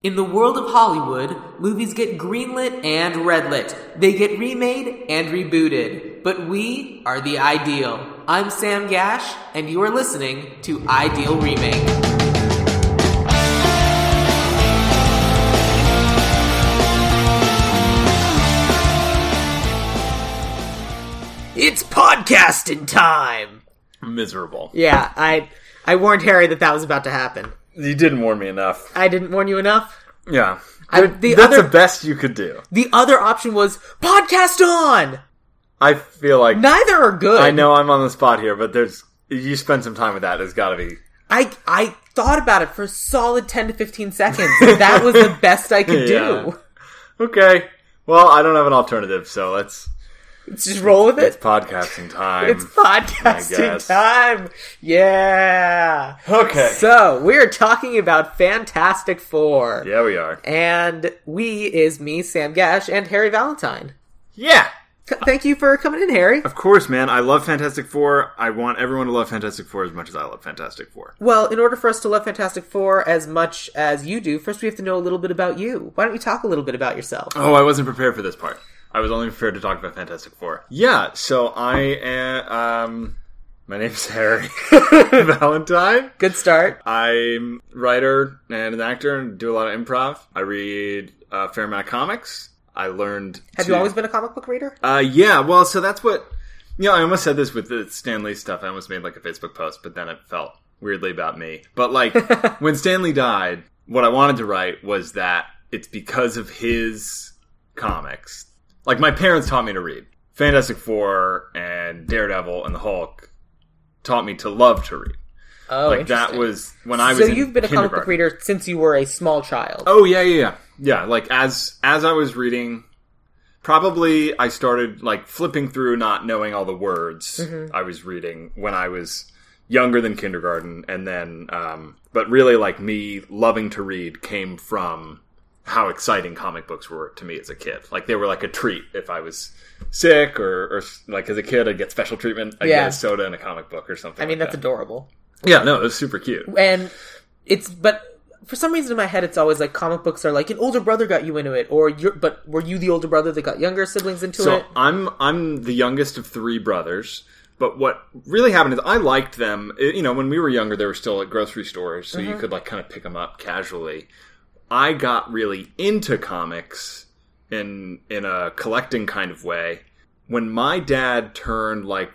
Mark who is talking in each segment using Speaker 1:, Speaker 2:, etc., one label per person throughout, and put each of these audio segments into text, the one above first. Speaker 1: In the world of Hollywood, movies get greenlit and redlit. They get remade and rebooted. But we are the ideal. I'm Sam Gash, and you are listening to Ideal Remake. It's podcasting time.
Speaker 2: miserable.
Speaker 1: Yeah, I I warned Harry that that was about to happen.
Speaker 2: You didn't warn me enough.
Speaker 1: I didn't warn you enough.
Speaker 2: Yeah.
Speaker 1: I- the
Speaker 2: That's
Speaker 1: other-
Speaker 2: the best you could do.
Speaker 1: The other option was podcast on.
Speaker 2: I feel like
Speaker 1: Neither are good.
Speaker 2: I know I'm on the spot here, but there's you spend some time with that. There's got to be
Speaker 1: I I thought about it for a solid ten to fifteen seconds. and that was the best I could
Speaker 2: Yeah.
Speaker 1: do.
Speaker 2: okay. Well, I don't have an alternative, so let's
Speaker 1: Let's just roll with
Speaker 2: it's
Speaker 1: it.
Speaker 2: podcasting time.
Speaker 1: It's podcasting
Speaker 2: guess.
Speaker 1: time. Yeah.
Speaker 2: okay.
Speaker 1: So we're talking about Fantastic Four.
Speaker 2: yeah, we are.
Speaker 1: And we is me, Sam Gash, and Harry Valentine.
Speaker 2: Yeah.
Speaker 1: C- Thank you for coming in, Harry.
Speaker 2: Of course, man. I love Fantastic Four. I want everyone to love Fantastic Four as much as I love Fantastic Four.
Speaker 1: Well, in order for us to love Fantastic Four as much as you do, first we have to know a little bit about you. Why don't you talk a little bit about yourself?
Speaker 2: Oh, I wasn't prepared for this part. I was only prepared to talk about Fantastic Four. Yeah, so I am. Um, my name's Harry Valentine.
Speaker 1: Good start.
Speaker 2: I'm a writer and an actor and do a lot of improv. I read a fair amount of comics. I learned.
Speaker 1: Have
Speaker 2: to-
Speaker 1: you always been a comic book reader?
Speaker 2: Uh, yeah, well, so that's what. Yeah, I almost said this with the Stan Lee stuff. I almost made like a Facebook post, but then it felt weirdly about me. But like when Stanley died, what I wanted to write was that it's because of his comics. Like my parents taught me to read Fantastic Four and Daredevil and the Hulk taught me to love to read.
Speaker 1: Oh,
Speaker 2: Like that
Speaker 1: interesting.
Speaker 2: was when I was.
Speaker 1: so
Speaker 2: in
Speaker 1: you've been a comic book
Speaker 2: kindergarten.
Speaker 1: reader since you were a small child.
Speaker 2: Oh yeah, yeah, yeah. Yeah, like as as I was reading, probably I started like flipping through, not knowing all the words
Speaker 1: Mm-hmm.
Speaker 2: I was reading when I was younger than kindergarten, and then, um, but really, like me loving to read came from how exciting comic books were to me as a kid. Like they were like a treat if I was sick or, or like as a kid, I'd get special treatment. I'd
Speaker 1: Yeah.
Speaker 2: get a soda and a comic book or something.
Speaker 1: I mean, that's adorable.
Speaker 2: yeah, no, it was super cute.
Speaker 1: And it's but for some reason in my head, it's always like comic books are like an older brother got you into it, or you're but were you the older brother that got younger siblings into
Speaker 2: So
Speaker 1: it?
Speaker 2: I'm I'm the youngest of three brothers. But what really happened is I liked them. It- You know, when we were younger, they were still at grocery stores, so you could like kind of pick them up casually. I got really into comics in in a collecting kind of way when my dad turned like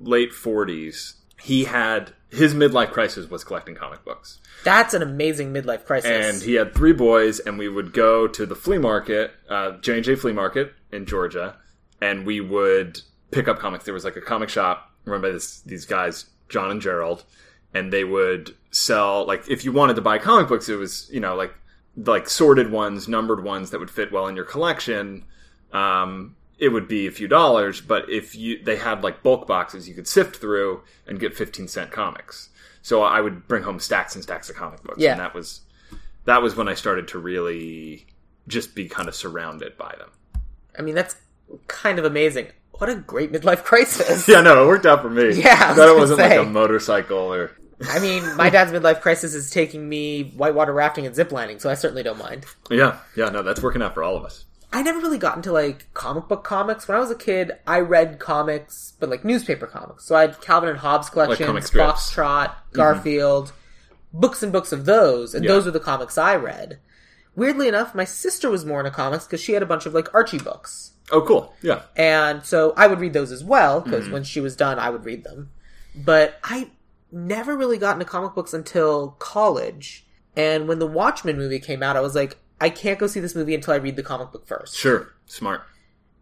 Speaker 2: late 40s. He had his midlife crisis was collecting comic books
Speaker 1: That's an amazing midlife crisis.
Speaker 2: and he had three boys and we would go to the flea market uh, j&j flea market in georgia and we would pick up comics there was like a comic shop run by this, these guys john and gerald and they would sell like if you wanted to buy comic books it was you know like like sorted ones numbered ones that would fit well in your collection um, it would be a few dollars, but if you they had like bulk boxes you could sift through and get fifteen cent comics. So I would bring home stacks and stacks of comic books,
Speaker 1: Yeah.
Speaker 2: and that was that was when I started to really just be kind of surrounded by them.
Speaker 1: I mean, that's kind of amazing. What a great midlife crisis.
Speaker 2: Yeah, no, it worked out for me.
Speaker 1: Yeah, I was
Speaker 2: that
Speaker 1: gonna
Speaker 2: it wasn't
Speaker 1: say.
Speaker 2: like a motorcycle or
Speaker 1: I mean, my dad's midlife crisis is taking me whitewater rafting and ziplining, so I certainly don't mind.
Speaker 2: yeah, yeah. No, that's working out for all of us.
Speaker 1: I never really got into like comic book comics. When I was a kid, I read comics, but like newspaper comics. So I had Calvin and Hobbes collections,
Speaker 2: comic strips. Mm-hmm.
Speaker 1: Foxtrot, Garfield, books and books of those, and
Speaker 2: Yeah.
Speaker 1: those were the comics I read. Weirdly enough, my sister was more into comics because she had a bunch of like Archie books,
Speaker 2: Oh, cool. Yeah,
Speaker 1: and so I would read those as well because
Speaker 2: Mm-hmm.
Speaker 1: when she was done, I would read them. But I never really got into comic books until college, and when the Watchmen movie came out, I was like, I can't go see this movie until I read the comic book first.
Speaker 2: sure. Smart.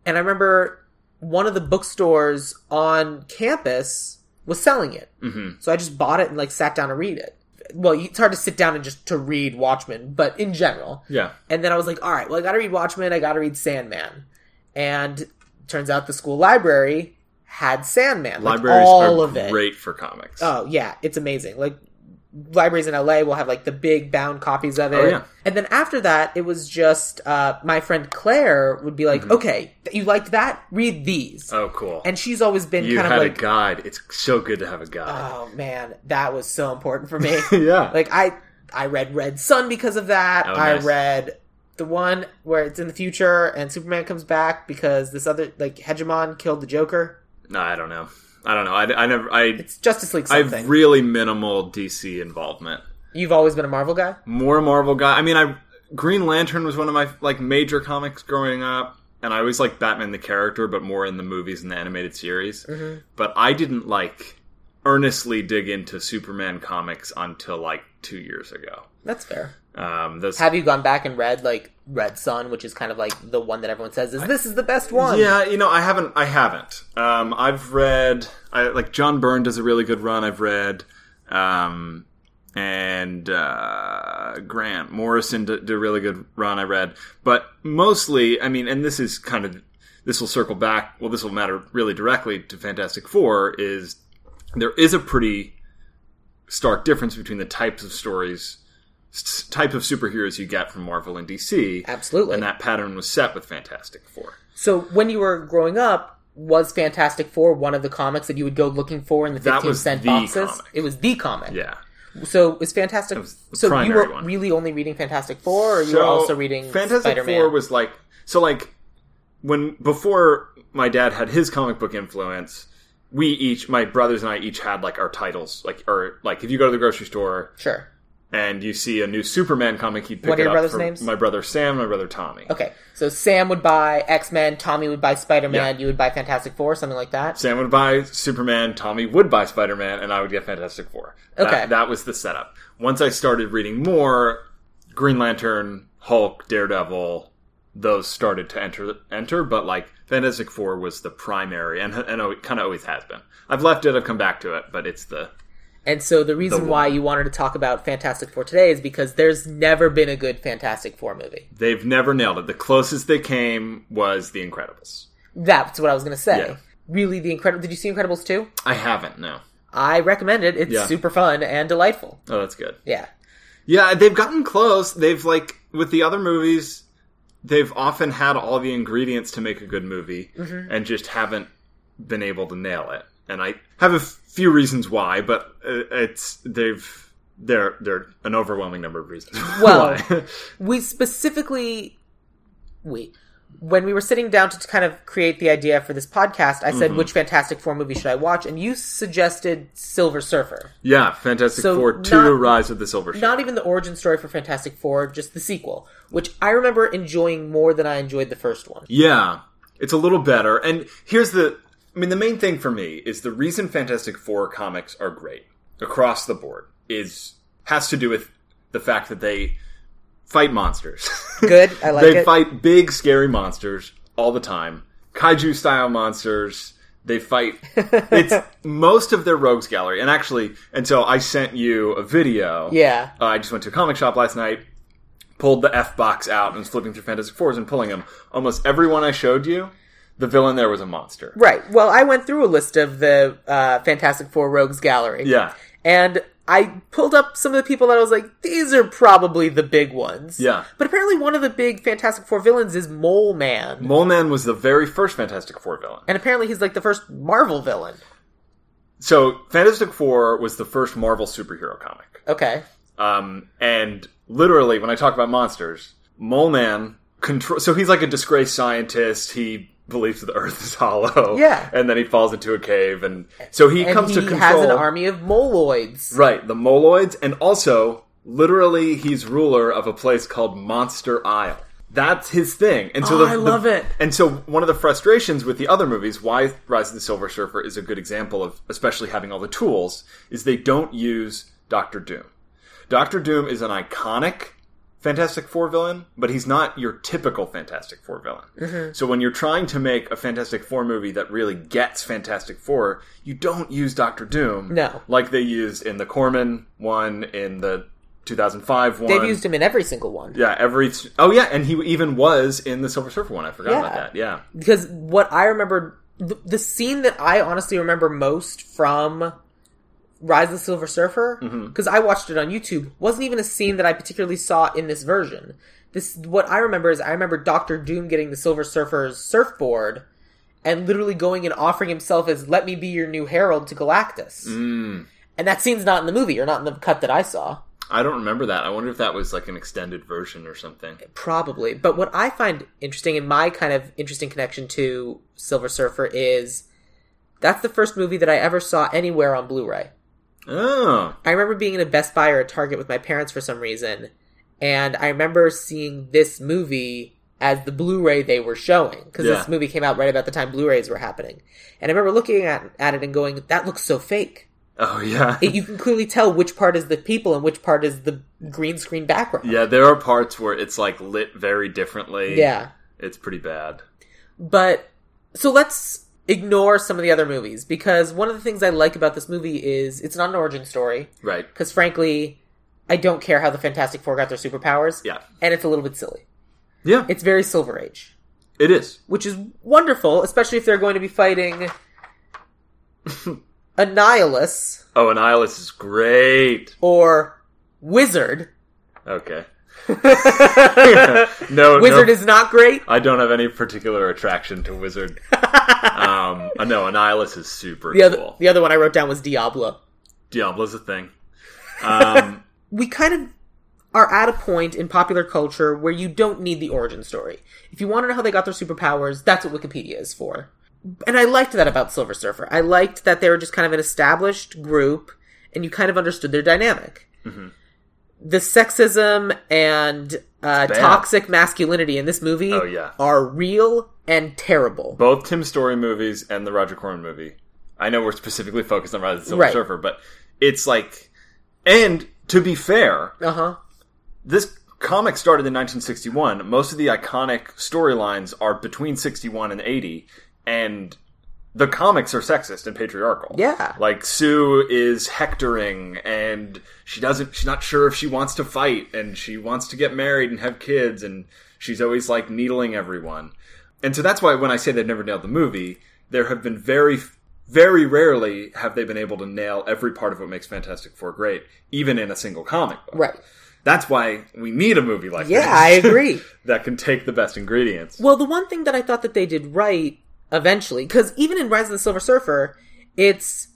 Speaker 1: And I remember one of the bookstores on campus was selling it. Mm-hmm. So I just bought it and like sat down to read it. Well, you- it's hard to sit down and just to read Watchmen, but in general.
Speaker 2: Yeah.
Speaker 1: And then I was like, all right, well, I got to read Watchmen. I got to read Sandman. And turns out the school library had Sandman. like,
Speaker 2: Libraries
Speaker 1: all
Speaker 2: are
Speaker 1: of it.
Speaker 2: great for comics.
Speaker 1: Oh yeah, it's amazing. Like libraries in LA will have like the big bound copies of it.
Speaker 2: Oh, yeah.
Speaker 1: And then after that, it was just uh, my friend Claire would be like, "Okay, th- you liked that? Read these."
Speaker 2: Mm-hmm. oh, cool.
Speaker 1: and she's always been
Speaker 2: you
Speaker 1: kind
Speaker 2: had
Speaker 1: of like,
Speaker 2: a guide. It's so good to have a guide.
Speaker 1: "Oh man, that was so important for me."
Speaker 2: yeah.
Speaker 1: like I I read Red Sun because of that.
Speaker 2: Oh,
Speaker 1: I
Speaker 2: nice.
Speaker 1: read the one where it's in the future and Superman comes back because this other like Hegemon killed the Joker.
Speaker 2: No, I don't know. I don't know. I, I never. I
Speaker 1: It's Justice League
Speaker 2: I
Speaker 1: something.
Speaker 2: have really minimal DC involvement.
Speaker 1: You've always been a Marvel guy.
Speaker 2: More Marvel guy. I mean, I Green Lantern was one of my like major comics growing up, and I always liked Batman the character, but more in the movies and the animated series.
Speaker 1: Mm-hmm.
Speaker 2: But I didn't like earnestly dig into Superman comics until like two years ago.
Speaker 1: That's fair.
Speaker 2: Um, those
Speaker 1: Have you gone back and read like Red Sun, which is kind of like the one that everyone says is this is the best one?
Speaker 2: Yeah, you know, I haven't. I haven't. Um, I've read I, like John Byrne does a really good run. I've read, um, and uh, Grant Morrison did, did a really good run. I read, but mostly, I mean, and this is kind of this will circle back. Well, this will matter really directly to Fantastic Four. Is there is a pretty stark difference between the types of stories, s- type of superheroes you get from Marvel and DC.
Speaker 1: absolutely.
Speaker 2: And that pattern was set with Fantastic Four.
Speaker 1: So when you were growing up, was Fantastic Four one of the comics that you would go looking for in the
Speaker 2: That
Speaker 1: fifteen
Speaker 2: was
Speaker 1: cent
Speaker 2: the
Speaker 1: boxes?
Speaker 2: comic.
Speaker 1: It was the comic.
Speaker 2: Yeah.
Speaker 1: So it was Fantastic.
Speaker 2: the
Speaker 1: so you
Speaker 2: primary
Speaker 1: were
Speaker 2: one.
Speaker 1: really only reading Fantastic Four, or you were also reading
Speaker 2: Fantastic
Speaker 1: Spider-Man?
Speaker 2: Four was like so like when before my dad had his comic book influence, we each my brothers and I each had like our titles like or like if you go to the grocery store
Speaker 1: sure.
Speaker 2: and you see a new Superman comic, you'd pick
Speaker 1: What are
Speaker 2: it
Speaker 1: your
Speaker 2: up
Speaker 1: brothers'
Speaker 2: for
Speaker 1: names?
Speaker 2: My brother Sam, my brother Tommy.
Speaker 1: Okay, so Sam would buy X Men, Tommy would buy Spider Man,
Speaker 2: Yeah.
Speaker 1: you would buy Fantastic Four, something like that.
Speaker 2: Sam would buy Superman, Tommy would buy Spider Man, and I would get Fantastic Four. That-
Speaker 1: Okay.
Speaker 2: That, was the setup. Once I started reading more, Green Lantern, Hulk, Daredevil, those started to enter, enter but like Fantastic Four was the primary, and, and it kind of always has been. I've left it, I've come back to it, but it's the.
Speaker 1: And so the reason
Speaker 2: one.
Speaker 1: why you wanted to talk about Fantastic Four today is because there's never been a good Fantastic Four movie.
Speaker 2: They've never nailed it. The closest they came was The Incredibles.
Speaker 1: That's what I was going to say.
Speaker 2: Yeah.
Speaker 1: Really, the Incredible. Did you see Incredibles two?
Speaker 2: I haven't, no.
Speaker 1: I recommend it. It's
Speaker 2: Yeah.
Speaker 1: super fun and delightful.
Speaker 2: Oh, that's good.
Speaker 1: Yeah.
Speaker 2: Yeah, they've gotten close. They've like with the other movies, they've often had all the ingredients to make a good movie
Speaker 1: Mm-hmm.
Speaker 2: and just haven't been able to nail it. And I have a f- few reasons why, but uh, it's they've they're they're an overwhelming number of reasons.
Speaker 1: Well-
Speaker 2: why.
Speaker 1: We specifically we when we were sitting down to kind of create the idea for this podcast, I
Speaker 2: Mm-hmm.
Speaker 1: said which Fantastic Four movie should I watch, and you suggested Silver Surfer.
Speaker 2: yeah, Fantastic
Speaker 1: So
Speaker 2: Four, Two,
Speaker 1: not-
Speaker 2: Rise of the Silver Shield.
Speaker 1: Not even the origin story for Fantastic Four, just the sequel, which I remember enjoying more than I enjoyed the first one.
Speaker 2: Yeah, it's a little better. And here's the I mean, the main thing for me is the reason Fantastic Four comics are great across the board is has to do with the fact that they fight monsters.
Speaker 1: Good, I like
Speaker 2: they
Speaker 1: it.
Speaker 2: fight big, scary monsters all the time, kaiju style monsters. They fight. It's most of their rogues gallery, and actually, and so I sent you a video.
Speaker 1: Yeah.
Speaker 2: Uh, I just went to a comic shop last night, pulled the F box out, and was flipping through Fantastic Fours and pulling them. Almost everyone I showed you, the villain there was a monster.
Speaker 1: Right. Well, I went through a list of the uh, Fantastic Four Rogues Gallery.
Speaker 2: Yeah.
Speaker 1: And I pulled up some of the people that I was like, these are probably the big ones.
Speaker 2: Yeah.
Speaker 1: But apparently, one of the big Fantastic Four villains is Mole Man.
Speaker 2: Mole Man was the very first Fantastic Four villain.
Speaker 1: and apparently, he's like the first Marvel villain.
Speaker 2: So Fantastic Four was the first Marvel superhero comic.
Speaker 1: Okay.
Speaker 2: Um, and literally, when I talk about monsters, Mole Man control. So he's like a disgraced scientist. He believes that the Earth is hollow.
Speaker 1: Yeah.
Speaker 2: And then he falls into a cave, and so he
Speaker 1: And
Speaker 2: comes
Speaker 1: he
Speaker 2: to control.
Speaker 1: has an army of Moloids.
Speaker 2: Right, the Moloids, and also, literally, he's ruler of a place called Monster Isle. That's his thing, and so
Speaker 1: Oh,
Speaker 2: the,
Speaker 1: I
Speaker 2: the-
Speaker 1: love it.
Speaker 2: And so, one of the frustrations with the other movies, why Rise of the Silver Surfer is a good example of, especially having all the tools, is they don't use Doctor Doom. Doctor Doom is an iconic Fantastic Four villain, but he's not your typical Fantastic Four villain.
Speaker 1: Mm-hmm.
Speaker 2: So when you're trying to make a Fantastic Four movie that really gets Fantastic Four, you don't use Doctor Doom.
Speaker 1: No.
Speaker 2: Like they used in the Corman one, in the 2005 one.
Speaker 1: They've used him in every single one.
Speaker 2: yeah, every. Oh, yeah, and he even was in the Silver Surfer one. I forgot about
Speaker 1: Yeah.
Speaker 2: that. Yeah.
Speaker 1: because what I remember, the, the scene that I honestly remember most from Rise of the Silver Surfer, because I watched it on YouTube, wasn't even a scene that I particularly saw in this version. This what I remember is I remember Doctor Doom getting the Silver Surfer's surfboard and literally going and offering himself as "Let me be your new herald" to Galactus. And that scene's not in the movie, or not in the cut that I saw.
Speaker 2: I don't remember that. I wonder if that was like an extended version or something.
Speaker 1: Probably. But what I find interesting and my kind of interesting connection to Silver Surfer is that's the first movie that I ever saw anywhere on Blu ray.
Speaker 2: Oh,
Speaker 1: I remember being in a Best Buy or a Target with my parents for some reason, and I remember seeing this movie as the Blu-ray they were showing because
Speaker 2: Yeah.
Speaker 1: this movie came out right about the time Blu-rays were happening, and I remember looking at at it and going, "That looks so fake."
Speaker 2: oh yeah,
Speaker 1: It, you can clearly tell which part is the people and which part is the green screen background.
Speaker 2: yeah. There are parts where it's like lit very differently.
Speaker 1: yeah.
Speaker 2: it's pretty bad.
Speaker 1: But so let's ignore some of the other movies because one of the things I like about this movie is it's not an origin story
Speaker 2: Right.
Speaker 1: because frankly, I don't care how the Fantastic Four got their superpowers.
Speaker 2: Yeah.
Speaker 1: and it's a little bit silly.
Speaker 2: Yeah.
Speaker 1: It's very Silver Age,
Speaker 2: it is.
Speaker 1: which is wonderful, especially if they're going to be fighting a nihilus
Speaker 2: Oh, and Annihilus is great.
Speaker 1: or wizard.
Speaker 2: Okay. no,
Speaker 1: wizard
Speaker 2: no.
Speaker 1: is not great.
Speaker 2: I don't have any particular attraction to Wizard. um, uh, no, Annihilus is super
Speaker 1: The other,
Speaker 2: cool.
Speaker 1: the other one I wrote down was Diablo.
Speaker 2: Diablo's a thing. Um,
Speaker 1: We kind of are at a point in popular culture where you don't need the origin story. If you want to know how they got their superpowers, that's what Wikipedia is for. And I liked that about Silver Surfer. I liked that they were just kind of an established group and you kind of understood their dynamic.
Speaker 2: Mm-hmm.
Speaker 1: the sexism and uh,
Speaker 2: bad.
Speaker 1: toxic masculinity in this movie
Speaker 2: Oh, yeah.
Speaker 1: are real and terrible.
Speaker 2: both Tim Story movies and the Roger Corman movie. I know we're specifically focused on Rise of the Silver
Speaker 1: Right.
Speaker 2: Surfer, but it's like, and to be fair,
Speaker 1: uh huh.
Speaker 2: this comic started in 1961. Most of the iconic storylines are between 61 and 80, and the comics are sexist and patriarchal.
Speaker 1: Yeah.
Speaker 2: like Sue is hectoring, and she doesn't. She's not sure if she wants to fight, and she wants to get married and have kids, and she's always like needling everyone. And so that's why when I say they've never nailed the movie, there have been very, very rarely have they been able to nail every part of what makes Fantastic Four great, even in a single comic book.
Speaker 1: Right.
Speaker 2: That's why we need a movie like
Speaker 1: Yeah,
Speaker 2: this.
Speaker 1: I agree.
Speaker 2: that can take the best ingredients.
Speaker 1: Well, the one thing that I thought that they did right eventually, because even in Rise of the Silver Surfer, it's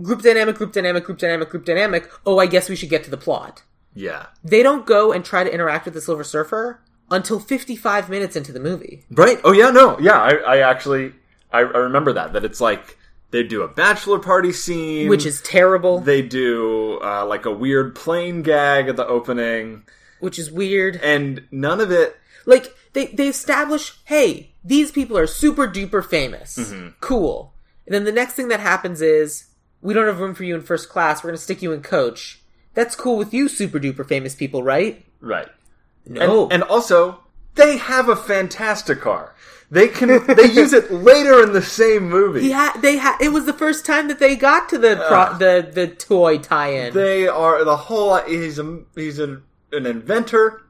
Speaker 1: group dynamic, group dynamic, group dynamic, group dynamic. Oh, I guess we should get to the plot.
Speaker 2: Yeah.
Speaker 1: They don't go and try to interact with the Silver Surfer until 55 minutes into the movie.
Speaker 2: Right? Oh, yeah, no. Yeah, I, I actually, I, I remember that, that it's like they do a bachelor party scene.
Speaker 1: Which is terrible,
Speaker 2: They do uh, like a weird plane gag at the opening,
Speaker 1: which is weird.
Speaker 2: and none of it.
Speaker 1: Like they they establish, hey, these people are super duper famous. Cool. And then the next thing that happens is we don't have room for you in first class. We're going to stick you in coach. That's cool with you super duper famous people, right?
Speaker 2: Right. And,
Speaker 1: No.
Speaker 2: and also, they have a fantastic car. They can they use it later in the same movie.
Speaker 1: he ha- they ha- it was the first time that they got to the pro-
Speaker 2: Ugh.
Speaker 1: the the toy tie-in.
Speaker 2: They are the whole. He's a he's an, an inventor.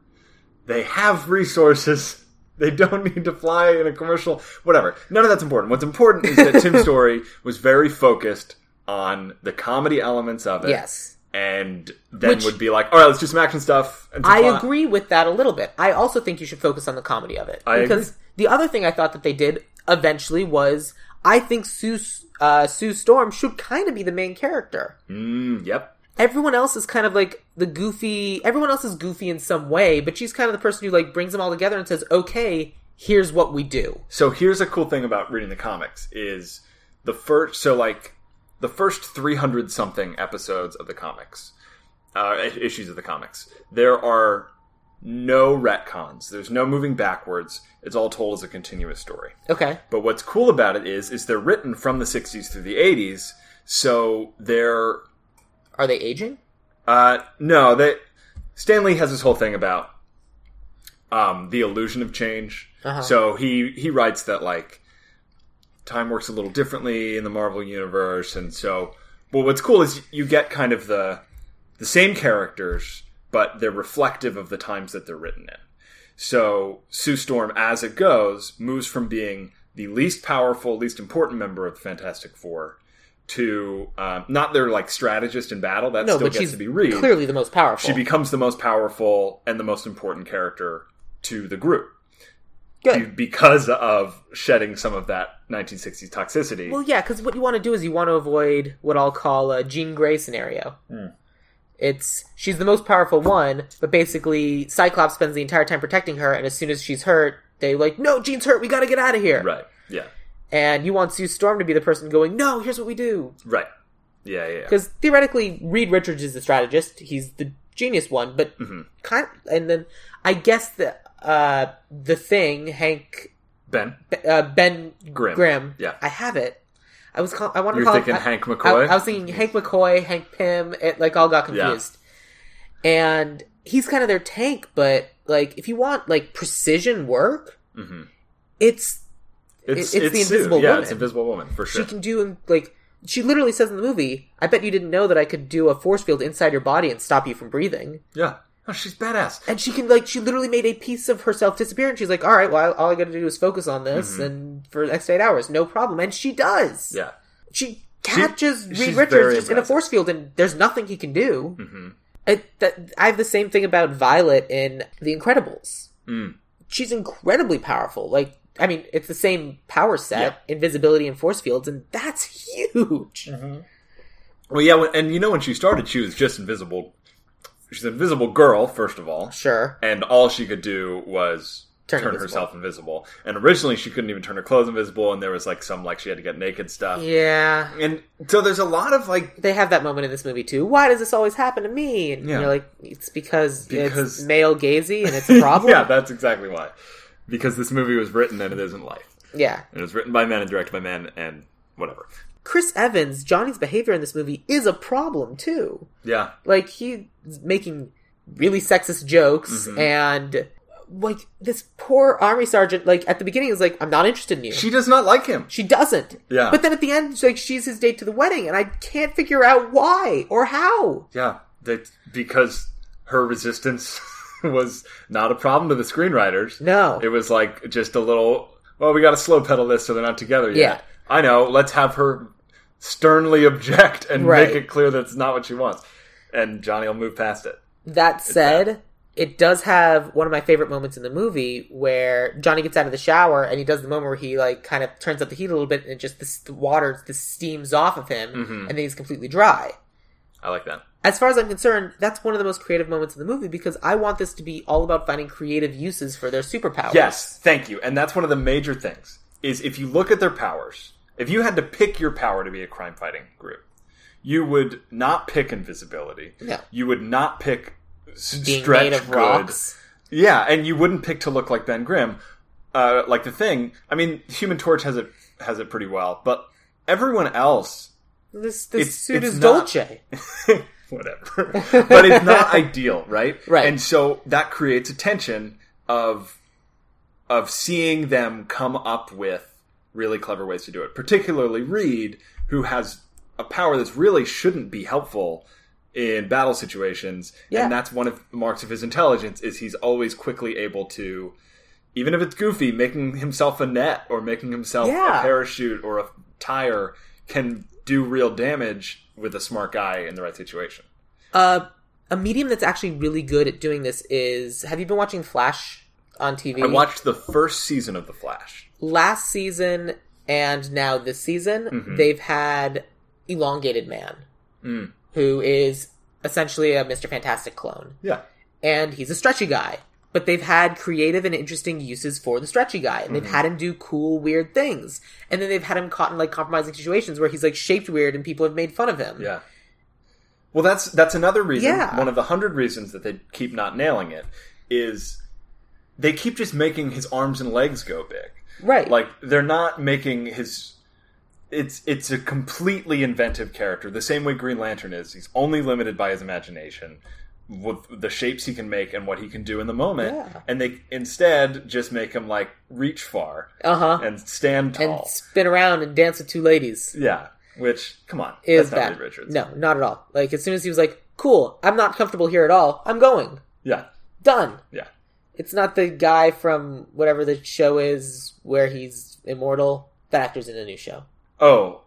Speaker 2: They have resources. They don't need to fly in a commercial. Whatever. None of that's important. What's important is that Tim's story was very focused on the comedy elements of it.
Speaker 1: yes.
Speaker 2: And then
Speaker 1: Which-
Speaker 2: would be like, all right, let's do some action stuff. And some
Speaker 1: I
Speaker 2: plot."
Speaker 1: agree with that a little bit. I also think you should focus on the comedy of it
Speaker 2: I agree.
Speaker 1: because the other thing I thought that they did eventually was I think Sue uh, Sue Storm should kind of be the main character.
Speaker 2: Mm, yep.
Speaker 1: Everyone else is kind of like the goofy. Everyone else is goofy in some way, but she's kind of the person who like brings them all together and says, "Okay, here's what we do."
Speaker 2: So here's a cool thing about reading the comics is the first so like the first 300 something episodes of the comics uh, i- issues of the comics there are no retcons there's no moving backwards it's all told as a continuous story
Speaker 1: Okay,
Speaker 2: but what's cool about it is is they're written from the 60s through the 80s so they're
Speaker 1: are they aging?
Speaker 2: uh, no, they Stanley has this whole thing about um, the illusion of change.
Speaker 1: Uh-huh.
Speaker 2: So he he writes that like time works a little differently in the Marvel universe, and so well, what's cool is you get kind of the the same characters, but they're reflective of the times that they're written in. So Sue Storm, as it goes, moves from being the least powerful, least important member of the Fantastic Four to um, not their like strategist in battle. That
Speaker 1: No,
Speaker 2: still
Speaker 1: but
Speaker 2: gets
Speaker 1: she's
Speaker 2: to be Reed.
Speaker 1: clearly the most powerful.
Speaker 2: She becomes the most powerful and the most important character to the group be-
Speaker 1: Good.
Speaker 2: because of shedding some of that 1960s toxicity. Hmm.
Speaker 1: Well, yeah, because what you want to do is you want to avoid what I'll call a Jean Grey scenario. It's she's the most powerful one, but basically Cyclops spends the entire time protecting her, and as soon as she's hurt, they like, no, Jean's hurt. We got to get out of here.
Speaker 2: Right. Yeah.
Speaker 1: And you want Sue Storm to be the person going, no, here's what we do,
Speaker 2: Right. Yeah. Yeah. yeah.
Speaker 1: because theoretically Reed Richards is the strategist. He's the genius one, but
Speaker 2: Mm-hmm.
Speaker 1: kind and then I guess the uh, the thing Hank
Speaker 2: Ben.
Speaker 1: uh, Ben
Speaker 2: Grimm.
Speaker 1: Grimm.
Speaker 2: Yeah.
Speaker 1: I have it. I was call- I wanted to
Speaker 2: You're
Speaker 1: call
Speaker 2: thinking
Speaker 1: him,
Speaker 2: Hank
Speaker 1: I,
Speaker 2: McCoy?
Speaker 1: I was thinking Hank McCoy, Hank Pym. It like all got
Speaker 2: Yeah.
Speaker 1: confused. And he's kind of their tank, but like if you want like precision work,
Speaker 2: Mhm.
Speaker 1: it's it's the
Speaker 2: Sue.
Speaker 1: Invisible
Speaker 2: Yeah,
Speaker 1: Woman.
Speaker 2: it's Invisible Woman for
Speaker 1: she
Speaker 2: sure.
Speaker 1: can do like she literally says in the movie, "I bet you didn't know that I could do a force field inside your body and stop you from breathing."
Speaker 2: Yeah. Oh, she's badass.
Speaker 1: And she can like she literally made a piece of herself disappear, and she's like, "All right, well, all I got to do is focus on this, and for the next eight hours, no problem." And she does.
Speaker 2: Yeah.
Speaker 1: she catches
Speaker 2: she's
Speaker 1: Reed
Speaker 2: very
Speaker 1: Richards just in a
Speaker 2: impressive. Mm-hmm.
Speaker 1: force field, and there's nothing he can do. I, that, I have the same thing about Violet in The Incredibles.
Speaker 2: Mm.
Speaker 1: She's incredibly powerful. Like, I mean, it's the same power set, invisibility and force fields, and that's huge.
Speaker 2: Mm-hmm. Well, yeah, when- and you know when she started, she was just invisible. She's an invisible girl, first of all,
Speaker 1: Sure,
Speaker 2: and all she could do was
Speaker 1: Turn
Speaker 2: turn,
Speaker 1: invisible.
Speaker 2: herself invisible. And originally, she couldn't even turn her clothes invisible, and there was like some like she had to get naked stuff.
Speaker 1: yeah.
Speaker 2: And so there's a lot of like
Speaker 1: They have that moment in this movie too. Why does this always happen to me? And
Speaker 2: Yeah.
Speaker 1: you're like, it's because,
Speaker 2: Because-
Speaker 1: it's male gazy and it's a problem.
Speaker 2: yeah, that's exactly why. Because this movie was written and it isn't life.
Speaker 1: yeah.
Speaker 2: And it was written by men and directed by men and whatever.
Speaker 1: Chris Evans, Johnny's behavior in this movie is a problem too.
Speaker 2: Yeah.
Speaker 1: like he's making really sexist jokes
Speaker 2: Mm-hmm.
Speaker 1: and like this poor army sergeant like at the beginning is like i'm not interested in you she,
Speaker 2: She does not like him.
Speaker 1: doesn't
Speaker 2: Yeah.
Speaker 1: but then at the end it's like she's his date to the wedding and i can't figure out why or how
Speaker 2: Yeah. That because her resistance was not a problem to the screenwriters.
Speaker 1: no
Speaker 2: It was like just a little well, we gotta slow pedal this so they're not together yet.
Speaker 1: Yeah.
Speaker 2: I know, let's have her sternly object and
Speaker 1: Right.
Speaker 2: make it clear that's not what she wants. And Johnny will move past it.
Speaker 1: that said it does have one of my favorite moments in the movie where johnny gets out of the shower and he does the moment where he like kind of turns up the heat a little bit and it just the, the water the steams off of him
Speaker 2: Mm-hmm.
Speaker 1: and then he's completely dry
Speaker 2: I like that.
Speaker 1: as far as I'm concerned, that's one of the most creative moments in the movie because I want this to be all about finding creative uses for their superpowers.
Speaker 2: Yes, thank you. And that's one of the major things is if you look at their powers, if you had to pick your power to be a crime fighting group, you would not pick invisibility.
Speaker 1: No.
Speaker 2: You would not pick s-
Speaker 1: Being
Speaker 2: stretch
Speaker 1: made of
Speaker 2: good.
Speaker 1: rocks.
Speaker 2: Yeah, and you wouldn't pick to look like Ben Grimm. Uh, like the thing, I mean, Human Torch has it has it pretty well, but everyone else,
Speaker 1: This this
Speaker 2: It's-
Speaker 1: suit
Speaker 2: it's
Speaker 1: is
Speaker 2: not-
Speaker 1: Dolce.
Speaker 2: whatever. but it's not ideal, right?
Speaker 1: Right.
Speaker 2: And so that creates a tension of of seeing them come up with really clever ways to do it. Particularly Reed, who has a power that's really shouldn't be helpful in battle situations,
Speaker 1: Yeah.
Speaker 2: and that's one of the marks of his intelligence is he's always quickly able to, even if it's goofy, making himself a net or making himself a
Speaker 1: Yeah.
Speaker 2: parachute or a tire can do real damage with a smart guy in the right situation.
Speaker 1: Uh, a medium that's actually really good at doing this is. Have you been watching Flash on TV?
Speaker 2: I watched the first season of The Flash.
Speaker 1: last season and now this season.
Speaker 2: Mm-hmm.
Speaker 1: They've had elongated man,
Speaker 2: Mm.
Speaker 1: who is essentially a Mister Fantastic clone.
Speaker 2: Yeah.
Speaker 1: and he's a stretchy guy. But they've had creative and interesting uses for the stretchy guy, and they've
Speaker 2: Mm-hmm.
Speaker 1: had him do cool, weird things. And then they've had him caught in like compromising situations where he's like shaped weird, and people have made fun of him.
Speaker 2: Yeah. Well, that's that's another reason.
Speaker 1: Yeah.
Speaker 2: One of the hundred reasons that they keep not nailing it is they keep just making his arms and legs go big.
Speaker 1: right.
Speaker 2: Like they're not making his. It's it's a completely inventive character. The same way Green Lantern is. He's only limited by his imagination, with the shapes he can make and what he can do in the moment.
Speaker 1: Yeah.
Speaker 2: And they instead just make him like reach far
Speaker 1: uh huh,
Speaker 2: and stand
Speaker 1: and
Speaker 2: tall.
Speaker 1: spin around and dance with two ladies
Speaker 2: yeah. Which come on,
Speaker 1: is
Speaker 2: that's not
Speaker 1: bad.
Speaker 2: Reed Richards.
Speaker 1: No, not at all. Like as soon as he was like, "Cool, I'm not comfortable here at all. I'm going.
Speaker 2: Yeah.
Speaker 1: Done."
Speaker 2: Yeah.
Speaker 1: It's not the guy from whatever the show is where he's immortal. That actor's in a new show.
Speaker 2: Oh,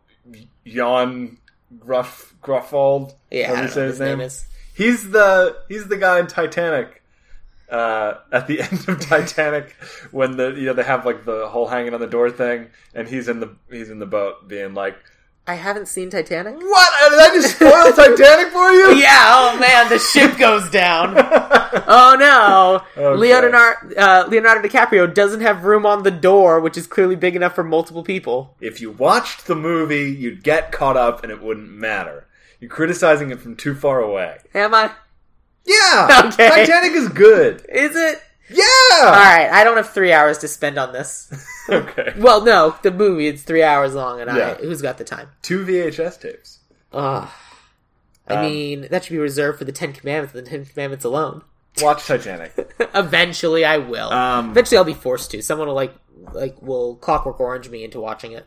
Speaker 2: Jan Gruff Gruffald.
Speaker 1: Yeah, I don't
Speaker 2: however you
Speaker 1: know
Speaker 2: say
Speaker 1: what
Speaker 2: his name.
Speaker 1: is.
Speaker 2: He's the he's the guy in Titanic. Uh, at the end of Titanic, when the you know they have like the whole hanging on the door thing, and he's in the he's in the boat being like,
Speaker 1: I haven't seen Titanic.
Speaker 2: What? Did I just spoil Titanic for you?
Speaker 1: Yeah. Oh man, the ship goes down. oh no,
Speaker 2: Okay.
Speaker 1: Leonardo uh, Leonardo DiCaprio doesn't have room on the door, which is clearly big enough for multiple people.
Speaker 2: If you watched the movie, you'd get caught up and it wouldn't matter. You're criticizing it from too far away.
Speaker 1: Am I?
Speaker 2: Yeah!
Speaker 1: Okay.
Speaker 2: Titanic is good.
Speaker 1: Is it?
Speaker 2: Yeah!
Speaker 1: All right. I don't have three hours to spend on this.
Speaker 2: Okay.
Speaker 1: Well, no, the movie it's three hours long, and
Speaker 2: Yeah.
Speaker 1: I who's got the time?
Speaker 2: Two VHS tapes.
Speaker 1: Ugh. I
Speaker 2: Um,
Speaker 1: mean, that should be reserved for the Ten Commandments and the Ten Commandments alone.
Speaker 2: Watch Titanic.
Speaker 1: Eventually, I will.
Speaker 2: Um,
Speaker 1: Eventually, I'll be forced to. Someone will like, like, will Clockwork Orange me into watching it.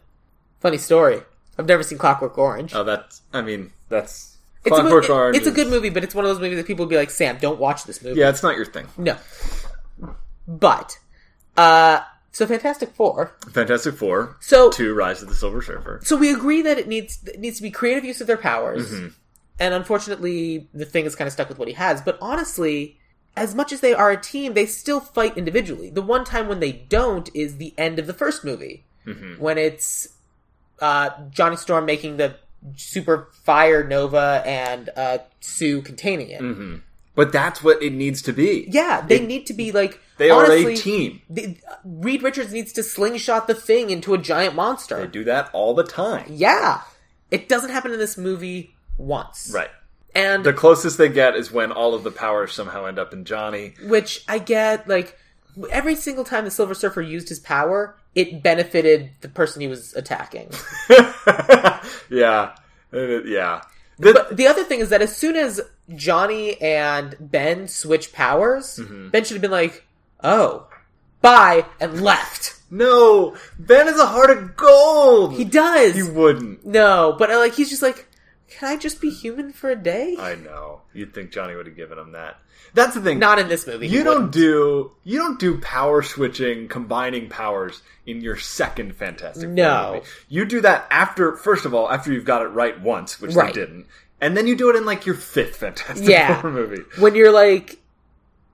Speaker 1: Funny story. I've never seen Clockwork Orange.
Speaker 2: oh, that's, I mean, that's.
Speaker 1: it's, a mo-
Speaker 2: Clockwork Orange
Speaker 1: it's a
Speaker 2: is-
Speaker 1: good movie, but it's one of those movies that people will be like, "Sam, don't watch this movie."
Speaker 2: Yeah, it's not your thing.
Speaker 1: No. But, uh, so Fantastic Four.
Speaker 2: Fantastic Four,
Speaker 1: So,
Speaker 2: Two, Rise of the Silver Surfer.
Speaker 1: so we agree that it needs it needs to be creative use of their powers,
Speaker 2: Mm-hmm.
Speaker 1: and unfortunately, the thing is kind of stuck with what he has. But honestly, as much as they are a team, they still fight individually. The one time when they don't is the end of the first movie,
Speaker 2: Mm-hmm.
Speaker 1: when it's uh, Johnny Storm making the super fire Nova and uh, Sue containing it.
Speaker 2: But that's what it needs to be.
Speaker 1: Yeah, they need to be like
Speaker 2: They are
Speaker 1: honestly,
Speaker 2: a team.
Speaker 1: the- Reed Richards needs to slingshot the thing into a giant monster.
Speaker 2: They do that all the time.
Speaker 1: Yeah. It doesn't happen in this movie once.
Speaker 2: Right.
Speaker 1: And
Speaker 2: The closest they get is when all of the powers somehow end up in Johnny.
Speaker 1: which I get like every single time the Silver Surfer used his power, it benefited the person he was attacking.
Speaker 2: yeah. Uh, yeah. The-
Speaker 1: but the other thing is that as soon as Johnny and Ben switch powers,
Speaker 2: Mm-hmm.
Speaker 1: Ben should have been like, "Oh, bye," and left.
Speaker 2: no, Ben is a heart of gold.
Speaker 1: He does.
Speaker 2: He wouldn't.
Speaker 1: no, but uh, like he's just like, "Can I just be human for a day?"
Speaker 2: I know. You'd think Johnny would have given him that. That's the thing.
Speaker 1: Not in this movie. he
Speaker 2: you don't
Speaker 1: wouldn't.
Speaker 2: do you don't do power switching, combining powers in your second Fantastic Four
Speaker 1: No.
Speaker 2: movie. You do that after first of all after you've got it right once, which
Speaker 1: Right.
Speaker 2: they didn't, and then you do it in like your fifth Fantastic
Speaker 1: Yeah.
Speaker 2: Four movie.
Speaker 1: when you're like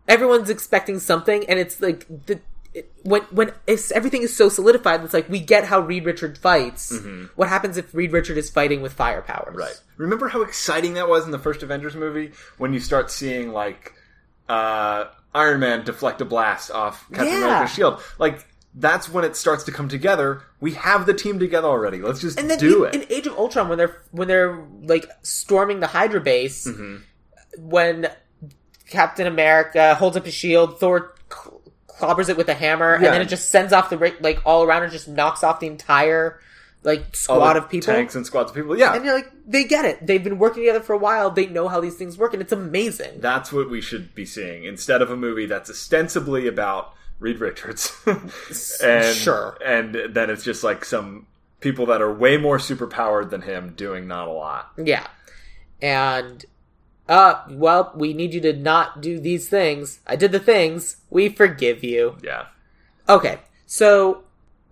Speaker 1: everyone's expecting something and it's like the it, when when it's, everything is so solidified it's like we get how reed richard fights what happens if reed richard is fighting with fire powers
Speaker 2: Mm-hmm. Right. Remember how exciting that was in the first Avengers movie when you start seeing like uh, Iron Man deflect a blast off Captain
Speaker 1: Yeah.
Speaker 2: America's shield. Like that's when it starts to come together. We have the team together already. Let's just
Speaker 1: and then
Speaker 2: do
Speaker 1: in,
Speaker 2: it.
Speaker 1: in age of ultron when they're when they're like storming the hydra base
Speaker 2: Mm-hmm.
Speaker 1: when captain america holds up his shield thor cl- clobbers it with a hammer
Speaker 2: Yeah.
Speaker 1: and then it just sends off the ra- like all around and just knocks off the entire like
Speaker 2: All
Speaker 1: squad
Speaker 2: the
Speaker 1: of people
Speaker 2: tanks and squads of people. Yeah,
Speaker 1: And you're like, they get it. They've been working together for a while. They know how these things work, and it's amazing.
Speaker 2: that's what we should be seeing instead of a movie that's ostensibly about Reed Richards. and,
Speaker 1: sure.
Speaker 2: and then it's just like some people that are way more superpowered than him doing not a lot.
Speaker 1: yeah. And, uh, well, we need you to not do these things. I did the things. We forgive you.
Speaker 2: Yeah.
Speaker 1: Okay. So,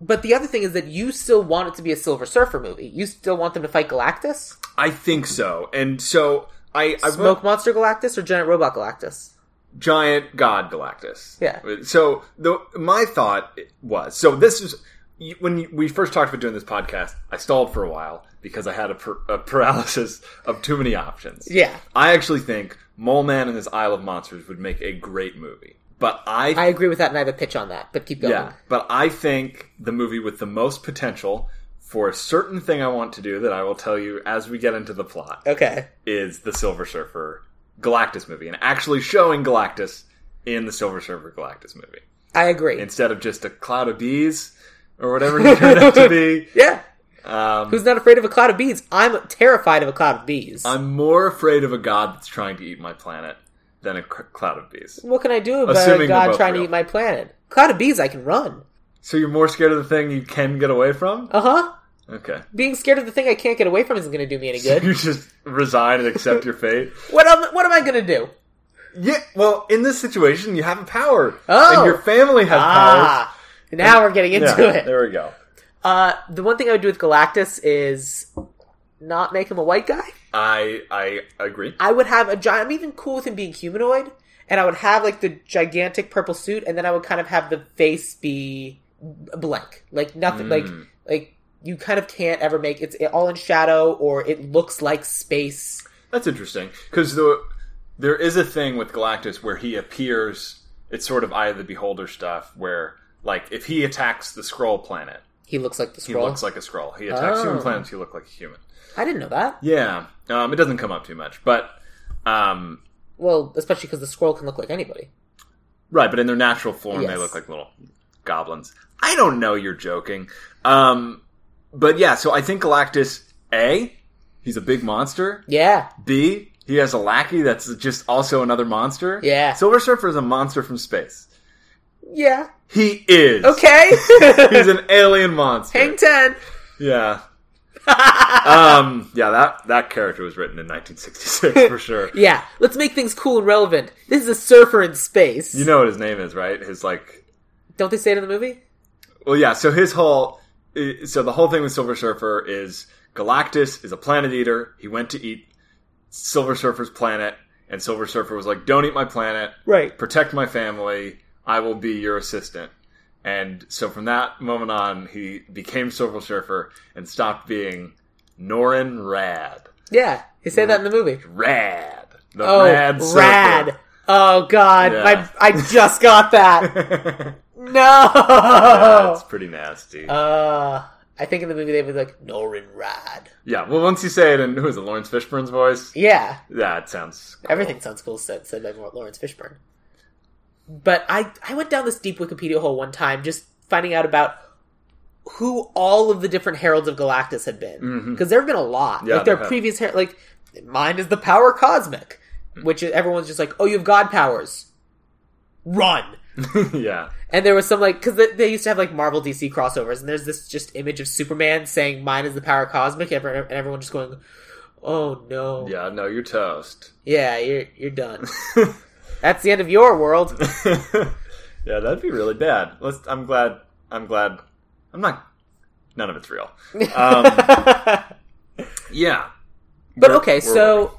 Speaker 1: but the other thing is that you still want it to be a Silver Surfer movie. You still want them to fight Galactus?
Speaker 2: I think so. And so I, I
Speaker 1: Smoke Monster Galactus or Giant Robot Galactus?
Speaker 2: giant god Galactus.
Speaker 1: Yeah.
Speaker 2: So the my thought was so this is you- when we first talked about doing this podcast, I stalled for a while because I had a, per, a paralysis of too many options.
Speaker 1: Yeah.
Speaker 2: I actually think Mole Man and his Isle of Monsters would make a great movie, but I
Speaker 1: I agree with that, and I have a pitch on that, but keep going.
Speaker 2: yeah, but I think the movie with the most potential for a certain thing I want to do that I will tell you as we get into the plot
Speaker 1: Okay.
Speaker 2: is the Silver Surfer Galactus movie and actually showing Galactus in the Silver Surfer Galactus movie
Speaker 1: I agree.
Speaker 2: instead of just a cloud of bees or whatever it turned out to be.
Speaker 1: yeah.
Speaker 2: Um,
Speaker 1: Who's not afraid of a cloud of bees? I'm terrified of a cloud of bees.
Speaker 2: I'm more afraid of a god that's trying to eat my planet than a c- cloud of bees.
Speaker 1: What can I do about
Speaker 2: Assuming
Speaker 1: a
Speaker 2: they're
Speaker 1: god
Speaker 2: both
Speaker 1: trying
Speaker 2: real.
Speaker 1: to eat my planet? Cloud of bees, I can run.
Speaker 2: So you're more scared of the thing you can get away from?
Speaker 1: Uh huh.
Speaker 2: Okay.
Speaker 1: Being scared of the thing I can't get away from isn't going to do me any good.
Speaker 2: You just resign and accept your fate.
Speaker 1: what am What am I going to do?
Speaker 2: Yeah, well, in this situation, you have a power.
Speaker 1: Oh.
Speaker 2: And your family has
Speaker 1: Ah, now we're getting
Speaker 2: powers.
Speaker 1: into
Speaker 2: Yeah,
Speaker 1: it.
Speaker 2: there we go.
Speaker 1: Uh, the one thing I would do with Galactus is not make him a white guy.
Speaker 2: I I agree.
Speaker 1: I would have a giant. I'm even cool with him being humanoid, and I would have like the gigantic purple
Speaker 2: Hmm.
Speaker 1: suit, and then I would kind of have the face be blank, like nothing, like like you kind of can't ever make it's all in shadow or it looks like space.
Speaker 2: That's interesting because the there is a thing with Galactus where he appears. It's sort of Eye of the Beholder stuff where, like, if he attacks the Scroll planet,
Speaker 1: He looks like the
Speaker 2: he
Speaker 1: scroll.
Speaker 2: looks like a Scroll. He attacks
Speaker 1: Oh.
Speaker 2: human planets, he looks like a human.
Speaker 1: I didn't know that.
Speaker 2: Yeah, um, it doesn't come up too much, but um,
Speaker 1: Well, especially because the scroll can look like anybody.
Speaker 2: right. But in their natural form, they
Speaker 1: Yes.
Speaker 2: look like little goblins. I don't know. You're joking. Um, but yeah, so I think Galactus a he's a big monster.
Speaker 1: Yeah,
Speaker 2: B, he has a lackey that's just also another monster.
Speaker 1: Yeah.
Speaker 2: Silver Surfer is a monster from space.
Speaker 1: yeah.
Speaker 2: He is.
Speaker 1: Okay.
Speaker 2: He's an alien monster.
Speaker 1: Hang ten.
Speaker 2: yeah. um. Yeah. That that character was written in 1966 for sure.
Speaker 1: Yeah, let's make things cool and relevant. This is a surfer in space.
Speaker 2: You know what his name is, right? His like.
Speaker 1: Don't they say it in the movie?
Speaker 2: Well, yeah. So his whole. i- So the whole thing with Silver Surfer is Galactus is a planet eater. He went to eat Silver Surfer's planet, and Silver Surfer was like, "Don't eat my planet.
Speaker 1: Right.
Speaker 2: protect my family. I will be your assistant. And so from that moment on, he became Silver Surfer and stopped being Norin Rad.
Speaker 1: Yeah, they say that in the movie.
Speaker 2: Rad. The
Speaker 1: Oh,
Speaker 2: Rad
Speaker 1: rad.
Speaker 2: Surfer.
Speaker 1: Oh God,
Speaker 2: Yeah.
Speaker 1: my, I just got that. no.
Speaker 2: That's pretty nasty.
Speaker 1: Uh, I think in the movie they were like Norin Rad.
Speaker 2: yeah, well, once you say it in, who is it, Lawrence Fishburne's voice?
Speaker 1: Yeah,
Speaker 2: That sounds. cool.
Speaker 1: everything sounds cool said said by Lawrence Fishburne. But I I went down this deep Wikipedia hole one time just finding out about who all of the different heralds of Galactus had been because
Speaker 2: Mhm.
Speaker 1: there have been a lot.
Speaker 2: Yeah,
Speaker 1: like their
Speaker 2: there have.
Speaker 1: previous her- like mine is the power cosmic, which everyone's just like, oh, you have god powers, run.
Speaker 2: yeah.
Speaker 1: And there was some like because they, they used to have like Marvel DC crossovers, and there's this just image of Superman saying "Mine is the power cosmic," and everyone and everyone just going, "Oh no,
Speaker 2: Yeah, no, you're toast.
Speaker 1: yeah, you're you're done. That's the end of your world."
Speaker 2: yeah, that'd be really bad. Let's, I'm glad. I'm glad. I'm not. None of it's real. Um,
Speaker 1: but
Speaker 2: yeah. We're-
Speaker 1: okay,
Speaker 2: we're
Speaker 1: so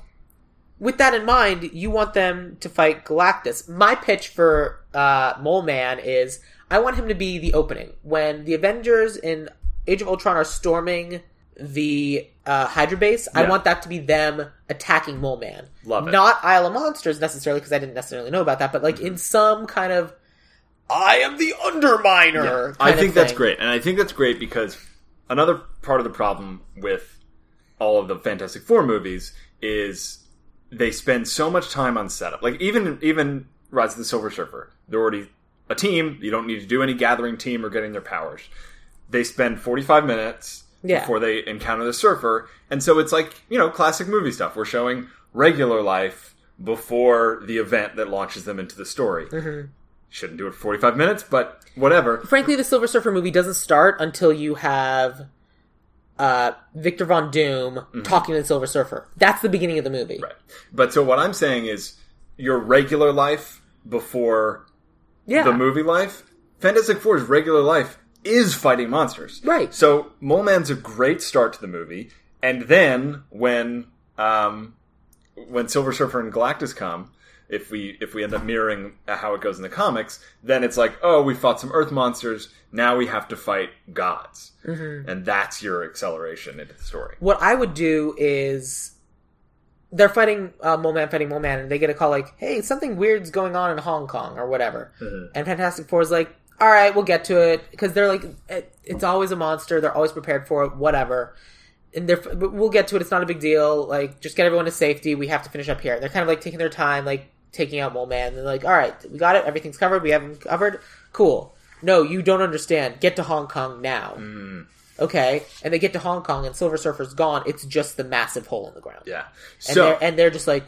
Speaker 1: with that in mind, you want them to fight Galactus. My pitch for uh, Mole Man is I want him to be the opening when the Avengers in Age of Ultron are storming the uh, Hydra base. I
Speaker 2: Yeah.
Speaker 1: want that to be them attacking Mole Man.
Speaker 2: Love it. Mm-hmm.
Speaker 1: Not Isle of Monsters necessarily because I didn't necessarily know about that, but like in some kind of I am the underminer.
Speaker 2: I
Speaker 1: kind of
Speaker 2: think that's
Speaker 1: thing.
Speaker 2: great, and I think that's great because another part of the problem with all of the Fantastic Four movies is they spend so much time on setup. Like even even Rise of the Silver Surfer, they're already a team. You don't need to do any gathering team or getting their powers. They spend forty five minutes
Speaker 1: Yeah.
Speaker 2: before they encounter the Surfer, and so it's like you know classic movie stuff. We're showing regular life before the event that launches them into the story.
Speaker 1: Mm-hmm.
Speaker 2: Shouldn't do it for forty five minutes, but whatever.
Speaker 1: frankly, the Silver Surfer movie doesn't start until you have uh, Victor Von Doom talking to the Silver Surfer. That's the beginning of the movie.
Speaker 2: Mm-hmm. Right. But so what I'm saying is your regular life before
Speaker 1: Yeah.
Speaker 2: the movie life, Fantastic Four's regular life is fighting monsters.
Speaker 1: Right.
Speaker 2: So Mole Man's a great start to the movie, and then when um, when Silver Surfer and Galactus come, if we if we end up mirroring how it goes in the comics, then it's like, oh, we fought some Earth monsters. Now we have to fight gods,
Speaker 1: Mm-hmm.
Speaker 2: and that's your acceleration into the story.
Speaker 1: What I would do is they're fighting uh, Mole Man, fighting Mole Man, and they get a call like, "Hey, something weird's going on in Hong Kong or whatever." And Fantastic Four is like, "All right, we'll get to it," because they're like, it, "It's always a monster. They're always prepared for it. Whatever." And they're, but we'll get to it. It's not a big deal. Like, just get everyone to safety. We have to finish up here. And they're kind of like taking their time, like taking out Mole Man. They're like, "All right, we got it. Everything's covered. We have him covered. Cool." No, you don't understand. Get to Hong Kong now okay and they get to hong kong and silver surfer's gone it's just the massive hole in the ground
Speaker 2: Yeah.
Speaker 1: and,
Speaker 2: So
Speaker 1: they're, and they're just like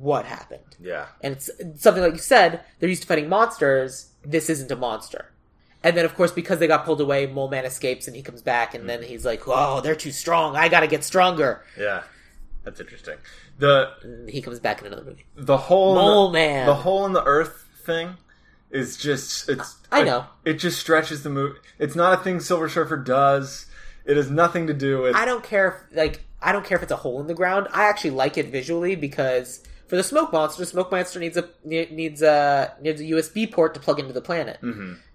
Speaker 1: what happened
Speaker 2: yeah.
Speaker 1: and it's something like you said they're used to fighting monsters this isn't a monster and then of course because they got pulled away mole man escapes and he comes back and then he's like oh they're too strong i gotta get stronger
Speaker 2: Yeah, that's interesting. the
Speaker 1: and he comes back in another movie
Speaker 2: The hole,
Speaker 1: Mole
Speaker 2: in the,
Speaker 1: Man.
Speaker 2: the hole in the earth thing, is just it's.
Speaker 1: I know.
Speaker 2: it just stretches the movie. It's not a thing Silver Surfer does. It has nothing to do with.
Speaker 1: I don't care if like I don't care if it's a hole in the ground. I actually like it visually because for the smoke monster, smoke monster needs a needs a needs a USB port to plug into the planet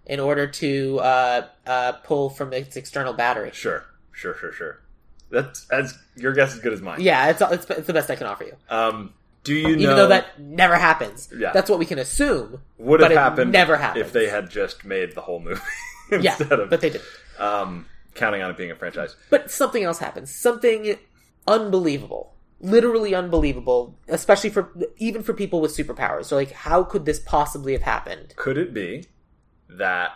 Speaker 1: in order to uh, uh, pull from its external battery.
Speaker 2: sure, Sure, sure, sure. That's as your guess is good as mine.
Speaker 1: Yeah, it's, it's, it's the best I can offer you.
Speaker 2: Um, do you know?
Speaker 1: Even though that never happens.
Speaker 2: Yeah.
Speaker 1: That's what we can assume.
Speaker 2: would
Speaker 1: but
Speaker 2: have
Speaker 1: it
Speaker 2: happened
Speaker 1: never happens.
Speaker 2: if they had just made the whole movie
Speaker 1: Yeah,
Speaker 2: instead of
Speaker 1: but they did.
Speaker 2: um, counting on it being a franchise.
Speaker 1: But something else happens. Something unbelievable. Literally unbelievable, especially for even for people with superpowers. So like how could this possibly have happened?
Speaker 2: Could it be that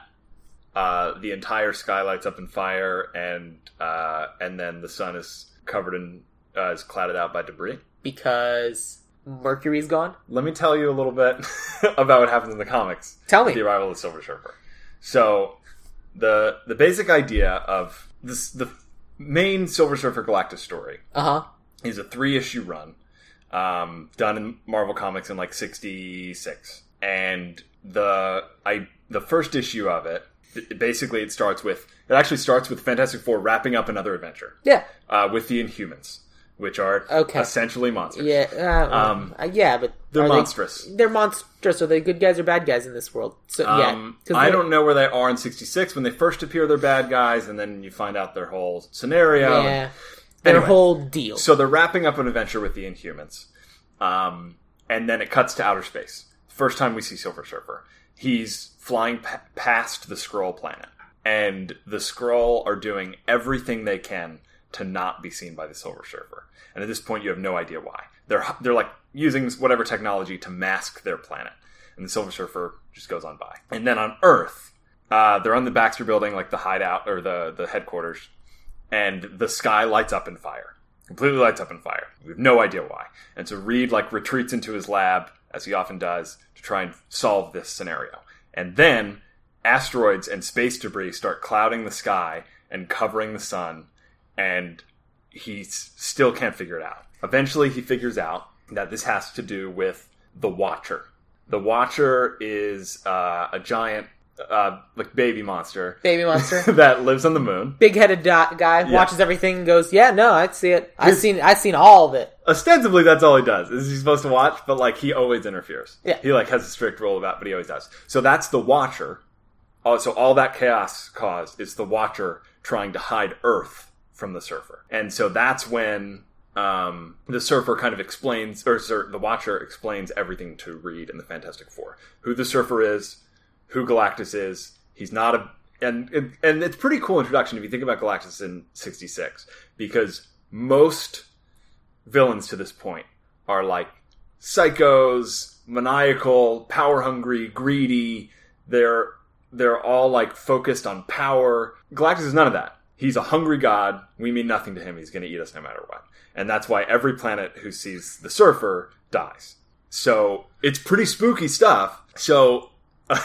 Speaker 2: uh, the entire sky lights up in fire, and uh, and then the sun is covered in uh, is clouded out by debris?
Speaker 1: Because Mercury's gone?
Speaker 2: Let me tell you a little bit about what happens in the comics.
Speaker 1: Tell me.
Speaker 2: the arrival of the Silver Surfer. So the the basic idea of this the main Silver Surfer Galactus story
Speaker 1: Uh-huh.
Speaker 2: is a three issue run um, done in Marvel Comics in like '66, and the I the first issue of it it- basically it starts with it actually starts with Fantastic Four wrapping up another adventure
Speaker 1: Yeah.
Speaker 2: uh, with the Inhumans, which are
Speaker 1: Okay.
Speaker 2: essentially monsters.
Speaker 1: Yeah. Uh,
Speaker 2: Um,
Speaker 1: uh, yeah, but
Speaker 2: They're
Speaker 1: are they-
Speaker 2: monstrous.
Speaker 1: They're monstrous. Are they good guys or bad guys in this world? So yeah,
Speaker 2: Um, I
Speaker 1: they-
Speaker 2: don't know where they are in '66 when they first appear. They're bad guys, and then you find out their whole scenario.
Speaker 1: Yeah, their
Speaker 2: Anyway.
Speaker 1: whole deal.
Speaker 2: So they're wrapping up an adventure with the Inhumans, um, and then it cuts to outer space. First time we see Silver Surfer, he's flying p- past the Skrull planet, and the Skrull are doing everything they can to not be seen by the Silver Surfer. And at this point, you have no idea why. They're they're like using whatever technology to mask their planet, and the Silver Surfer just goes on by. And then on Earth, uh, they're on the Baxter Building, like the hideout or the the headquarters, and the sky lights up in fire completely lights up in fire. We have no idea why. And so Reed like retreats into his lab, as he often does, to try and solve this scenario. And then asteroids and space debris start clouding the sky and covering the sun, and he s- still can't figure it out. Eventually, he figures out that this has to do with the Watcher. The Watcher is uh, a giant, uh, like baby monster
Speaker 1: Baby monster.
Speaker 2: that lives on the moon.
Speaker 1: big headed dot guy watches everything and goes, "Yeah, no, I see it. I've seen, I've seen all of it."
Speaker 2: ostensibly that's all he does is he's supposed to watch but like he always interferes
Speaker 1: Yeah.
Speaker 2: he like has a strict rule about but he always does so that's the watcher Oh, so all that chaos caused is the watcher trying to hide earth from the surfer and so that's when um, the surfer kind of explains or sir, the watcher explains everything to reed and the fantastic four who the surfer is who galactus is he's not a and and- and it's pretty cool introduction if you think about galactus in 66 because most villains to this point are like psychos, maniacal, power hungry, greedy. They're they're all like focused on power. Galactus is none of that. He's a hungry god. We mean nothing to him. He's going to eat us no matter what. And that's why every planet who sees the surfer dies. So it's pretty spooky stuff. So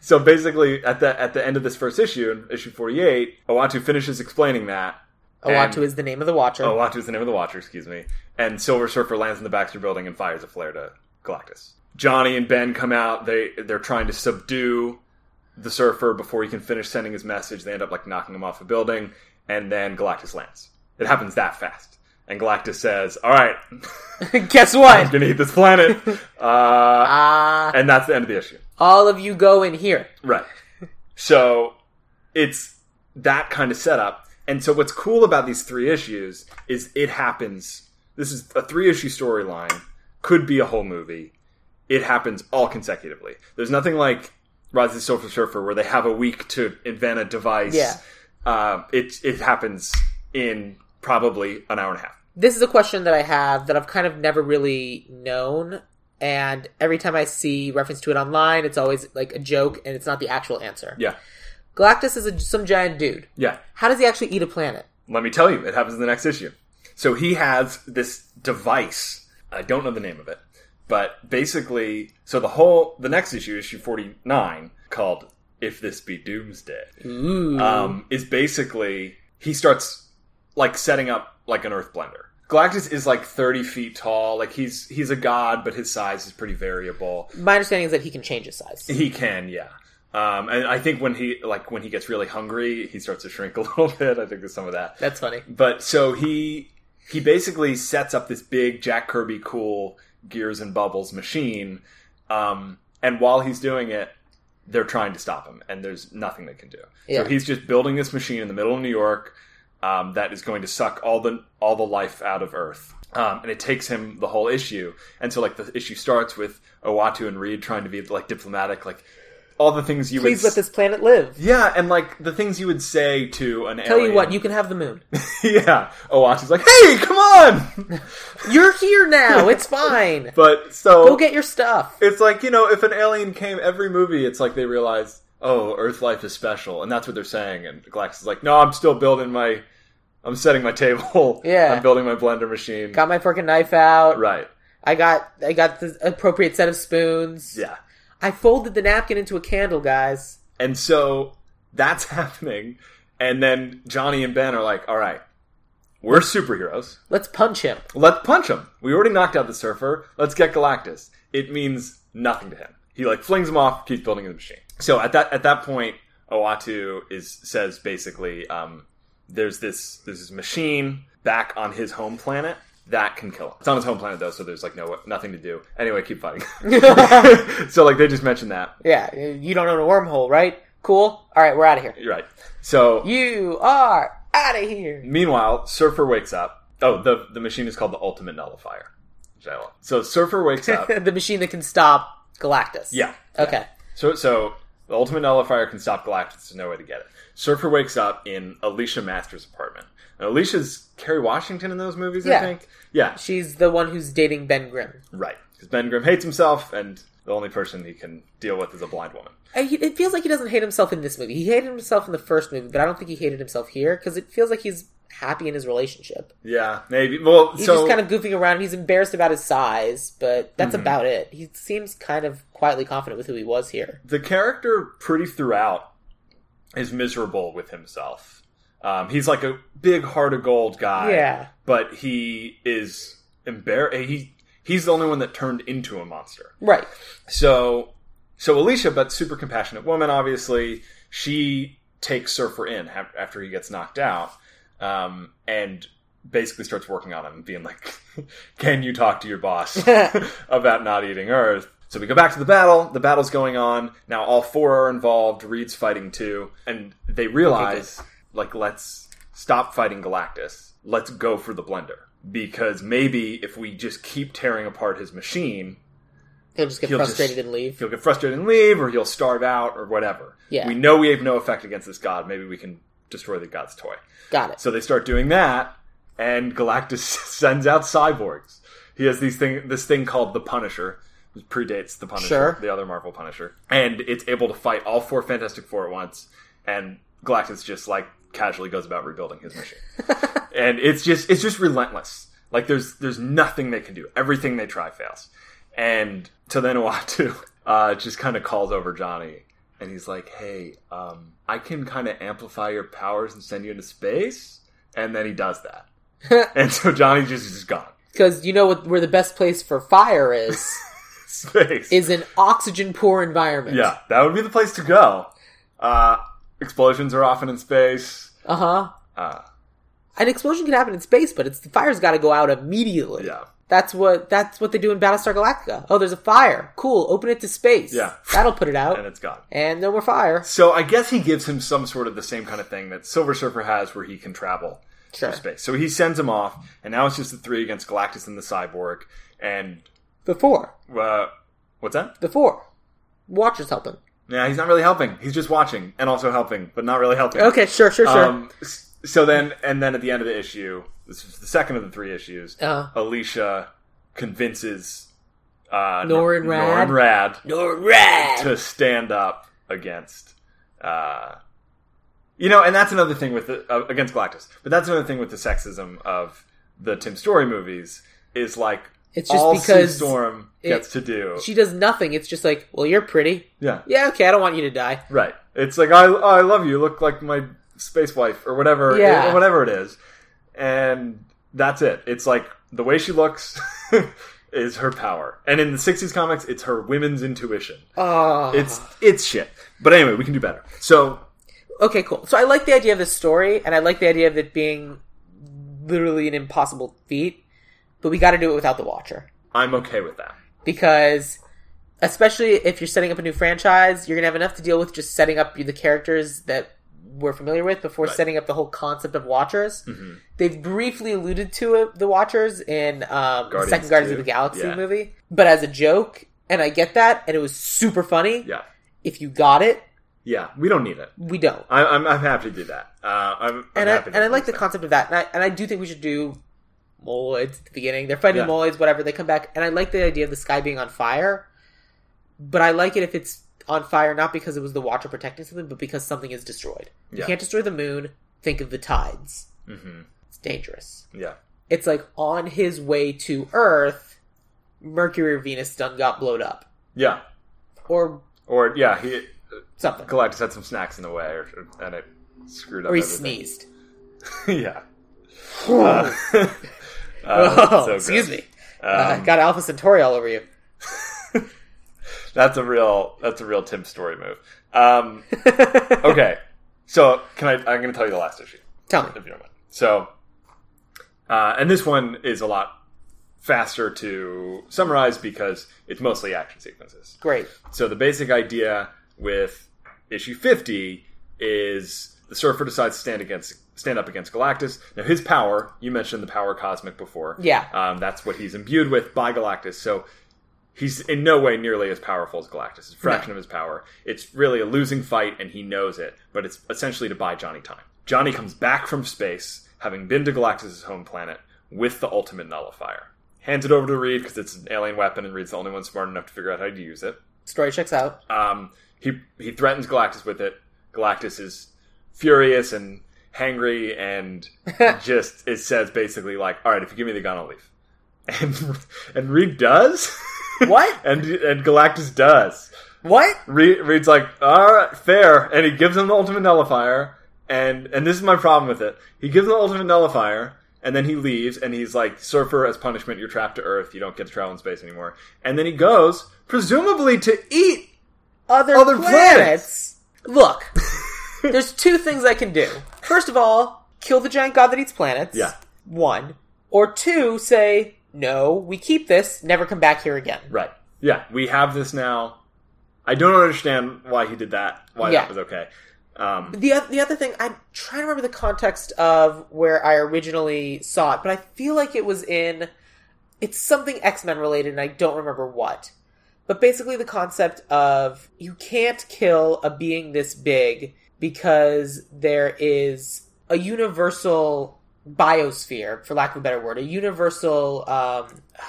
Speaker 2: so basically at the at the end of this first issue, in issue 48, Owatu finishes explaining that
Speaker 1: Owatu
Speaker 2: And-
Speaker 1: is the name of the Watcher.
Speaker 2: Oh, Watcher is the name of the Watcher, excuse me. And Silver Surfer lands in the Baxter building and fires a flare to Galactus. Johnny and Ben come out. They they're trying to subdue the Surfer before he can finish sending his message. They end up like knocking him off a building, and then Galactus lands. It happens that fast. And Galactus says, "All right,
Speaker 1: Guess what?
Speaker 2: I'm gonna eat this planet." Uh,
Speaker 1: Ah,
Speaker 2: and that's the end of the issue.
Speaker 1: all of you go in here.
Speaker 2: Right. So it's that kind of setup. And so what's cool about these three issues is it happens. This is a three issue storyline, could be a whole movie. It happens all consecutively. There's nothing like Rise of the Silver Surfer where they have a week to invent a device.
Speaker 1: Yeah.
Speaker 2: Uh, it, it happens in probably an hour and a half.
Speaker 1: This is a question that I have that I've kind of never really known, and every time I see reference to it online, it's always like a joke, and it's not the actual answer.
Speaker 2: Yeah.
Speaker 1: Galactus is a, some giant dude.
Speaker 2: Yeah.
Speaker 1: How does he actually eat a planet?
Speaker 2: Let me tell you, it happens in the next issue. So he has this device. I don't know the name of it, but basically, so the whole the next issue, issue forty nine, called "If This Be Doomsday," um, is basically he starts like setting up like an Earth blender. Galactus is like thirty feet tall. Like he's he's a god, but his size is pretty variable.
Speaker 1: My understanding is that he can change his size.
Speaker 2: He can, yeah. Um, and I think when he like when he gets really hungry, he starts to shrink a little bit. I think there's some of that.
Speaker 1: That's funny.
Speaker 2: But so he he basically sets up this big Jack Kirby cool gears and bubbles machine, um, and while he's doing it, they're trying to stop him, and there's nothing they can do.
Speaker 1: Yeah.
Speaker 2: So he's just building this machine in the middle of New York. um, that is going to suck all the all the life out of Earth. Um, and it takes him the whole issue. And so like the issue starts with Owatu and Reed trying to be like diplomatic, like all the things you
Speaker 1: Please
Speaker 2: would
Speaker 1: let this planet live.
Speaker 2: yeah, and like the things you would say to an
Speaker 1: Tell you what, you can have the moon.
Speaker 2: yeah, Owatu's like, hey, come on.
Speaker 1: You're here now. It's fine.
Speaker 2: but so
Speaker 1: Go get your stuff.
Speaker 2: it's like you know if an alien came every movie it's like they realize oh earth life is special and that's what they're saying and Galactus is like no i'm still building my i'm setting my table
Speaker 1: Yeah.
Speaker 2: i'm building my blender machine
Speaker 1: Got my forking knife out.
Speaker 2: right
Speaker 1: I got I got the appropriate set of spoons.
Speaker 2: yeah
Speaker 1: I folded the napkin into a candle, guys.
Speaker 2: and so that's happening and then johnny and ben are like all right we're superheroes
Speaker 1: Let's punch him.
Speaker 2: let's punch him we already knocked out the surfer let's get galactus it means nothing to him he like flings him off keeps building the machine so at that at that point Oatu is says basically um, there's this there's this machine back on his home planet that can kill him. It's on his home planet though, so there's like no nothing to do. Anyway, keep fighting. so like they just mentioned that,
Speaker 1: Yeah, you don't own a wormhole, right? Cool. All right, we're out of here.
Speaker 2: You're right? So
Speaker 1: You are out of here.
Speaker 2: meanwhile, Surfer wakes up. Oh, the the machine is called the Ultimate Nullifier. Which I love. So Surfer wakes up.
Speaker 1: the machine that can stop Galactus.
Speaker 2: yeah.
Speaker 1: Okay.
Speaker 2: So, so the ultimate nullifier can stop Galactus. There's no way to get it. Surfer wakes up in Alicia Masters' apartment. And Alicia's Kerry Washington in those movies,
Speaker 1: Yeah.
Speaker 2: I think. Yeah,
Speaker 1: She's the one who's dating Ben Grimm.
Speaker 2: right. Because Ben Grimm hates himself, and the only person he can deal with is a blind woman.
Speaker 1: I- Uh, he- It feels like he doesn't hate himself in this movie. He hated himself in the first movie, but I don't think he hated himself here because it feels like he's happy in his relationship.
Speaker 2: Yeah, maybe. Well,
Speaker 1: He's
Speaker 2: so
Speaker 1: just kind of goofing around. He's embarrassed about his size, but
Speaker 2: Mm-hmm.
Speaker 1: that's about it. He seems kind of quietly confident with who he was here.
Speaker 2: the character pretty throughout is miserable with himself. Um, he's like a big heart of gold guy.
Speaker 1: Yeah.
Speaker 2: But he is embarrassed. He, he's the only one that turned into a monster.
Speaker 1: Right.
Speaker 2: So, so Alicia, but super compassionate woman, obviously, she takes Surfer in ha- after he gets knocked out, um, and basically starts working on him, being like, "Can you talk to your boss about not eating Earth?" So we go back to the battle. The battle's going on now. All four are involved. Reed's fighting too, and they realize, like, let's stop fighting Galactus. Let's go for the blender because maybe if we just keep tearing apart his machine,
Speaker 1: He'll just get
Speaker 2: He'll
Speaker 1: frustrated
Speaker 2: just-
Speaker 1: and leave.
Speaker 2: he'll get frustrated and leave, or he'll starve out, or whatever.
Speaker 1: Yeah.
Speaker 2: We know we have no effect against this god. Maybe we can destroy the god's toy.
Speaker 1: Got it.
Speaker 2: So they start doing that, and Galactus sends out cyborgs. He has these thing, this thing called the Punisher, which predates the Punisher,
Speaker 1: Sure.
Speaker 2: the other Marvel Punisher, and it's able to fight all four Fantastic Four at once. And Galactus just like casually goes about rebuilding his machine, and it's just it's just relentless. Like there's there's nothing they can do. Everything they try fails. And so then Uatu uh, just kind of calls over Johnny, and he's like, "Hey, um, I can kind of amplify your powers and send you into space." And then he does that, and so Johnny just is gone.
Speaker 1: Because you know what, where the best place for fire is
Speaker 2: Space.
Speaker 1: is an oxygen poor environment.
Speaker 2: yeah, that would be the place to go. Uh, explosions are often in space.
Speaker 1: Uh huh.
Speaker 2: Uh,
Speaker 1: An explosion can happen in space, but it's the fire's got to go out immediately.
Speaker 2: Yeah.
Speaker 1: That's what that's what they do in Battlestar Galactica. Oh, there's a fire. Cool. Open it to space.
Speaker 2: Yeah.
Speaker 1: That'll put it out. and,
Speaker 2: and it's gone.
Speaker 1: no more fire.
Speaker 2: So I guess he gives him some sort of the same kind of thing that Silver Surfer has, where he can travel
Speaker 1: Sure.
Speaker 2: through space. So he sends him off, and now it's just the three against Galactus and the Cyborg. And
Speaker 1: The four.
Speaker 2: uh, what's that?
Speaker 1: The four. Watcher's helping.
Speaker 2: Yeah, he's not really helping. He's just watching and also helping, but not really helping.
Speaker 1: Okay, sure, sure, sure.
Speaker 2: Um, s- so then, and then at the end of the issue, this is the second of the three issues.
Speaker 1: Uh-huh.
Speaker 2: Alicia convinces uh,
Speaker 1: Nor and
Speaker 2: Nor-
Speaker 1: Rad.
Speaker 2: Nor and Rad
Speaker 1: You're red.
Speaker 2: to stand up against, uh, you know, and that's another thing with the, uh, against Galactus. But that's another thing with the sexism of the Tim Story movies is like
Speaker 1: It's just
Speaker 2: all Sue
Speaker 1: because
Speaker 2: Storm
Speaker 1: it-
Speaker 2: gets to do.
Speaker 1: She does nothing. It's just like, well, you're pretty.
Speaker 2: yeah,
Speaker 1: Yeah, okay, I don't want you to die.
Speaker 2: Right. It's like I oh, I love you. Look like my space wife or whatever
Speaker 1: Yeah.
Speaker 2: or whatever it is, and that's it. It's like the way she looks is her power, and in the '60s comics, it's her women's intuition.
Speaker 1: Oh.
Speaker 2: It's it's shit. But anyway, we can do better. So
Speaker 1: Okay, cool. So I like the idea of this story, and I like the idea of it being literally an impossible feat, but we got to do it without the Watcher.
Speaker 2: I'm okay with that.
Speaker 1: Because, especially if you're setting up a new franchise, you're going to have enough to deal with just setting up the characters that we're familiar with before
Speaker 2: Right.
Speaker 1: setting up the whole concept of Watchers.
Speaker 2: Mhm.
Speaker 1: They've briefly alluded to it, the Watchers in um, the
Speaker 2: Guardians
Speaker 1: second Guardians
Speaker 2: 2.
Speaker 1: of the Galaxy
Speaker 2: Yeah.
Speaker 1: movie, but as a joke, and I get that, and it was super funny.
Speaker 2: Yeah.
Speaker 1: If you got it,
Speaker 2: Yeah, we don't need it.
Speaker 1: we don't.
Speaker 2: I, I'm I'm happy to do that. Uh, I'm, I'm
Speaker 1: and I,
Speaker 2: happy
Speaker 1: and
Speaker 2: to
Speaker 1: I like
Speaker 2: do
Speaker 1: the
Speaker 2: that.
Speaker 1: concept of that, and I, and I do think we should do moids at the beginning. They're fighting
Speaker 2: Yeah.
Speaker 1: moids, whatever. They come back, and I like the idea of the sky being on fire, but I like it if it's on fire not because it was the Watcher protecting something, but because something is destroyed. You
Speaker 2: Yeah.
Speaker 1: can't destroy the moon. Think of the tides.
Speaker 2: Mhm.
Speaker 1: It's dangerous.
Speaker 2: Yeah,
Speaker 1: It's like on his way to Earth, Mercury or Venus done got blowed up
Speaker 2: yeah,
Speaker 1: or
Speaker 2: or yeah, he
Speaker 1: something,
Speaker 2: Galactus had some snacks in the way, or, or- and it screwed up.
Speaker 1: or he
Speaker 2: everything.
Speaker 1: sneezed.
Speaker 2: yeah. Uh,
Speaker 1: oh,
Speaker 2: so good.
Speaker 1: excuse me. Uh,
Speaker 2: Um,
Speaker 1: got Alpha Centauri all over you.
Speaker 2: that's a real that's a real Tim story move. Um, okay, so can I? I'm going to tell you the last issue.
Speaker 1: Tell me.
Speaker 2: if you don't mind. So, uh, and this one is a lot faster to summarize because it's mostly action sequences.
Speaker 1: Great.
Speaker 2: So the basic idea with issue 50 is the surfer decides to stand against stand up against Galactus. Now his power, you mentioned the power cosmic before.
Speaker 1: Yeah.
Speaker 2: Um, that's what he's imbued with by Galactus. So he's in no way nearly as powerful as Galactus. It's a fraction of his power. It's really a losing fight and he knows it, but it's essentially to buy Johnny time. Johnny comes back from space having been to Galactus' home planet with the ultimate nullifier. Hands it over to Reed because it's an alien weapon and Reed's the only one smart enough to figure out how to use it.
Speaker 1: Story checks out.
Speaker 2: Um, he he threatens Galactus with it. Galactus is furious and hangry, and just it says basically like, "All right, if you give me the gun, I'll leave." And and Reed does,
Speaker 1: What?
Speaker 2: and and Galactus does.
Speaker 1: What?
Speaker 2: Reed, Reed's like, "All right, fair," and he gives him the ultimate nullifier. And and this is my problem with it. He gives him the ultimate nullifier. And then he leaves, and he's like, "Surfer, as punishment, you're trapped to Earth. You don't get to travel in space anymore." And then he goes, presumably, to eat
Speaker 1: Other,
Speaker 2: Other
Speaker 1: planets. Look, there's two things I can do. First of all, kill the giant god that eats planets.
Speaker 2: Yeah.
Speaker 1: One. Or two, say, no, we keep this, never come back here again.
Speaker 2: Right. Yeah, we have this now. I don't understand why he did that. Why
Speaker 1: Yeah.
Speaker 2: that was okay. Um,
Speaker 1: The, oth- the other thing, I'm trying to remember the context of where I originally saw it, but I feel like it was in. It's something X Men related, and I don't remember what. But basically, the concept of you can't kill a being this big because there is a universal biosphere, for lack of a better word, a universal um,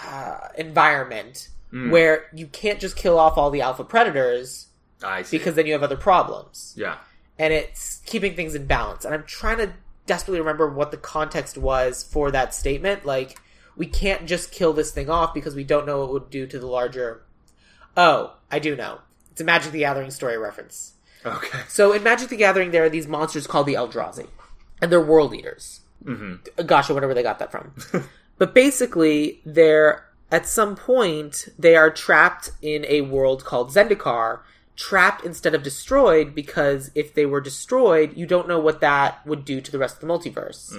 Speaker 1: uh, environment
Speaker 2: Mm.
Speaker 1: where you can't just kill off all the alpha predators
Speaker 2: I see.
Speaker 1: because then you have other problems
Speaker 2: yeah,
Speaker 1: and it's keeping things in balance. And I'm trying to desperately remember what the context was for that statement. Like, we can't just kill this thing off because we don't know what it would do to the larger. Oh, I do know. It's a Magic the Gathering story reference.
Speaker 2: okay,
Speaker 1: So in Magic the Gathering, there are these monsters called the Eldrazi, and they're world eaters. Mm-hmm. Gosh, or whatever they got that from. but basically, they're at some point they are trapped in a world called Zendikar. Trapped instead of destroyed because if they were destroyed, you don't know what that would do to the rest of the multiverse.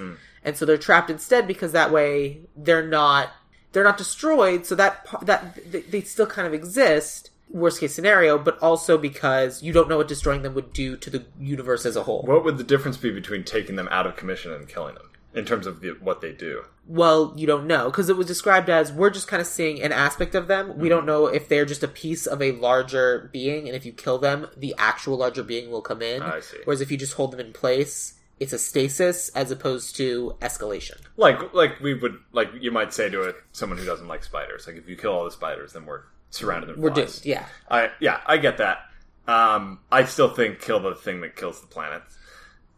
Speaker 1: And so they're trapped instead because that way they're not they're not destroyed, so that pa- that they, they still kind of exist. Worst case scenario, but also because you don't know what destroying them would do to the universe as a whole.
Speaker 2: what would the difference be between taking them out of commission and killing them in terms of the, what they do?
Speaker 1: Well, you don't know because it was described as we're just kind of seeing an aspect of them. We don't know if they're just a piece of a larger being, and if you kill them, the actual larger being will come in.
Speaker 2: I see.
Speaker 1: Whereas if you just hold them in place, it's a stasis as opposed to escalation.
Speaker 2: Like, like we would, like you might say to a, someone who doesn't like spiders, like if you kill all the spiders, then we're surrounded in
Speaker 1: We're
Speaker 2: flies.
Speaker 1: doomed. Yeah.
Speaker 2: Oh, I yeah, I get that. Um, I still think kill the thing that kills the planet.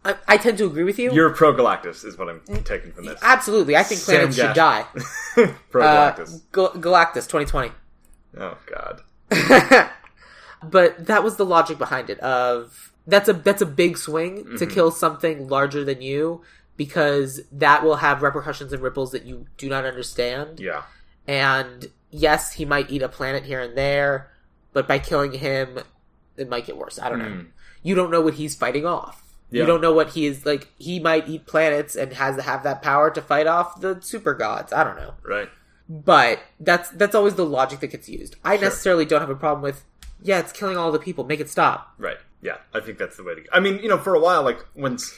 Speaker 1: I, I tend to agree with you.
Speaker 2: You're pro Galactus, is what I'm taking from this.
Speaker 1: Absolutely. I think
Speaker 2: Sam
Speaker 1: planets should
Speaker 2: Gash-
Speaker 1: die.
Speaker 2: pro
Speaker 1: Uh,
Speaker 2: Galactus.
Speaker 1: Gal- Galactus 2020.
Speaker 2: oh God.
Speaker 1: but that was the logic behind it of that's a that's a big swing to
Speaker 2: Mm-hmm.
Speaker 1: kill something larger than you because that will have repercussions and ripples that you do not understand
Speaker 2: Yeah.
Speaker 1: and yes he might eat a planet here and there but by killing him it might get worse i don't know you don't know what he's fighting off
Speaker 2: Mm. Yeah.
Speaker 1: you don't know what he is like he might eat planets and has to have that power to fight off the super gods i don't know
Speaker 2: Right.
Speaker 1: but that's that's always the logic that gets used. I necessarily don't have a problem with yeah, it's killing all the people, make it stop.
Speaker 2: Right. Yeah, I think that's the way to go. I mean, you know, for a while, like when s-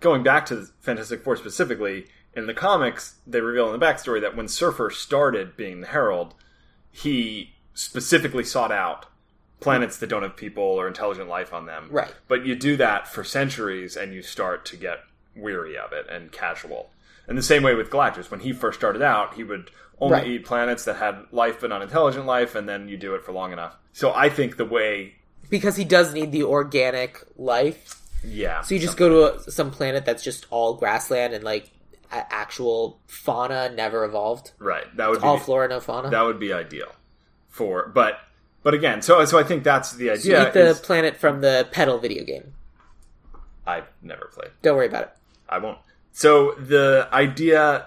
Speaker 2: going back to the Fantastic Four specifically in the comics, they reveal in the backstory that when Surfer started being the Herald, he specifically sought out planets that don't have people or intelligent life on them.
Speaker 1: Right.
Speaker 2: But you do that for centuries, and you start to get weary of it and casual. And the same way with Galactus, when he first started out, he would only
Speaker 1: Right.
Speaker 2: eat planets that had life but not intelligent life, and then you do it for long enough. So I think the way,
Speaker 1: because he does need the organic life.
Speaker 2: yeah.
Speaker 1: So you just go to a, some planet that's just all grassland and like a- actual fauna never evolved.
Speaker 2: Right. That would be
Speaker 1: All flora, no fauna.
Speaker 2: that would be ideal for but but again, so so I think that's the
Speaker 1: So you
Speaker 2: idea.
Speaker 1: eat the
Speaker 2: is-
Speaker 1: planet from the pedal video game.
Speaker 2: I've never played.
Speaker 1: Don't worry about it.
Speaker 2: I won't. So the idea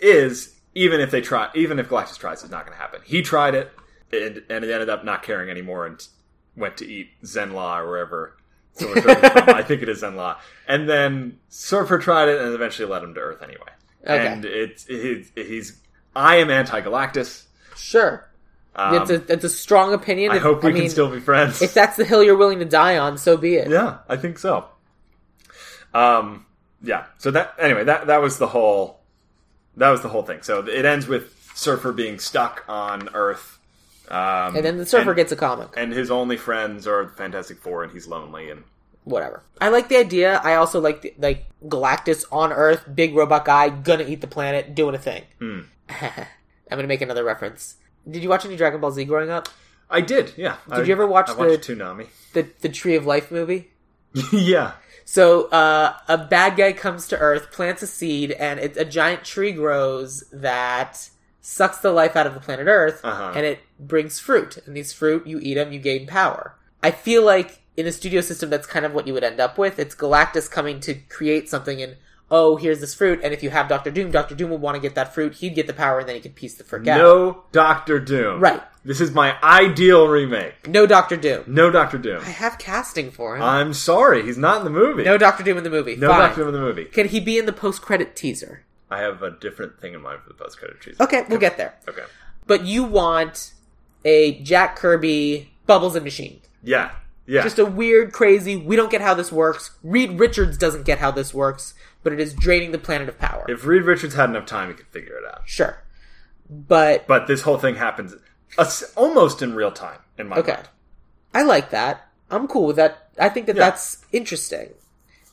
Speaker 2: is even if they try even if Galactus tries, it's not gonna happen. He tried it and and it ended up not caring anymore and went to eat Zenla or wherever someone took him from. I think it is Zenla. And then Surfer tried it and eventually led him to Earth anyway.
Speaker 1: Okay.
Speaker 2: And it's he's he's I am anti Galactus.
Speaker 1: Sure.
Speaker 2: Um,
Speaker 1: it's, a, it's a strong opinion.
Speaker 2: I
Speaker 1: If-
Speaker 2: hope we
Speaker 1: mean,
Speaker 2: can still be friends.
Speaker 1: If that's the hill you're willing to die on, so be it.
Speaker 2: Yeah, I think so. Um, yeah. So that anyway, that that was the whole that was the whole thing. So it ends with Surfer being stuck on Earth, um,
Speaker 1: And then the surfer
Speaker 2: and-
Speaker 1: gets a comic.
Speaker 2: and his only friends are the Fantastic Four, and he's lonely. And
Speaker 1: Whatever. I like the idea. I also like the, like Galactus on Earth, big robot guy, gonna eat the planet, doing a thing.
Speaker 2: Hmm.
Speaker 1: I'm gonna make another reference. Did you watch any Dragon Ball Z growing up?
Speaker 2: I did, yeah. Did
Speaker 1: you ever watch
Speaker 2: I watched
Speaker 1: the-
Speaker 2: Toonami?
Speaker 1: The the Tree of Life movie.
Speaker 2: yeah,
Speaker 1: So uh, a bad guy comes to Earth, plants a seed, and it, a giant tree grows that sucks the life out of the planet Earth,
Speaker 2: Uh-huh.
Speaker 1: and it brings fruit. And these fruit, you eat them, you gain power. I feel like in a studio system, that's kind of what you would end up with. It's Galactus coming to create something, and oh, here's this fruit. And if you have Doctor Doom, Doctor Doom would want to get that fruit. He'd get the power, and then he could piece the fruit out.
Speaker 2: no Doctor Doom.
Speaker 1: Right.
Speaker 2: This is my ideal remake.
Speaker 1: No Doctor Doom.
Speaker 2: No Doctor Doom.
Speaker 1: I have casting for him.
Speaker 2: I'm sorry, he's not in the movie.
Speaker 1: no Doctor Doom in the movie.
Speaker 2: Uh, no
Speaker 1: Fine.
Speaker 2: Doctor Doom in the movie.
Speaker 1: Can he be in the post-credit teaser?
Speaker 2: I have a different thing in mind for the post credit cheese.
Speaker 1: Okay, we'll get there.
Speaker 2: Okay.
Speaker 1: but you want a Jack Kirby Bubbles and Machine.
Speaker 2: Yeah. Yeah.
Speaker 1: Just a weird, crazy, we don't get how this works. Reed Richards doesn't get how this works, but it is draining the planet of power.
Speaker 2: If Reed Richards had enough time, he could figure it out.
Speaker 1: sure. But,
Speaker 2: But this whole thing happens as- almost in real time in my
Speaker 1: okay.
Speaker 2: mind.
Speaker 1: I like that. I'm cool with that. I think that
Speaker 2: Yeah.
Speaker 1: that's interesting.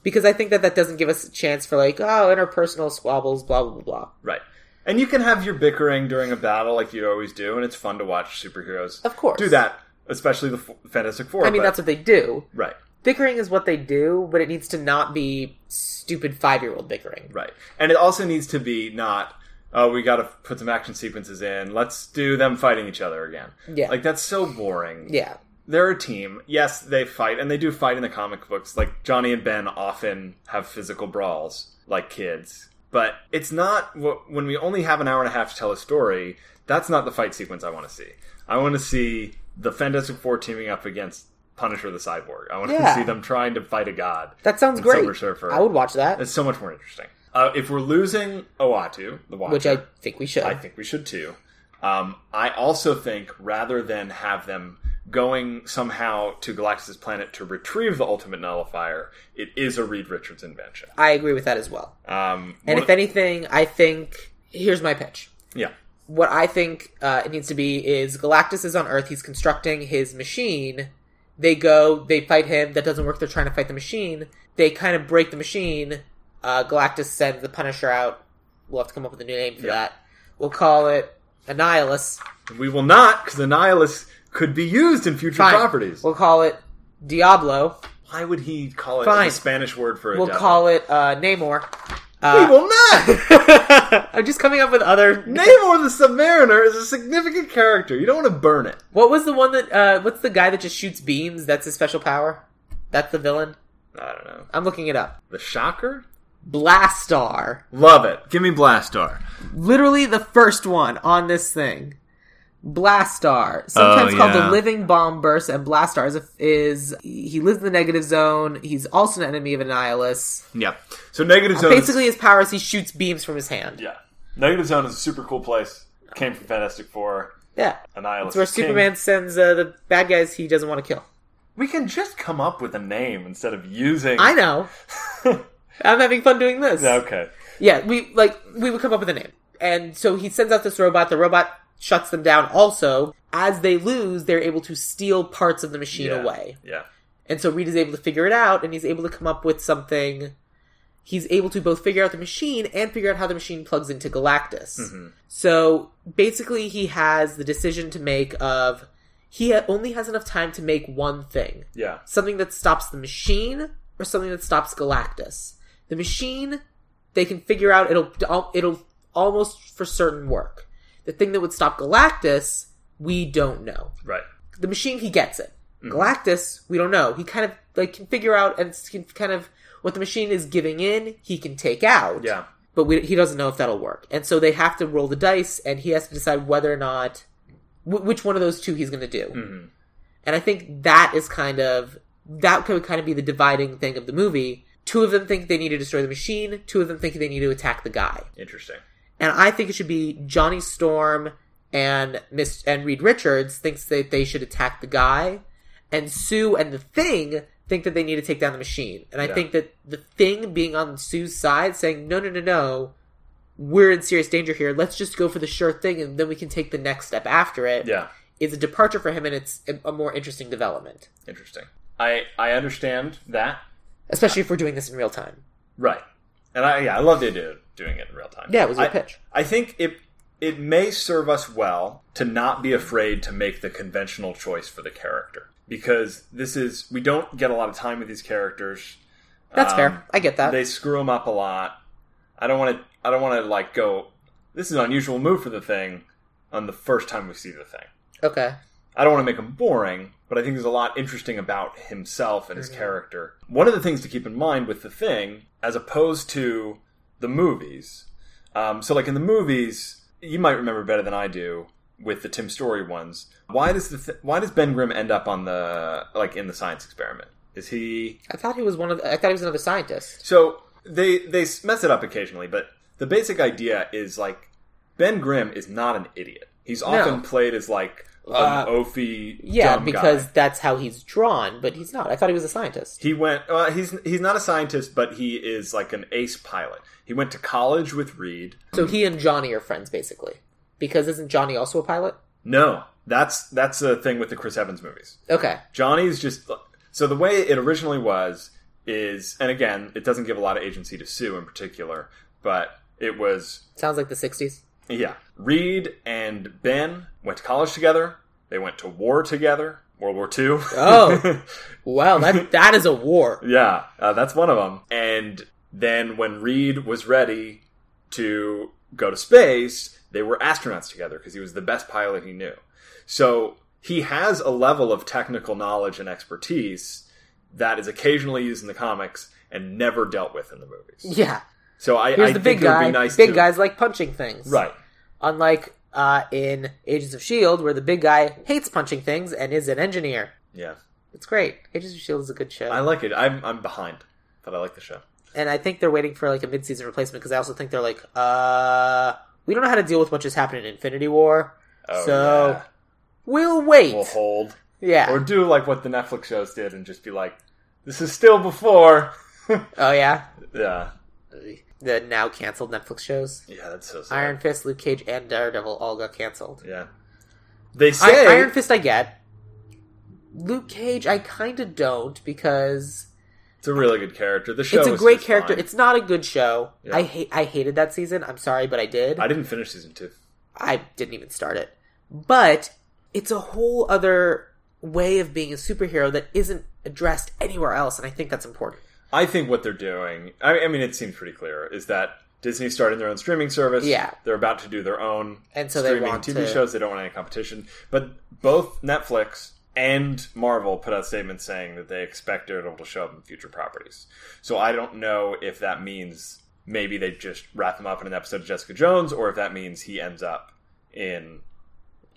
Speaker 1: Because I think that that doesn't give us a chance for, like, oh, interpersonal squabbles, blah, blah, blah, blah.
Speaker 2: Right. And you can have your bickering during a battle like you always do, and it's fun to watch superheroes
Speaker 1: Of course.
Speaker 2: do that, especially the F- Fantastic Four.
Speaker 1: I mean,
Speaker 2: but-
Speaker 1: that's what they do.
Speaker 2: right.
Speaker 1: Bickering is what they do, but it needs to not be stupid five year old bickering.
Speaker 2: Right. And it also needs to be not, oh, we got to put some action sequences in. Let's do them fighting each other again.
Speaker 1: Yeah.
Speaker 2: Like, that's so boring.
Speaker 1: Yeah.
Speaker 2: they're a team. Yes, they fight, and they do fight in the comic books. Like Johnny and Ben often have physical brawls, like kids. But it's not wh- when we only have an hour and a half to tell a story. That's not the fight sequence I want to see. I want to see the Fantastic Four teaming up against Punisher the Cyborg. I want
Speaker 1: Yeah.
Speaker 2: to see them trying to fight a god.
Speaker 1: That sounds
Speaker 2: and
Speaker 1: great.
Speaker 2: Silver Surfer.
Speaker 1: I would watch that.
Speaker 2: It's so much more interesting. Uh, if we're losing Oatu, the Watcher,
Speaker 1: which I think we should.
Speaker 2: I think we should too. Um, I also think rather than have them going somehow to Galactus's planet to retrieve the ultimate nullifier, it is a Reed Richards invention.
Speaker 1: I agree with that as well.
Speaker 2: Um,
Speaker 1: And
Speaker 2: one-
Speaker 1: if anything, I think here's my pitch.
Speaker 2: yeah,
Speaker 1: What I think uh, it needs to be is Galactus is on Earth. He's constructing his machine. They go, they fight him. That doesn't work. They're trying to fight the machine. They kind of break the machine. Uh, Galactus sends the Punisher out. We'll have to come up with a new name for
Speaker 2: Yeah.
Speaker 1: that. We'll call it Annihilus.
Speaker 2: we will not because the Nihilus could be used in future
Speaker 1: Fine.
Speaker 2: properties.
Speaker 1: We'll call it Diablo.
Speaker 2: Why would he call it
Speaker 1: Fine.
Speaker 2: the Spanish word for a
Speaker 1: We'll
Speaker 2: devil?
Speaker 1: call it uh, Namor.
Speaker 2: We
Speaker 1: Uh,
Speaker 2: will not.
Speaker 1: I'm just coming up with other
Speaker 2: Namor the Submariner is a significant character. You don't want to burn it.
Speaker 1: What was the one that? uh What's the guy that just shoots beams? That's his special power. That's the villain.
Speaker 2: I don't know.
Speaker 1: I'm looking it up.
Speaker 2: The Shocker.
Speaker 1: Blastar,
Speaker 2: Love it. Give me Blastar.
Speaker 1: literally the first one on this thing. Blastar, sometimes
Speaker 2: Oh,
Speaker 1: called
Speaker 2: yeah.
Speaker 1: the Living Bomb Burst, and Blastar is, a, is he lives in the negative zone. He's also an enemy of Annihilus.
Speaker 2: Yeah. So negative zone. is-
Speaker 1: Basically, his power is he shoots beams from his hand.
Speaker 2: Yeah. Negative Zone is a super cool place. Came from Fantastic Four.
Speaker 1: Yeah,
Speaker 2: Annihilus.
Speaker 1: it's where
Speaker 2: is king.
Speaker 1: Superman sends uh, the bad guys he doesn't want to kill.
Speaker 2: We can just come up with a name instead of using.
Speaker 1: I know. I'm having fun doing this.
Speaker 2: okay.
Speaker 1: Yeah, we like we would come up with a name. And so he sends out this robot, the robot shuts them down also. As they lose, they're able to steal parts of the machine
Speaker 2: Yeah.
Speaker 1: away.
Speaker 2: Yeah.
Speaker 1: And so Reed is able to figure it out and he's able to come up with something he's able to both figure out the machine and figure out how the machine plugs into Galactus. So basically he has the decision to make of he ha- only has enough time to make one thing
Speaker 2: Yeah.
Speaker 1: something that stops the machine or something that stops Galactus. The machine, they can figure out it'll it'll almost for certain work. The thing that would stop Galactus, we don't know.
Speaker 2: Right.
Speaker 1: The machine, he gets it. Galactus, we don't know. He kind of like can figure out and s- can kind of what the machine is giving in, he can take out.
Speaker 2: Yeah.
Speaker 1: But we, he doesn't know if that'll work, and so they have to roll the dice, and he has to decide whether or not wh- which one of those two he's going to do.
Speaker 2: Mhm.
Speaker 1: And I think that is kind of that could kind of be the dividing thing of the movie. Two of them think they need to destroy the machine, two of them think they need to attack the guy.
Speaker 2: Interesting.
Speaker 1: And I think it should be Johnny Storm and Miss and Reed Richards thinks that they should attack the guy, and Sue and the Thing think that they need to take down the machine. And I
Speaker 2: Yeah.
Speaker 1: think that the Thing being on Sue's side saying, "No, no, no, no, we're in serious danger here. Let's just go for the sure thing, and then we can take the next step after it."
Speaker 2: Yeah.
Speaker 1: is a departure for him, and it's a- a more interesting development.
Speaker 2: Interesting. I I understand that.
Speaker 1: especially if we're doing this in real time.
Speaker 2: Right. And I yeah I love the idea of doing it in real time.
Speaker 1: Yeah, it was your
Speaker 2: I,
Speaker 1: pitch.
Speaker 2: I think it it may serve us well to not be afraid to make the conventional choice for the character because this is we don't get a lot of time with these characters.
Speaker 1: That's
Speaker 2: Um,
Speaker 1: fair. I get that.
Speaker 2: They screw them up a lot. I don't want to. I don't want to like go. This is an unusual move for the thing. On the first time we see the thing,
Speaker 1: okay.
Speaker 2: I don't want to make him boring, but I think there's a lot interesting about himself and his character. One of the things to keep in mind with the thing, as opposed to the movies, um, so like in the movies, you might remember better than I do with the Tim Story ones. Why does the th- why does Ben Grimm end up on the like in the science experiment? Is he
Speaker 1: I thought he was one of. The, I thought he was another scientist.
Speaker 2: so they they mess it up occasionally, but the basic idea is like Ben Grimm is not an idiot. He's often played as like an
Speaker 1: Uh,
Speaker 2: oafy
Speaker 1: Yeah,
Speaker 2: dumb
Speaker 1: because
Speaker 2: guy.
Speaker 1: that's how he's drawn, but he's not. I thought he was a scientist.
Speaker 2: He went. Uh, he's he's not a scientist, but he is like an ace pilot. He went to college with Reed.
Speaker 1: So he and Johnny are friends, basically. Because isn't Johnny also a pilot?
Speaker 2: No, that's that's the thing with the Chris Evans movies.
Speaker 1: Okay.
Speaker 2: Johnny's just uh, so the way it originally was is, and again, it doesn't give a lot of agency to Sue in particular, but it was
Speaker 1: Sounds like the 60s.
Speaker 2: Yeah. Reed and Ben went to college together. They went to war together, World War II.
Speaker 1: Oh. Well, that that is a war.
Speaker 2: yeah, uh, that's one of them. And then when Reed was ready to go to space, they were astronauts together because he was the best pilot he knew. So he has a level of technical knowledge and expertise that is occasionally used in the comics and never dealt with in the movies.
Speaker 1: Yeah.
Speaker 2: So I,
Speaker 1: Here's
Speaker 2: I
Speaker 1: the
Speaker 2: think
Speaker 1: big
Speaker 2: it would
Speaker 1: guy.
Speaker 2: be nice
Speaker 1: big
Speaker 2: to,
Speaker 1: guys like punching things.
Speaker 2: right.
Speaker 1: Unlike uh, in Agents of S.H.I.E.L.D., E where the big guy hates punching things and is an engineer.
Speaker 2: Yeah,
Speaker 1: It's great. Agents of S.H.I.E.L.D. E is a good show.
Speaker 2: I like it. I'm I'm behind, but I like the show.
Speaker 1: and I think they're waiting for like a mid-season replacement because I also think they're like, uh, we don't know how to deal with what just happened in Infinity War,
Speaker 2: Oh,
Speaker 1: so uh,
Speaker 2: yeah.
Speaker 1: we'll wait.
Speaker 2: we'll hold
Speaker 1: yeah.
Speaker 2: Oh, or do like what the Netflix shows did and just be like, "This is still before."
Speaker 1: oh yeah.
Speaker 2: yeah,
Speaker 1: The now canceled Netflix shows,
Speaker 2: yeah, that's so sad.
Speaker 1: Iron Fist, Luke Cage, and Daredevil all got canceled.
Speaker 2: Yeah, they
Speaker 1: I-
Speaker 2: say
Speaker 1: Iron Fist, I get. Luke Cage, I kind of don't because
Speaker 2: it's a really good character. The show,
Speaker 1: it's a
Speaker 2: is
Speaker 1: great
Speaker 2: just
Speaker 1: character.
Speaker 2: fine.
Speaker 1: It's not a good show.
Speaker 2: Yeah.
Speaker 1: I hate. I hated that season. I'm sorry, but I did.
Speaker 2: I didn't finish season two.
Speaker 1: I didn't even start it. But it's a whole other way of being a superhero that isn't addressed anywhere else, and I think that's important.
Speaker 2: I think what they're doing, I, I mean, it seems pretty clear, is that Disney's starting their own streaming service.
Speaker 1: Yeah.
Speaker 2: They're about to do their own
Speaker 1: And so they
Speaker 2: streaming
Speaker 1: want
Speaker 2: TV
Speaker 1: to-
Speaker 2: shows. They don't want any competition. But both Netflix and Marvel put out statements saying that they expect Daredevil to show up in future properties. So I don't know if that means maybe they just wrap him up in an episode of Jessica Jones or if that means he ends up in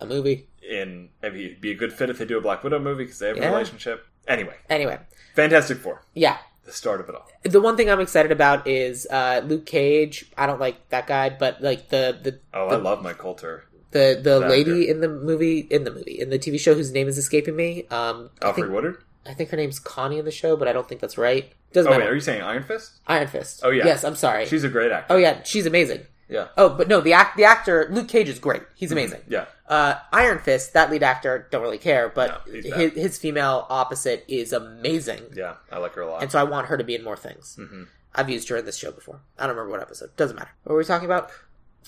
Speaker 1: A movie.
Speaker 2: in if he'd be a good fit if they do a Black Widow movie because they have
Speaker 1: Yeah.
Speaker 2: a relationship. Anyway,
Speaker 1: Anyway,
Speaker 2: Fantastic Four,
Speaker 1: yeah.
Speaker 2: the start of it all.
Speaker 1: The one thing I'm excited about is uh, Luke Cage. I don't like that guy, but like the the
Speaker 2: Oh,
Speaker 1: the,
Speaker 2: I love Mike Coulter.
Speaker 1: the, the
Speaker 2: that
Speaker 1: lady
Speaker 2: actor.
Speaker 1: in the movie in the movie in the TV show whose name is escaping me. Um, I
Speaker 2: Alfred
Speaker 1: think-
Speaker 2: Woodard?
Speaker 1: I think her name's Connie in the show, but I don't think that's right. Doesn't
Speaker 2: Oh wait,
Speaker 1: matter.
Speaker 2: are you saying Iron Fist?
Speaker 1: Iron Fist.
Speaker 2: Oh, yeah.
Speaker 1: Yes, I'm sorry.
Speaker 2: She's a great actor.
Speaker 1: oh yeah, she's amazing.
Speaker 2: Yeah,
Speaker 1: Oh, but no, the act the actor Luke Cage is great.
Speaker 2: Mm-hmm.
Speaker 1: He's amazing.
Speaker 2: yeah.
Speaker 1: Uh, Iron Fist, that lead actor, don't really care, but
Speaker 2: No, he's bad.
Speaker 1: his, his female opposite is amazing.
Speaker 2: Yeah, I like her a lot.
Speaker 1: And so I want her to be in more things.
Speaker 2: Mhm.
Speaker 1: I've used her in this show before. I don't remember what episode. Doesn't matter. Mm-hmm. What were we talking about?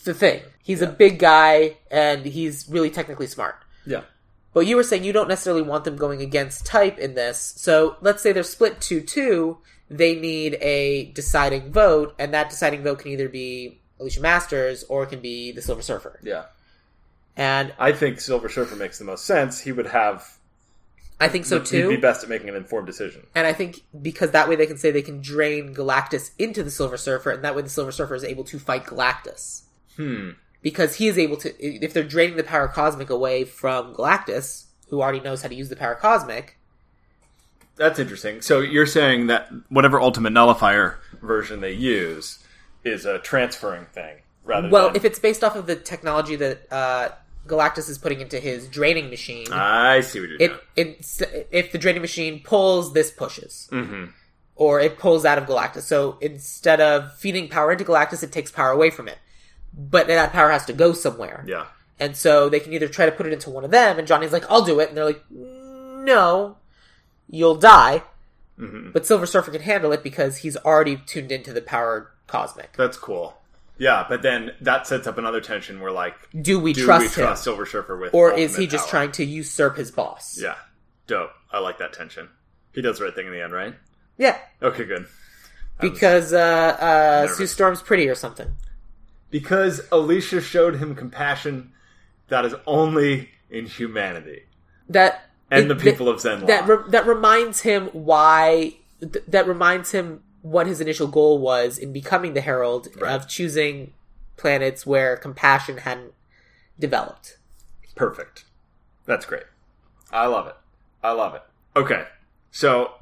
Speaker 1: The thing. He's a big guy and he's really technically smart.
Speaker 2: yeah,
Speaker 1: But you were saying you don't necessarily want them going against type in this. So let's say they're split 2 2. They need a deciding vote, and that deciding vote can either be Alicia Masters or it can be the Silver Surfer.
Speaker 2: yeah.
Speaker 1: And
Speaker 2: I think Silver Surfer makes the most sense. He would have.
Speaker 1: I think so
Speaker 2: He'd be
Speaker 1: too.
Speaker 2: best at making an informed decision.
Speaker 1: And I think because that way they can say they can drain Galactus into the Silver Surfer, and that way the Silver Surfer is able to fight Galactus.
Speaker 2: Hmm.
Speaker 1: because he is able to if they're draining the power cosmic away from galactus who already knows how to use the power cosmic
Speaker 2: That's interesting. So you're saying that whatever Ultimate Nullifier version they use is a transferring thing rather
Speaker 1: well
Speaker 2: than.
Speaker 1: if it's based off of the technology that uh, galactus is putting into his draining machine
Speaker 2: I see what you're
Speaker 1: it,
Speaker 2: doing.
Speaker 1: it if the draining machine pulls this pushes or it pulls out of galactus so instead of feeding power into galactus it takes power away from it but that power has to go somewhere
Speaker 2: Yeah.
Speaker 1: And so they can either try to put it into one of them, and Johnny's like, I'll do it. And they're like, no, you'll die.
Speaker 2: Mm-hmm.
Speaker 1: But Silver Surfer can handle it because he's already tuned into the power cosmic.
Speaker 2: That's cool. Yeah, but then that sets up another tension where, like,
Speaker 1: Do we
Speaker 2: do
Speaker 1: trust
Speaker 2: we
Speaker 1: him?
Speaker 2: trust Silver Surfer with.
Speaker 1: or is
Speaker 2: ultimate
Speaker 1: he just
Speaker 2: power?
Speaker 1: trying to usurp his boss?
Speaker 2: Yeah. Dope. I like that tension. He does the right thing in the end, right?
Speaker 1: Yeah,
Speaker 2: Okay, good.
Speaker 1: because uh, uh,
Speaker 2: nervous.
Speaker 1: Sue Storm's pretty or something.
Speaker 2: Because Alicia showed him compassion that is only in humanity
Speaker 1: That
Speaker 2: and
Speaker 1: it-
Speaker 2: the
Speaker 1: that-
Speaker 2: people of Zenlong.
Speaker 1: that re- that reminds him why th- that reminds him what his initial goal was in becoming the herald
Speaker 2: Right.
Speaker 1: of choosing planets where compassion hadn't developed.
Speaker 2: Perfect. That's great. I love it. I love it. Okay. So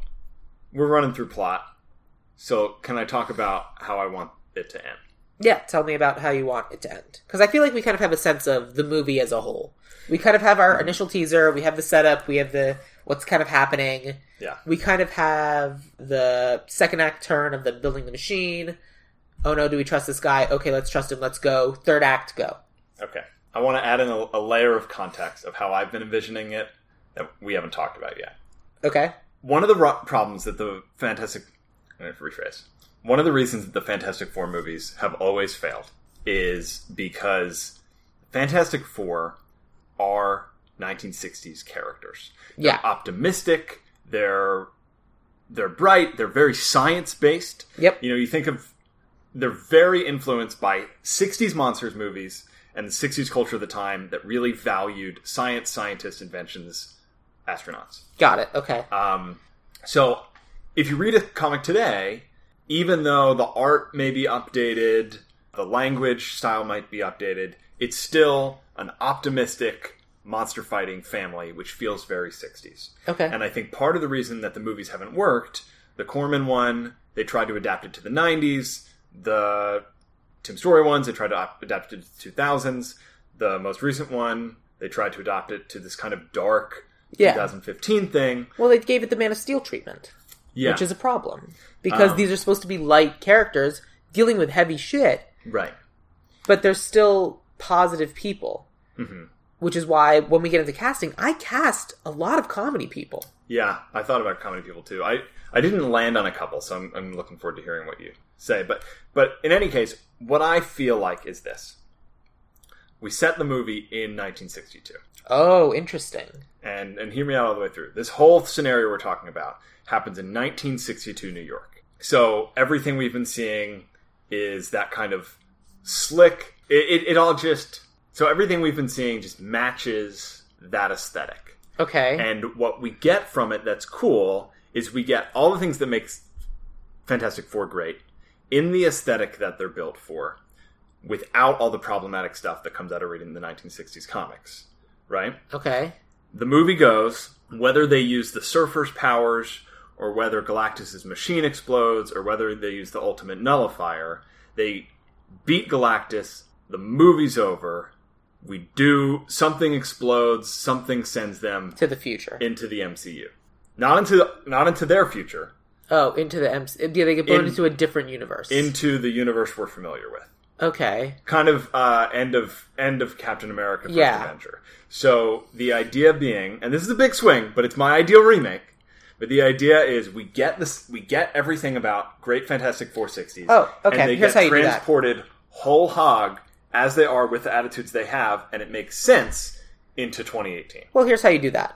Speaker 2: we're running through plot. So can I talk about how I want it to end?
Speaker 1: Yeah, tell me about how you want it to end because I feel like we kind of have a sense of the movie as a whole. We kind of have our initial teaser, we have the setup, we have the what's kind of happening.
Speaker 2: Yeah.
Speaker 1: We kind of have the second act turn of them building the machine. Oh no, do we trust this guy? Okay, let's trust him. Let's go. Third act, go.
Speaker 2: Okay. I want to add in a, a layer of context of how I've been envisioning it that we haven't talked about yet.
Speaker 1: Okay.
Speaker 2: one of the ro- problems that the Fantastic I'm going to rephrase. One of the reasons that the Fantastic Four movies have always failed is because Fantastic Four are 1960s characters.
Speaker 1: Yeah.
Speaker 2: Optimistic, they're they're bright, they're very science based.
Speaker 1: Yep.
Speaker 2: You know, you think of they're very influenced by 60s monsters movies and the 60s culture of the time that really valued science, scientists, inventions, astronauts.
Speaker 1: Got it. Okay.
Speaker 2: Um, so if you read a comic today, even though the art may be updated, the language style might be updated, it's still an optimistic monster fighting family, which feels very 60s.
Speaker 1: Okay.
Speaker 2: And I think part of the reason that the movies haven't worked, the Corman one, they tried to adapt it to the 90s, the Tim Story ones, they tried to op- adapt it to the 2000s, the most recent one, they tried to adopt it to this kind of dark
Speaker 1: Yeah.
Speaker 2: 2015 thing.
Speaker 1: Well, they gave it the Man of Steel treatment,
Speaker 2: Yeah. Um.
Speaker 1: which is a problem because these are supposed to be light characters dealing with heavy shit,
Speaker 2: right.
Speaker 1: but they're still positive people.
Speaker 2: Mm-hmm.
Speaker 1: Which is why when we get into casting, I cast a lot of comedy people.
Speaker 2: Yeah, I thought about comedy people too. I I didn't land on a couple, so I'm, I'm looking forward to hearing what you say. But but in any case, what I feel like is this: we set the movie in 1962,
Speaker 1: Oh, interesting.
Speaker 2: and and hear me out all the way through. This whole scenario we're talking about happens in 1962 New York. So everything we've been seeing is that kind of slick. It, it, it all just so everything we've been seeing just matches that aesthetic.
Speaker 1: Okay.
Speaker 2: And what we get from it that's cool is we get all the things that makes Fantastic Four great in the aesthetic that they're built for without all the problematic stuff that comes out of reading the 1960s comics, right?
Speaker 1: okay.
Speaker 2: The movie goes whether they use the surfer's powers or whether Galactus's machine explodes or whether they use the ultimate nullifier, they beat Galactus, the movie's over. We do something explodes, something sends them
Speaker 1: To the future.
Speaker 2: into the MCU. Not into not into their future,
Speaker 1: Oh, into the MC. Yeah, they get blown
Speaker 2: In-
Speaker 1: into a different universe.
Speaker 2: into the universe we're familiar with.
Speaker 1: okay.
Speaker 2: kind of uh, end of end of Captain America: First
Speaker 1: Yeah.
Speaker 2: Avenger. So the idea being, and this is a big swing, but it's my ideal remake. But the idea is we get this, we get everything about Great Fantastic Four Sixties.
Speaker 1: Oh, okay,
Speaker 2: And they
Speaker 1: here's
Speaker 2: get
Speaker 1: how you do that.
Speaker 2: transported whole hog as they are with the attitudes they have, and it makes sense into 2018.
Speaker 1: Well, here's how you do that.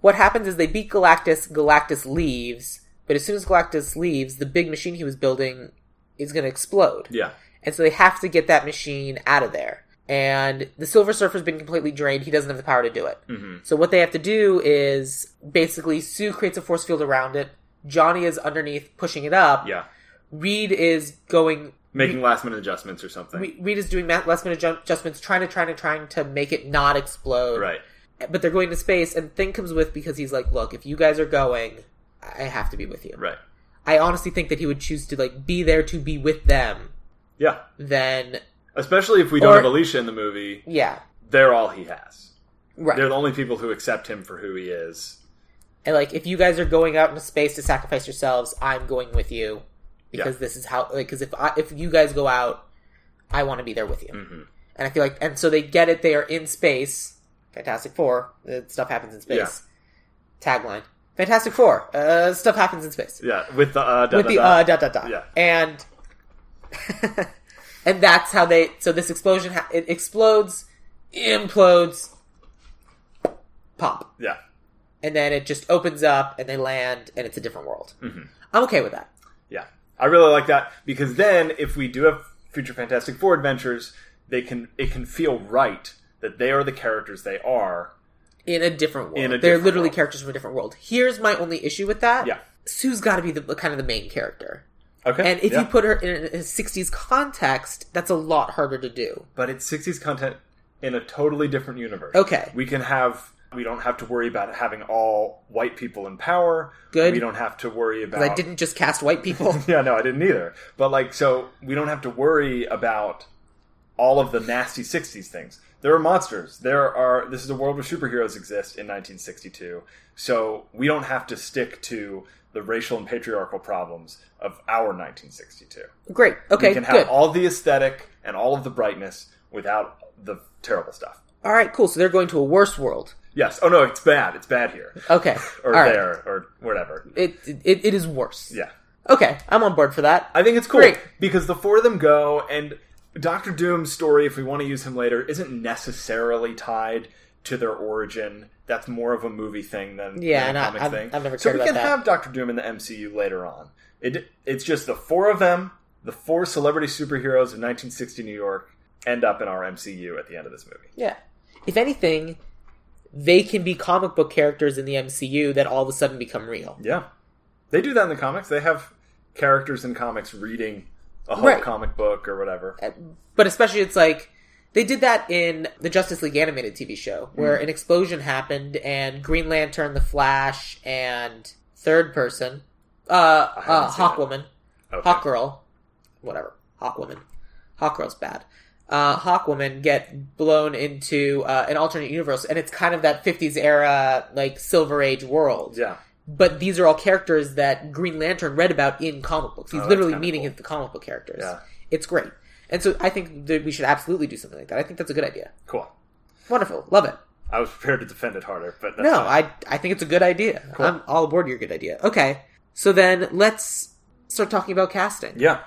Speaker 1: What happens is they beat Galactus, Galactus leaves, but as soon as Galactus leaves, the big machine he was building is going to explode.
Speaker 2: Yeah,
Speaker 1: And so they have to get that machine out of there. And the Silver Surfer's been completely drained. He doesn't have the power to do it.
Speaker 2: Mm-hmm.
Speaker 1: So what they have to do is basically Sue creates a force field around it. Johnny is underneath pushing it up.
Speaker 2: yeah,
Speaker 1: Reed is going.
Speaker 2: making last minute adjustments or something.
Speaker 1: Re- Reed is doing ma- last minute ju- adjustments, trying to trying to trying to make it not explode.
Speaker 2: right.
Speaker 1: But they're going to space, and Thing comes with because he's like, "Look, if you guys are going, I have to be with you."
Speaker 2: Right.
Speaker 1: I honestly think that he would choose to like be there to be with them.
Speaker 2: Yeah.
Speaker 1: Then,
Speaker 2: Especially if we don't
Speaker 1: Or-
Speaker 2: have Alicia in the movie,
Speaker 1: yeah,
Speaker 2: they're all he has.
Speaker 1: right.
Speaker 2: They're the only people who accept him for who he is.
Speaker 1: And like, if you guys are going out into space to sacrifice yourselves, I'm going with you because this is how. Because if I, if you guys go out, I want to be there with you. And I feel like, and so they get it. They are in space. Fantastic Four. Uh, stuff happens in space. Tagline: Fantastic Four. Uh, stuff happens in space.
Speaker 2: Yeah, with the uh, da,
Speaker 1: with
Speaker 2: da,
Speaker 1: the
Speaker 2: da.
Speaker 1: uh dot dot dot.
Speaker 2: Yeah.
Speaker 1: And and that's how they. So this explosion ha- it explodes, implodes, pop
Speaker 2: yeah,
Speaker 1: and then it just opens up and they land and it's a different world.
Speaker 2: Mm-hmm.
Speaker 1: I'm okay with that.
Speaker 2: yeah. I really like that because then if we do have future Fantastic Four adventures, they can it can feel right that they are the characters they are.
Speaker 1: In a different world.
Speaker 2: In a
Speaker 1: They're
Speaker 2: different
Speaker 1: literally
Speaker 2: world.
Speaker 1: characters from a different world. Here's my only issue with that.
Speaker 2: Yeah.
Speaker 1: Sue's got to be the kind of the main character.
Speaker 2: Okay,
Speaker 1: And if
Speaker 2: yeah.
Speaker 1: you put her in a 60s context, that's a lot harder to do.
Speaker 2: but it's sixties content in a totally different universe.
Speaker 1: Okay.
Speaker 2: we can have we don't have to worry about having all white people in power.
Speaker 1: Good.
Speaker 2: We don't have to worry about.
Speaker 1: I didn't just cast white people.
Speaker 2: Yeah, no, I didn't either. But like, so we don't have to worry about all of the nasty '60s things. There are monsters. There are. This is a world where superheroes exist in 1962. So we don't have to stick to the racial and patriarchal problems of our 1962.
Speaker 1: Great. Okay,
Speaker 2: we can have
Speaker 1: good.
Speaker 2: all the aesthetic and all of the brightness without the terrible stuff.
Speaker 1: all right, cool. So they're going to a worse world.
Speaker 2: Yes. Oh no, it's bad. It's bad here
Speaker 1: Okay.
Speaker 2: or
Speaker 1: all right.
Speaker 2: there or whatever.
Speaker 1: It, it it is worse.
Speaker 2: Yeah.
Speaker 1: Okay, I'm on board for that.
Speaker 2: I think it's cool
Speaker 1: Great.
Speaker 2: because the four of them go, and Doctor Doom's story, if we want to use him later, isn't necessarily tied to their origin. That's more of a movie thing than
Speaker 1: Yeah,
Speaker 2: than
Speaker 1: and
Speaker 2: a
Speaker 1: I-
Speaker 2: comic
Speaker 1: I've-
Speaker 2: thing.
Speaker 1: I've never
Speaker 2: so
Speaker 1: cared
Speaker 2: we
Speaker 1: about
Speaker 2: can
Speaker 1: that.
Speaker 2: have Doctor Doom in the MCU later on. It it's just the four of them, the four celebrity superheroes of 1960 New York, end up in our MCU at the end of this movie.
Speaker 1: Yeah. If anything, they can be comic book characters in the MCU that all of a sudden become real.
Speaker 2: Yeah, they do that in the comics. They have characters in comics reading a whole
Speaker 1: Right. Uh,
Speaker 2: comic book or whatever.
Speaker 1: But especially, it's like they did that in the Justice League animated TV show, where an explosion happened and Green Lantern, the Flash, and third person, uh, uh
Speaker 2: seen it.
Speaker 1: Hawkwoman,
Speaker 2: Okay.
Speaker 1: Hawkgirl, whatever, Hawkwoman, Hawkgirl's bad. Uh, Hawkwoman get blown into uh, an alternate universe, and it's kind of that '50s era, like Silver Age world.
Speaker 2: Yeah.
Speaker 1: but these are all characters that Green Lantern read about in comic books. He's
Speaker 2: Oh, that's
Speaker 1: literally
Speaker 2: kinda
Speaker 1: meeting
Speaker 2: cool.
Speaker 1: his, the comic book characters.
Speaker 2: Yeah.
Speaker 1: It's great. And so I think that we should absolutely do something like that. I think that's a good idea.
Speaker 2: Cool.
Speaker 1: Wonderful. Love it.
Speaker 2: I was prepared to defend it harder, but that's
Speaker 1: No,
Speaker 2: fine.
Speaker 1: I I think it's a good idea. I'm all aboard your good idea. Okay. So then let's start talking about casting.
Speaker 2: yeah,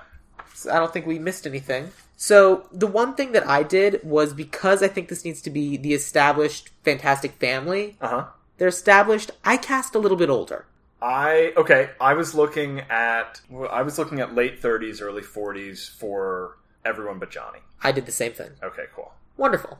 Speaker 1: So I don't think we missed anything. So the one thing that I did was because I think this needs to be the established fantastic family.
Speaker 2: uh huh.
Speaker 1: They're established. I cast a little bit older.
Speaker 2: I okay. I was looking at well, I was looking at late thirties, early forties for everyone but Johnny.
Speaker 1: I did the same thing.
Speaker 2: Okay, cool.
Speaker 1: Wonderful.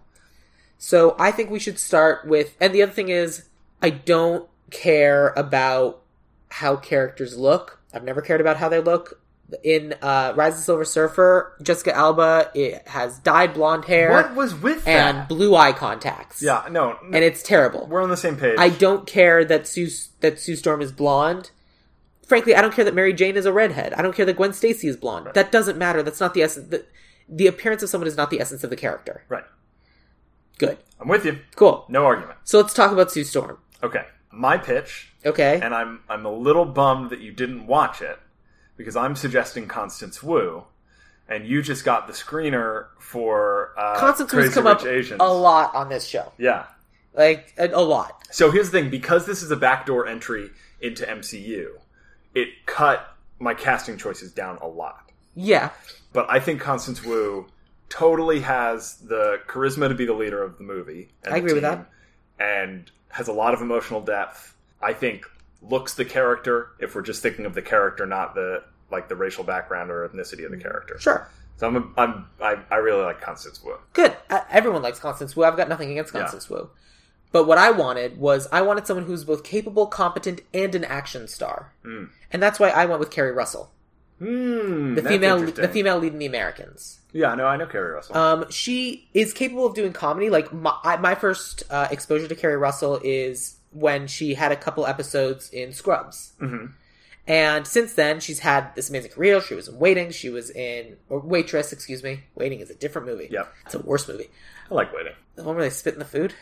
Speaker 1: So I think we should start with. And the other thing is, I don't care about how characters look. I've never cared about how they look. In uh, Rise of the Silver Surfer, Jessica Alba it has dyed blonde hair
Speaker 2: What was with
Speaker 1: and
Speaker 2: that?
Speaker 1: blue eye contacts.
Speaker 2: Yeah, no,
Speaker 1: and it's terrible.
Speaker 2: we're on the same page.
Speaker 1: I don't care that Sue that Sue Storm is blonde. Frankly, I don't care that Mary Jane is a redhead. I don't care that Gwen Stacy is blonde. That doesn't matter. That's not the essence. The, the appearance of someone is not the essence of the character.
Speaker 2: right,
Speaker 1: Good.
Speaker 2: I'm with you.
Speaker 1: Cool.
Speaker 2: No argument.
Speaker 1: So let's talk about Sue Storm.
Speaker 2: Okay, my pitch,
Speaker 1: Okay.
Speaker 2: and I'm I'm a little bummed that you didn't watch it because I'm suggesting Constance Wu, and you just got the screener for uh,
Speaker 1: Constance Wu's
Speaker 2: Crazy
Speaker 1: come
Speaker 2: Rich
Speaker 1: up
Speaker 2: Asians.
Speaker 1: a lot on this show.
Speaker 2: Yeah.
Speaker 1: Like, a, a lot.
Speaker 2: So here's the thing: because this is a backdoor entry into MCU, it cut my casting choices down a lot.
Speaker 1: Yeah.
Speaker 2: But I think Constance Wu totally has the charisma to be the leader of the movie. and
Speaker 1: I
Speaker 2: the
Speaker 1: agree with
Speaker 2: team, And has a lot of emotional depth. I think looks the character. If we're just thinking of the character, not the like the racial background or ethnicity of the character.
Speaker 1: Sure.
Speaker 2: So I'm, a, I'm I, I really like Constance Wu.
Speaker 1: Good. Uh, everyone likes Constance Wu. I've got nothing against
Speaker 2: Yeah.
Speaker 1: Constance Wu. But what I wanted was I wanted someone who's both capable, competent, and an action star.
Speaker 2: Mm.
Speaker 1: And that's why I went with Carrie Russell,
Speaker 2: Hmm.
Speaker 1: the
Speaker 2: that's
Speaker 1: female,
Speaker 2: interesting.
Speaker 1: the female lead in The Americans.
Speaker 2: Yeah, no, I know Carrie Russell.
Speaker 1: Um, she is capable of doing comedy. Like my, I, my first uh, exposure to Carrie Russell is when she had a couple episodes in Scrubs,
Speaker 2: Mhm.
Speaker 1: and since then she's had this amazing career. She was in Waiting. She was in or Waitress. Excuse me. Waiting is a different movie.
Speaker 2: Yep.
Speaker 1: it's a worse movie.
Speaker 2: I like waiting.
Speaker 1: The one where they spit in the food.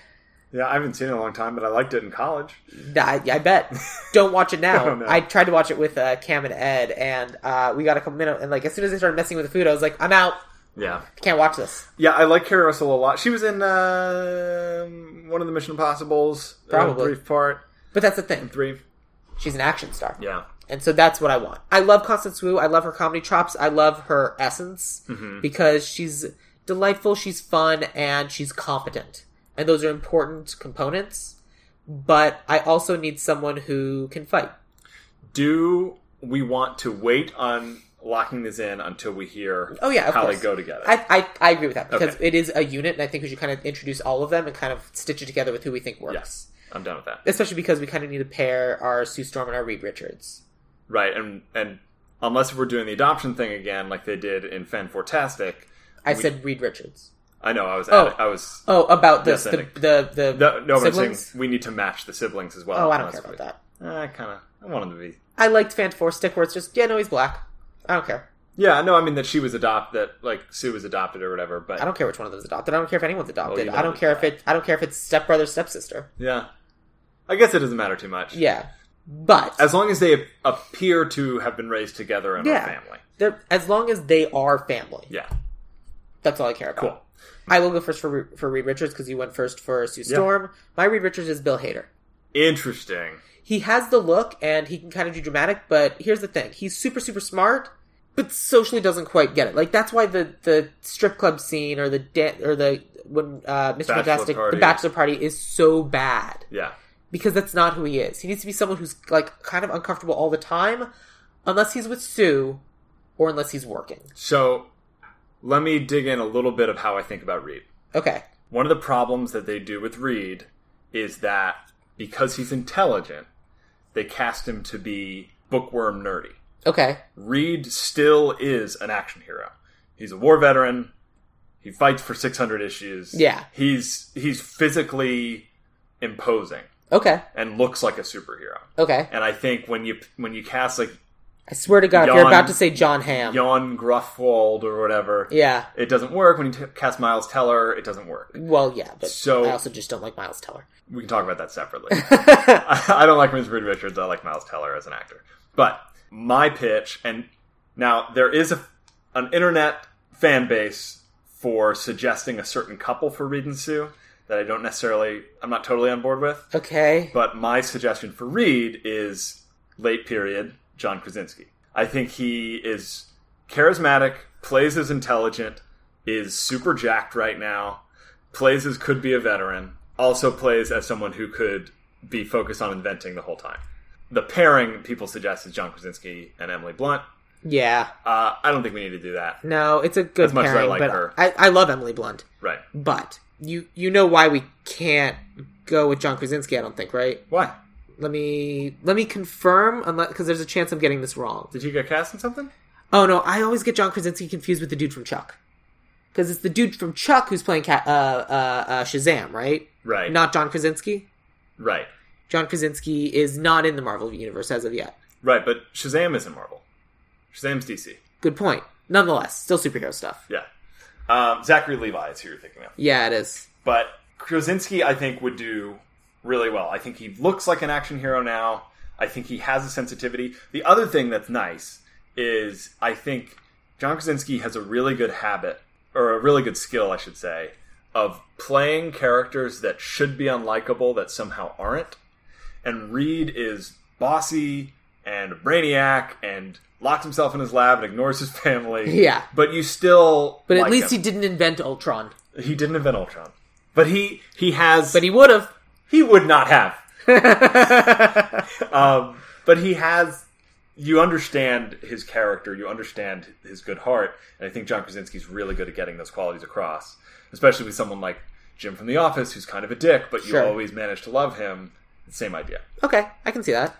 Speaker 2: Yeah, I haven't seen it in a long time, but I liked it in college.
Speaker 1: I, I bet. Don't watch it now.
Speaker 2: Oh, no.
Speaker 1: I tried to watch it with uh, Cam and Ed, and uh, we got a couple minutes. And like as soon as they started messing with the food, I was like, I'm out.
Speaker 2: Yeah,
Speaker 1: I can't watch this.
Speaker 2: yeah, I like Carrie Russell a lot. She was in um one of the Mission Impossible's uh,
Speaker 1: Probably.
Speaker 2: brief part
Speaker 1: But that's the thing.
Speaker 2: three.
Speaker 1: She's an action star.
Speaker 2: Yeah,
Speaker 1: And so that's what I want. I love Constance Wu. I love her comedy chops. I love her essence
Speaker 2: Mm-hmm.
Speaker 1: because she's delightful, she's fun, and she's competent. And those are important components. But I also need someone who can fight.
Speaker 2: do we want to wait on locking this in until we hear?
Speaker 1: Oh, yeah, of
Speaker 2: how
Speaker 1: course.
Speaker 2: they go together.
Speaker 1: I, I, I agree with that because
Speaker 2: Okay.
Speaker 1: it is a unit, and I think we should kind of introduce all of them and kind of stitch it together with who we think works.
Speaker 2: yes, I'm done with that.
Speaker 1: Especially because we kind of need to pair our Sue Storm and our Reed Richards.
Speaker 2: Right, and and unless we're doing the adoption thing again, like they did in Fan Fantastic,
Speaker 1: I said Reed Richards.
Speaker 2: I know I was
Speaker 1: Oh.
Speaker 2: I was
Speaker 1: Oh, about the
Speaker 2: Yes, I
Speaker 1: the,
Speaker 2: think-
Speaker 1: the the
Speaker 2: no, no but I'm
Speaker 1: siblings.
Speaker 2: saying we need to match the siblings as well.
Speaker 1: Oh, I don't care about that.
Speaker 2: that. I kind of I want them to be
Speaker 1: I liked Fan Four Stick where it's just yeah, no, he's black. I don't care.
Speaker 2: Yeah, no, I mean that she was adopted, that like Sue was adopted or whatever. But
Speaker 1: I don't care which one of them's adopted. I don't care if anyone's adopted.
Speaker 2: Oh, you
Speaker 1: I don't
Speaker 2: know
Speaker 1: care if it. I don't care if it's stepbrother, stepsister.
Speaker 2: yeah, I guess it doesn't matter too much.
Speaker 1: Yeah, but as,
Speaker 2: as long as they ap- appear to have been raised together and
Speaker 1: Yeah.
Speaker 2: are family.
Speaker 1: as long as they are family,
Speaker 2: Yeah,
Speaker 1: that's all I care about.
Speaker 2: cool.
Speaker 1: I will go first for Re- for Reed Richards because you went first for Sue
Speaker 2: Yeah.
Speaker 1: Storm. My Reed Richards is Bill Hader.
Speaker 2: Interesting.
Speaker 1: He has the look and he can kind of do dramatic, but here's the thing: he's super super smart, but socially doesn't quite get it. Like that's why the the strip club scene or the da- or the when uh, Mr.
Speaker 2: Bachelor
Speaker 1: Fantastic
Speaker 2: party.
Speaker 1: the bachelor party is so bad
Speaker 2: Yeah,
Speaker 1: because that's not who he is. He needs to be someone who's like kind of uncomfortable all the time, unless he's with Sue or unless he's working.
Speaker 2: so let me dig in a little bit of how I think about Reed.
Speaker 1: Okay,
Speaker 2: One of the problems that they do with Reed is that because he's intelligent, they cast him to be bookworm nerdy.
Speaker 1: okay,
Speaker 2: Reed still is an action hero. He's a war veteran. He fights for 600 issues.
Speaker 1: Yeah.
Speaker 2: He's he's physically imposing
Speaker 1: okay,
Speaker 2: and looks like a superhero.
Speaker 1: okay.
Speaker 2: And I think when you when you cast like
Speaker 1: I swear to God, if you're
Speaker 2: Yawn.
Speaker 1: about to say John Ham,
Speaker 2: Jan Gruffwald or whatever,
Speaker 1: yeah.
Speaker 2: it doesn't work. When you t- cast Miles Teller, it doesn't work.
Speaker 1: Well, yeah, but
Speaker 2: So-
Speaker 1: I also just don't like Miles Teller.
Speaker 2: We can talk about that separately. I don't like Ms. Reed Richards. I like Miles Teller as an actor. But my pitch, and now there is a, an internet fan base for suggesting a certain couple for Reed and Sue that I don't necessarily, I'm not totally on board with.
Speaker 1: Okay.
Speaker 2: But my suggestion for Reed is late period John Krasinski. I think he is charismatic, plays as intelligent, is super jacked right now, plays as could be a veteran, also plays as someone who could be focused on inventing the whole time. The pairing people suggest is John Krasinski and Emily Blunt.
Speaker 1: Yeah.
Speaker 2: Uh, I don't think we need to do that.
Speaker 1: No, it's a good
Speaker 2: As much as I
Speaker 1: pairing,
Speaker 2: like
Speaker 1: but
Speaker 2: her.
Speaker 1: I, I love Emily Blunt.
Speaker 2: Right.
Speaker 1: But you you know why we can't go with John Krasinski? I don't think, right?
Speaker 2: Why?
Speaker 1: Let me let me confirm, unless because there's a chance I'm getting this wrong.
Speaker 2: Did you get cast in something?
Speaker 1: Oh no, I always get John Krasinski confused with the dude from Chuck, because it's the dude from Chuck who's playing Ca uh, uh, uh, Shazam, right?
Speaker 2: Right.
Speaker 1: Not John Krasinski.
Speaker 2: right.
Speaker 1: John Krasinski is not in the Marvel universe as of yet.
Speaker 2: Right, but Shazam isn't Marvel. Shazam's DC.
Speaker 1: Good point. Nonetheless, still superhero stuff.
Speaker 2: Yeah. Um, Zachary Levi is who you're thinking of.
Speaker 1: Yeah, it is.
Speaker 2: But Krasinski, I think, would do really well. I think he looks like an action hero now. I think he has a sensitivity. The other thing that's nice is I think John Krasinski has a really good habit, or a really good skill, I should say, of playing characters that should be unlikable that somehow aren't. And Reed is bossy and a brainiac and locks himself in his lab and ignores his family.
Speaker 1: Yeah.
Speaker 2: But you still.
Speaker 1: But at
Speaker 2: like
Speaker 1: least
Speaker 2: him.
Speaker 1: he didn't invent Ultron.
Speaker 2: he didn't invent Ultron. But he he has
Speaker 1: But he would have.
Speaker 2: he would not have. um, but he has. You understand his character. You understand his good heart, and I think John Krasinski's really good at getting those qualities across, especially with someone like Jim from The Office, who's kind of a dick, but
Speaker 1: Sure.
Speaker 2: you always manage to love him. Same idea.
Speaker 1: Okay, I can see that.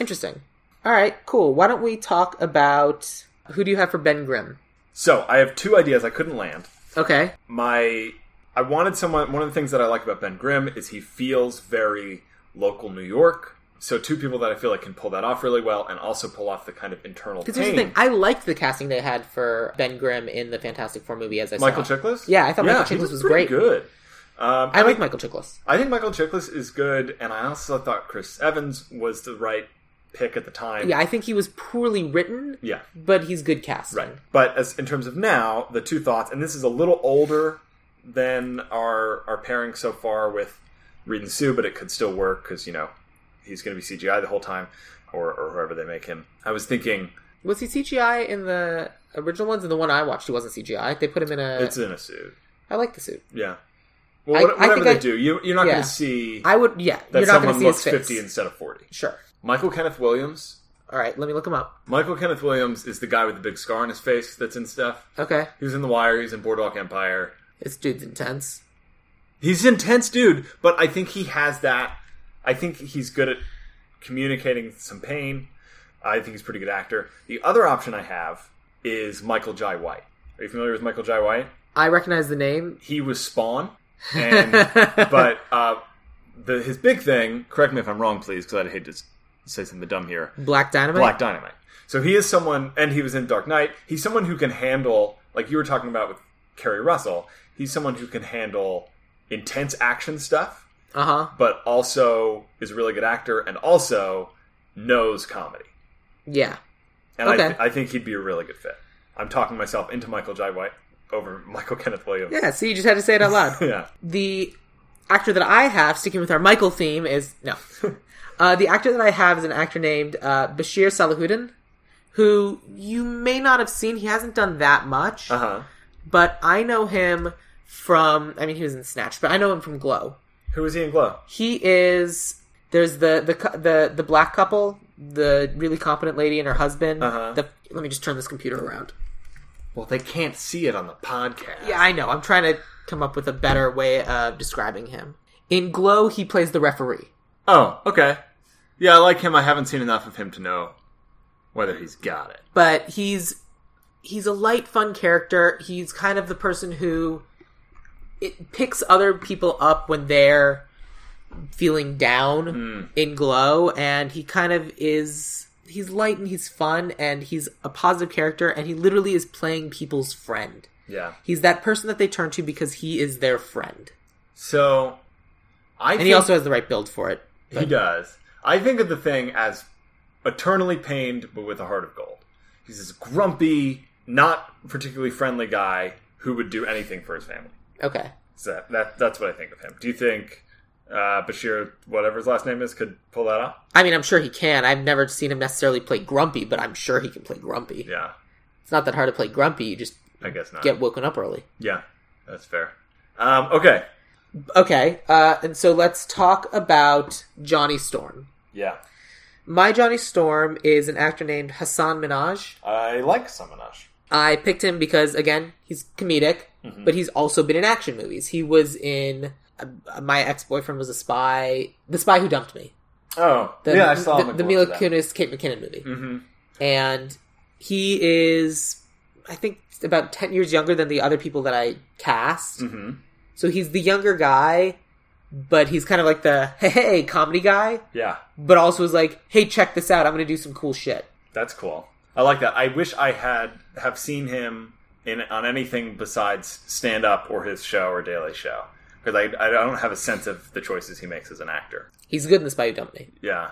Speaker 1: Interesting. All right, cool. Why don't we talk about who do you have for Ben Grimm?
Speaker 2: So I have two ideas I couldn't land.
Speaker 1: Okay.
Speaker 2: my I wanted someone one of the things that I like about Ben Grimm is he feels very local New York. So two people that I feel like can pull that off really well and also pull off the kind of internal
Speaker 1: Because here's
Speaker 2: pain.
Speaker 1: the thing, I liked the casting they had for Ben Grimm in the Fantastic Four movie as I
Speaker 2: Michael
Speaker 1: saw.
Speaker 2: Chiklis?
Speaker 1: Yeah, I thought Michael
Speaker 2: he
Speaker 1: Chiklis was
Speaker 2: pretty
Speaker 1: great.
Speaker 2: good. Um,
Speaker 1: I like Michael Chiklis.
Speaker 2: I think Michael Chiklis is good, and I also thought Chris Evans was the right pick at the time.
Speaker 1: Yeah, I think he was poorly written,
Speaker 2: Yeah.
Speaker 1: but he's good casting.
Speaker 2: Right. But as in terms of now, the two thoughts, and this is a little older than our our pairing so far with Reed and Sue, but it could still work because you know he's going to be CGI the whole time, or or whoever they make him. I was thinking
Speaker 1: Was he CGI in the original ones? In the one I watched, he wasn't CGI. They put him in a. I
Speaker 2: it's in a suit.
Speaker 1: like the suit.
Speaker 2: Yeah. Well,
Speaker 1: I-
Speaker 2: what-
Speaker 1: I
Speaker 2: whatever
Speaker 1: think
Speaker 2: they
Speaker 1: I-
Speaker 2: do, you you're not
Speaker 1: Yeah.
Speaker 2: going to see
Speaker 1: I would, yeah.
Speaker 2: that
Speaker 1: you're not going
Speaker 2: someone
Speaker 1: to see
Speaker 2: looks
Speaker 1: his face.
Speaker 2: fifty instead of forty.
Speaker 1: Sure.
Speaker 2: Michael Kenneth Williams.
Speaker 1: All right, let me look him up.
Speaker 2: Michael Kenneth Williams is the guy with the big scar on his face that's in stuff.
Speaker 1: Okay,
Speaker 2: He was in The Wire. He's in Boardwalk Empire.
Speaker 1: this dude's intense.
Speaker 2: He's an intense dude, but I think he has that. I think he's good at communicating some pain. I think he's a pretty good actor. The other option I have is Michael Jai White. Are you familiar with Michael Jai White?
Speaker 1: I recognize the name.
Speaker 2: He was Spawn, and but uh, the, his big thing. Correct me if I'm wrong, please, because I'd hate to s- say something dumb here.
Speaker 1: Black Dynamite.
Speaker 2: Black Dynamite. So he is someone, and he was in Dark Knight. He's someone who can handle, like you were talking about with Kerry Russell. He's someone who can handle intense action stuff,
Speaker 1: Uh huh.
Speaker 2: but also is a really good actor, and also knows comedy.
Speaker 1: Yeah.
Speaker 2: And I,
Speaker 1: Okay.
Speaker 2: th- I think he'd be a really good fit. I'm talking myself into Michael Jai White over Michael Kenneth Williams.
Speaker 1: Yeah. See, you just had to say it out loud.
Speaker 2: Yeah.
Speaker 1: the actor that I have, sticking with our Michael theme, is no. uh, the actor that I have is an actor named uh, Bashir Salahuddin, who you may not have seen. He hasn't done that much,
Speaker 2: Uh huh.
Speaker 1: but I know him from. I mean, he was in Snatch, but I know him from Glow.
Speaker 2: Who was he in Glow?
Speaker 1: He is there's the the cou- the the black couple, the really competent lady and her husband.
Speaker 2: Uh-huh.
Speaker 1: The, let me just turn this computer around.
Speaker 2: Well, they can't see it on the podcast.
Speaker 1: Yeah, I know. I'm trying to come up with a better way of describing him. In Glow, he plays the referee.
Speaker 2: Oh, okay. Yeah, I like him. I haven't seen enough of him to know whether he's got it.
Speaker 1: but he's he's a light fun character he's kind of the person who it picks other people up when they're feeling down in glow and he kind of is he's light and he's fun and he's a positive character and he literally is playing people's friend
Speaker 2: Yeah.
Speaker 1: he's that person that they turn to because he is their friend
Speaker 2: So, I
Speaker 1: and
Speaker 2: think
Speaker 1: he also has the right build for it
Speaker 2: he does. I think of the thing as eternally pained, but with a heart of gold. He's this grumpy, not particularly friendly guy who would do anything for his family.
Speaker 1: okay
Speaker 2: So that, that that's what I think of him. Do you think uh, Bashir, whatever his last name is, could pull that off?
Speaker 1: i mean i'm sure he can i've never seen him necessarily play grumpy but i'm sure he can play grumpy
Speaker 2: Yeah,
Speaker 1: it's not that hard to play grumpy you just
Speaker 2: I guess not.
Speaker 1: get woken up early.
Speaker 2: Yeah, that's fair. Um, okay.
Speaker 1: Okay, uh, and so let's talk about Johnny Storm.
Speaker 2: Yeah,
Speaker 1: My Johnny Storm is an actor named Hassan Minaj.
Speaker 2: I like Samanash.
Speaker 1: I picked him because, again, he's comedic, but he's also been in action movies. He was in uh, My Ex Boyfriend Was a Spy, The Spy Who Dumped Me.
Speaker 2: Oh,
Speaker 1: The,
Speaker 2: yeah, I saw
Speaker 1: the,
Speaker 2: him.
Speaker 1: the Mila Kunis Kate McKinnon movie,
Speaker 2: Mm-hmm.
Speaker 1: and he is, I think, about ten years younger than the other people that I cast.
Speaker 2: Mm-hmm.
Speaker 1: So he's the younger guy, but he's kind of like the hey, hey comedy guy,
Speaker 2: Yeah.
Speaker 1: but also is like, hey, check this out. I'm gonna do some cool shit.
Speaker 2: That's cool. I like that. I wish I had have seen him in on anything besides stand up or his show or Daily Show. because I I don't have a sense of the choices he makes as an actor.
Speaker 1: He's good in The Spy Who Dumped Me.
Speaker 2: Yeah,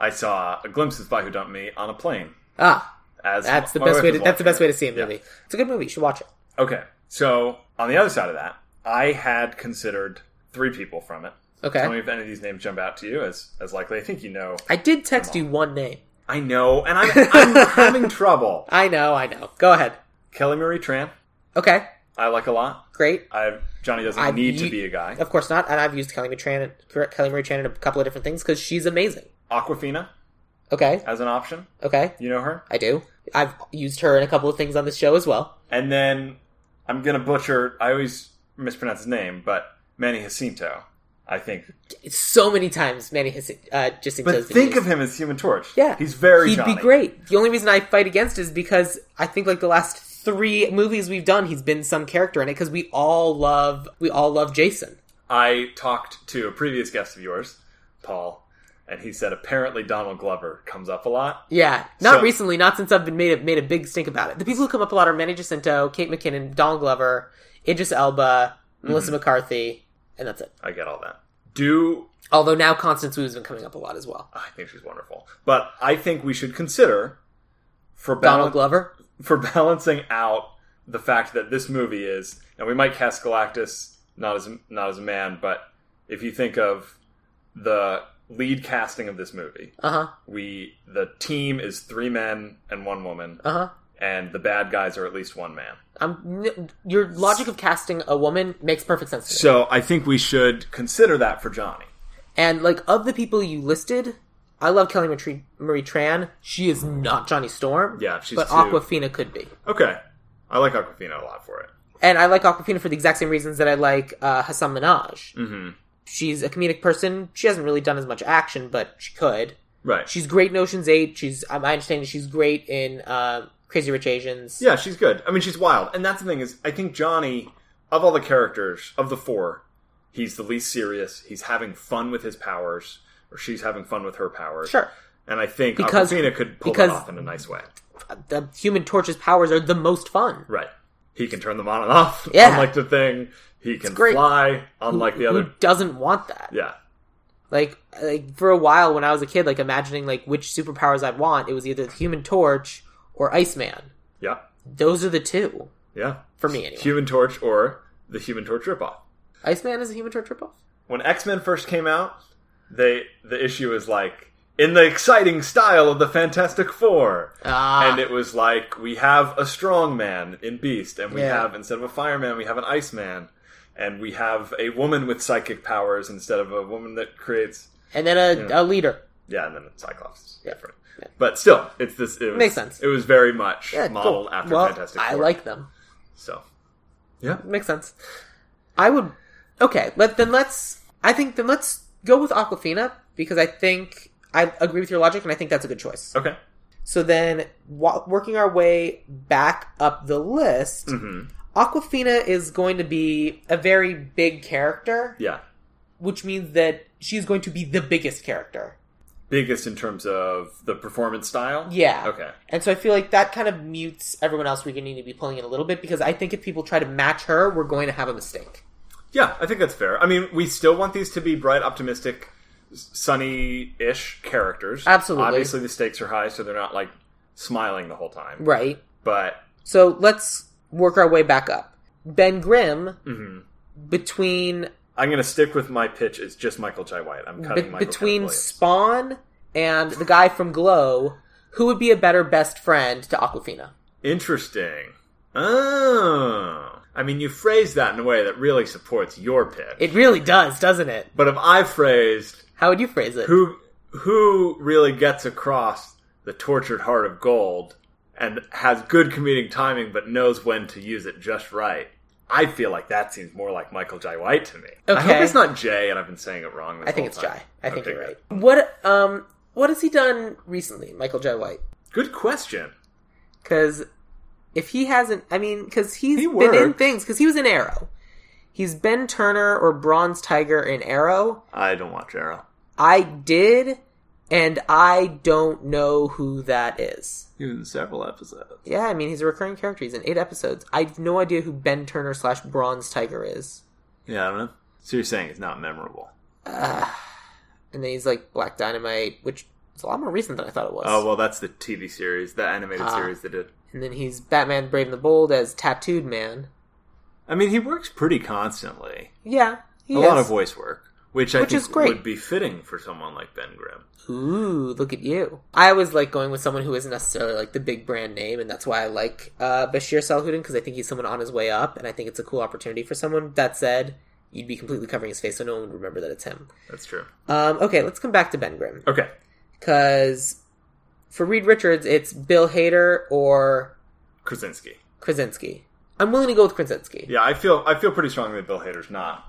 Speaker 2: I saw a glimpse of Spy Who Dumped Me on a plane.
Speaker 1: Ah,
Speaker 2: As
Speaker 1: that's the
Speaker 2: my
Speaker 1: best
Speaker 2: wife
Speaker 1: way.
Speaker 2: was
Speaker 1: To, that's the
Speaker 2: watching
Speaker 1: best way to see a
Speaker 2: Yeah.
Speaker 1: movie. It's a good movie. You should watch it.
Speaker 2: Okay, so on the other side of that, I had considered three people from it. Tell me
Speaker 1: Okay.
Speaker 2: if any of these names jump out to you as as likely. I think you know.
Speaker 1: I did text you one name.
Speaker 2: I know, and I'm, I'm having trouble.
Speaker 1: I know. I know. Go ahead.
Speaker 2: Kelly Marie Tran,
Speaker 1: Okay.
Speaker 2: I like a lot.
Speaker 1: Great.
Speaker 2: I Johnny doesn't
Speaker 1: I-
Speaker 2: need to
Speaker 1: you-
Speaker 2: be a guy.
Speaker 1: Of course not. And I've used Kelly Marie Tran, Kelly Marie Tran in a couple of different things because she's amazing.
Speaker 2: Aquafina
Speaker 1: Okay.
Speaker 2: as an option.
Speaker 1: Okay.
Speaker 2: You know her.
Speaker 1: I do. I've used her in a couple of things on this show as well.
Speaker 2: And then I'm gonna butcher. I always mispronounce his name, but Manny Jacinto. I think.
Speaker 1: So many times, Manny Jac- uh, Jacinto.
Speaker 2: But think of him as Human Torch.
Speaker 1: Yeah,
Speaker 2: he's very.
Speaker 1: He'd
Speaker 2: Johnny.
Speaker 1: be great. The only reason I fight against is because I think like the last three movies we've done, he's been some character in it because we all love we all love Jason.
Speaker 2: I talked to a previous guest of yours, Paul, and he said apparently Donald Glover comes up a lot.
Speaker 1: Yeah, not
Speaker 2: So-
Speaker 1: recently, not since I've been made a, made a big stink about it. The people who come up a lot are Manny Jacinto, Kate McKinnon, Don Glover, Idris Elba,
Speaker 2: Mm-hmm.
Speaker 1: Melissa McCarthy, and that's it.
Speaker 2: I get all that. Do
Speaker 1: Although now Constance Wu's been coming up a lot as well.
Speaker 2: I think she's wonderful, but I think we should consider for
Speaker 1: Donald
Speaker 2: balan-
Speaker 1: Glover.
Speaker 2: for balancing out the fact that this movie is, and we might cast Galactus not as not as a man, but if you think of the lead casting of this movie,
Speaker 1: Uh huh.
Speaker 2: we the team is three men and one woman,
Speaker 1: Uh huh.
Speaker 2: and the bad guys are at least one man.
Speaker 1: I'm n- your logic of casting a woman makes perfect sense. To me.
Speaker 2: So I think we should consider that for Johnny.
Speaker 1: And like of the people you listed, I love Kelly Marie, Marie Tran. She is not Johnny Storm.
Speaker 2: Yeah, she's
Speaker 1: but
Speaker 2: too-
Speaker 1: Aquafina could be.
Speaker 2: Okay, I like Aquafina a lot for it.
Speaker 1: And I like Aquafina for the exact same reasons that I like uh, Hassan Minaj. Mm-hmm. She's a comedic person. She hasn't really done as much action, but she could.
Speaker 2: Right.
Speaker 1: She's great in Ocean's Eight. She's um, I understand she's great in uh, Crazy Rich Asians.
Speaker 2: yeah, she's good. I mean, she's wild, and that's the thing is, I think Johnny, of all the characters of the four, he's the least serious. He's having fun with his powers, or she's having fun with her powers.
Speaker 1: Sure.
Speaker 2: And I think
Speaker 1: Because-
Speaker 2: Aquafina could pull
Speaker 1: because-
Speaker 2: that off in a nice way.
Speaker 1: The Human Torch's powers are the most fun.
Speaker 2: Right. He can turn them on and off.
Speaker 1: Yeah.
Speaker 2: Unlike the thing, he can
Speaker 1: great. Mm-hmm.
Speaker 2: fly. Unlike the
Speaker 1: Who
Speaker 2: other.
Speaker 1: doesn't want that?
Speaker 2: Yeah.
Speaker 1: like like for a while when I was a kid, like imagining like which superpowers I'd want, it was either the Human Torch or Iceman.
Speaker 2: Yeah.
Speaker 1: Those are the two
Speaker 2: Yeah.
Speaker 1: for me anyway.
Speaker 2: Human Torch or the Human Torch ripoff.
Speaker 1: Iceman is a Human Torch ripoff.
Speaker 2: when X Men first came out, they the issue is like in the exciting style of the Fantastic Four,
Speaker 1: Ah.
Speaker 2: and it was like we have a strong man in Beast, and we
Speaker 1: Yeah.
Speaker 2: have instead of a fireman, we have an Iceman, and we have a woman with psychic powers instead of a woman that creates
Speaker 1: And then a, a leader.
Speaker 2: yeah, and then Cyclops is
Speaker 1: Yeah.
Speaker 2: different. But still, it's this. It was,
Speaker 1: Makes sense.
Speaker 2: It was very much
Speaker 1: Yeah,
Speaker 2: modeled
Speaker 1: cool.
Speaker 2: after
Speaker 1: well,
Speaker 2: Fantastic Four.
Speaker 1: I like them.
Speaker 2: so. Yeah,
Speaker 1: Makes sense. I would. Okay, let then let's. I think then let's go with Aquafina because I think I agree with your logic and I think that's a good choice.
Speaker 2: okay.
Speaker 1: So then, wa- working our way back up the list, Aquafina is going to be a very big character,
Speaker 2: Yeah.
Speaker 1: which means that she's going to be the biggest character.
Speaker 2: Biggest in terms of the performance style?
Speaker 1: Yeah.
Speaker 2: Okay.
Speaker 1: And so I feel like that kind of mutes everyone else we're going to need to be pulling in a little bit because I think if people try to match her, we're going to have a mistake.
Speaker 2: Yeah, I think that's fair. I mean, we still want these to be bright, optimistic, s- sunny-ish characters.
Speaker 1: Absolutely.
Speaker 2: Obviously, the stakes are high, so they're not like smiling the whole time.
Speaker 1: Right.
Speaker 2: But
Speaker 1: So let's work our way back up. Ben Grimm,
Speaker 2: Mm-hmm.
Speaker 1: between
Speaker 2: I'm going to stick with my pitch. It's just Michael J. White. I'm cutting
Speaker 1: Be-
Speaker 2: Michael
Speaker 1: between
Speaker 2: J. Williams.
Speaker 1: Spawn and the guy from Glow, who would be a better best friend to Aquafina?
Speaker 2: Interesting. Oh, I mean, you phrased that in a way that really supports your pitch.
Speaker 1: It really does, doesn't it?
Speaker 2: but if I phrased
Speaker 1: How would you phrase it?
Speaker 2: who who really gets across the tortured heart of gold and has good comedic timing but knows when to use it just right. I feel like that seems more like Michael Jai White to me. I hope
Speaker 1: Okay.
Speaker 2: it's not Jay, and I've been saying it wrong. This
Speaker 1: I think
Speaker 2: whole
Speaker 1: it's
Speaker 2: time.
Speaker 1: Jai. I think
Speaker 2: Okay,
Speaker 1: you're
Speaker 2: good.
Speaker 1: right. What um what has he done recently, Michael J. White?
Speaker 2: Good question.
Speaker 1: Because if he hasn't, I mean, because he's
Speaker 2: He
Speaker 1: been in
Speaker 2: worked.
Speaker 1: things. Because he was in Arrow. He's Ben Turner or Bronze Tiger in Arrow.
Speaker 2: I don't watch Arrow.
Speaker 1: I did, and I don't know who that is.
Speaker 2: He was in several episodes.
Speaker 1: Yeah, I mean, he's a recurring character. He's in eight episodes. I have no idea who Ben Turner slash Bronze Tiger is.
Speaker 2: Yeah, I don't know. So you're saying it's not memorable?
Speaker 1: And then he's like Black Dynamite, which is a lot more recent than I thought it was.
Speaker 2: Oh well, that's the TV series, the animated
Speaker 1: Ah.
Speaker 2: series that did.
Speaker 1: And then he's Batman Brave and the Bold as Tattooed Man.
Speaker 2: I mean, he works pretty constantly.
Speaker 1: Yeah, he
Speaker 2: A lot
Speaker 1: is.
Speaker 2: of voice work, which I
Speaker 1: Which
Speaker 2: think
Speaker 1: is great.
Speaker 2: would be fitting for someone like Ben Grimm.
Speaker 1: Ooh, look at you. I always like going with someone who isn't necessarily like the big brand name, and that's why I like uh, Bashir Salhuddin because I think he's someone on his way up, and I think it's a cool opportunity for someone. That said, you'd be completely covering his face, so no one would remember that it's him.
Speaker 2: That's true.
Speaker 1: Um, okay, let's come back to Ben Grimm
Speaker 2: Okay.
Speaker 1: because for Reed Richards, it's Bill Hader or
Speaker 2: Krasinski.
Speaker 1: Krasinski. I'm willing to go with Krasinski.
Speaker 2: Yeah, I feel I feel pretty strongly that Bill Hader's not.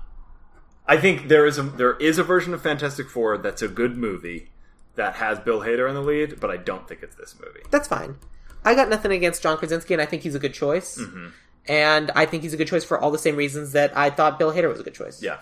Speaker 2: I think there is a there is a version of Fantastic Four that's a good movie that has Bill Hader in the lead, but I don't think it's this movie.
Speaker 1: That's fine. I got nothing against John Krasinski, and I think he's a good choice.
Speaker 2: Mm-hmm.
Speaker 1: And I think he's a good choice for all the same reasons that I thought Bill Hader was a good choice.
Speaker 2: Yeah.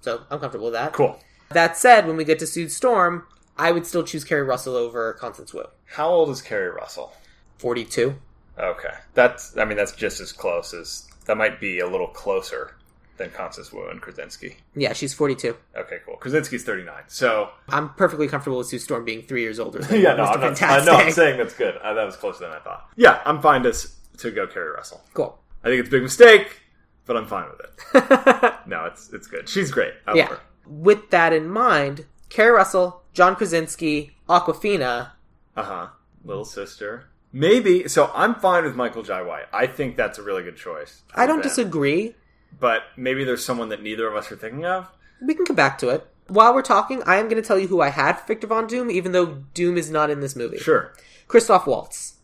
Speaker 1: So I'm comfortable with that.
Speaker 2: Cool.
Speaker 1: That said, when we get to Sue Storm, I would still choose Carrie Russell over Constance Wu.
Speaker 2: How old is Carrie Russell?
Speaker 1: 42.
Speaker 2: Okay. That's I mean that's just as close as that might be a little closer than Constance Wu and Krasinski.
Speaker 1: Yeah, she's 42.
Speaker 2: Okay, cool. Krasinski's 39. So,
Speaker 1: I'm perfectly comfortable with Sue Storm being three years older. Than
Speaker 2: yeah, no,
Speaker 1: Mr.
Speaker 2: I'm, not, I,
Speaker 1: Fantastic.
Speaker 2: no, I'm saying that's good. Uh, that was closer than I thought. Yeah, I'm fine to, s- to go Carrie Russell.
Speaker 1: Cool.
Speaker 2: I think it's a big mistake, but I'm fine with it. no, it's it's good. She's great. I
Speaker 1: Yeah.
Speaker 2: love her.
Speaker 1: With that in mind, Carrie Russell, John Krasinski, Aquafina.
Speaker 2: Uh huh. Little sister. Maybe so. I'm fine with Michael Jai White. I think that's a really good choice. for
Speaker 1: I don't
Speaker 2: Ben.
Speaker 1: disagree.
Speaker 2: but maybe there's someone that neither of us are thinking of.
Speaker 1: We can come back to it. While we're talking, I am going to tell you who I had for Victor Von Doom, even though Doom is not in this movie.
Speaker 2: Sure.
Speaker 1: Christoph Waltz.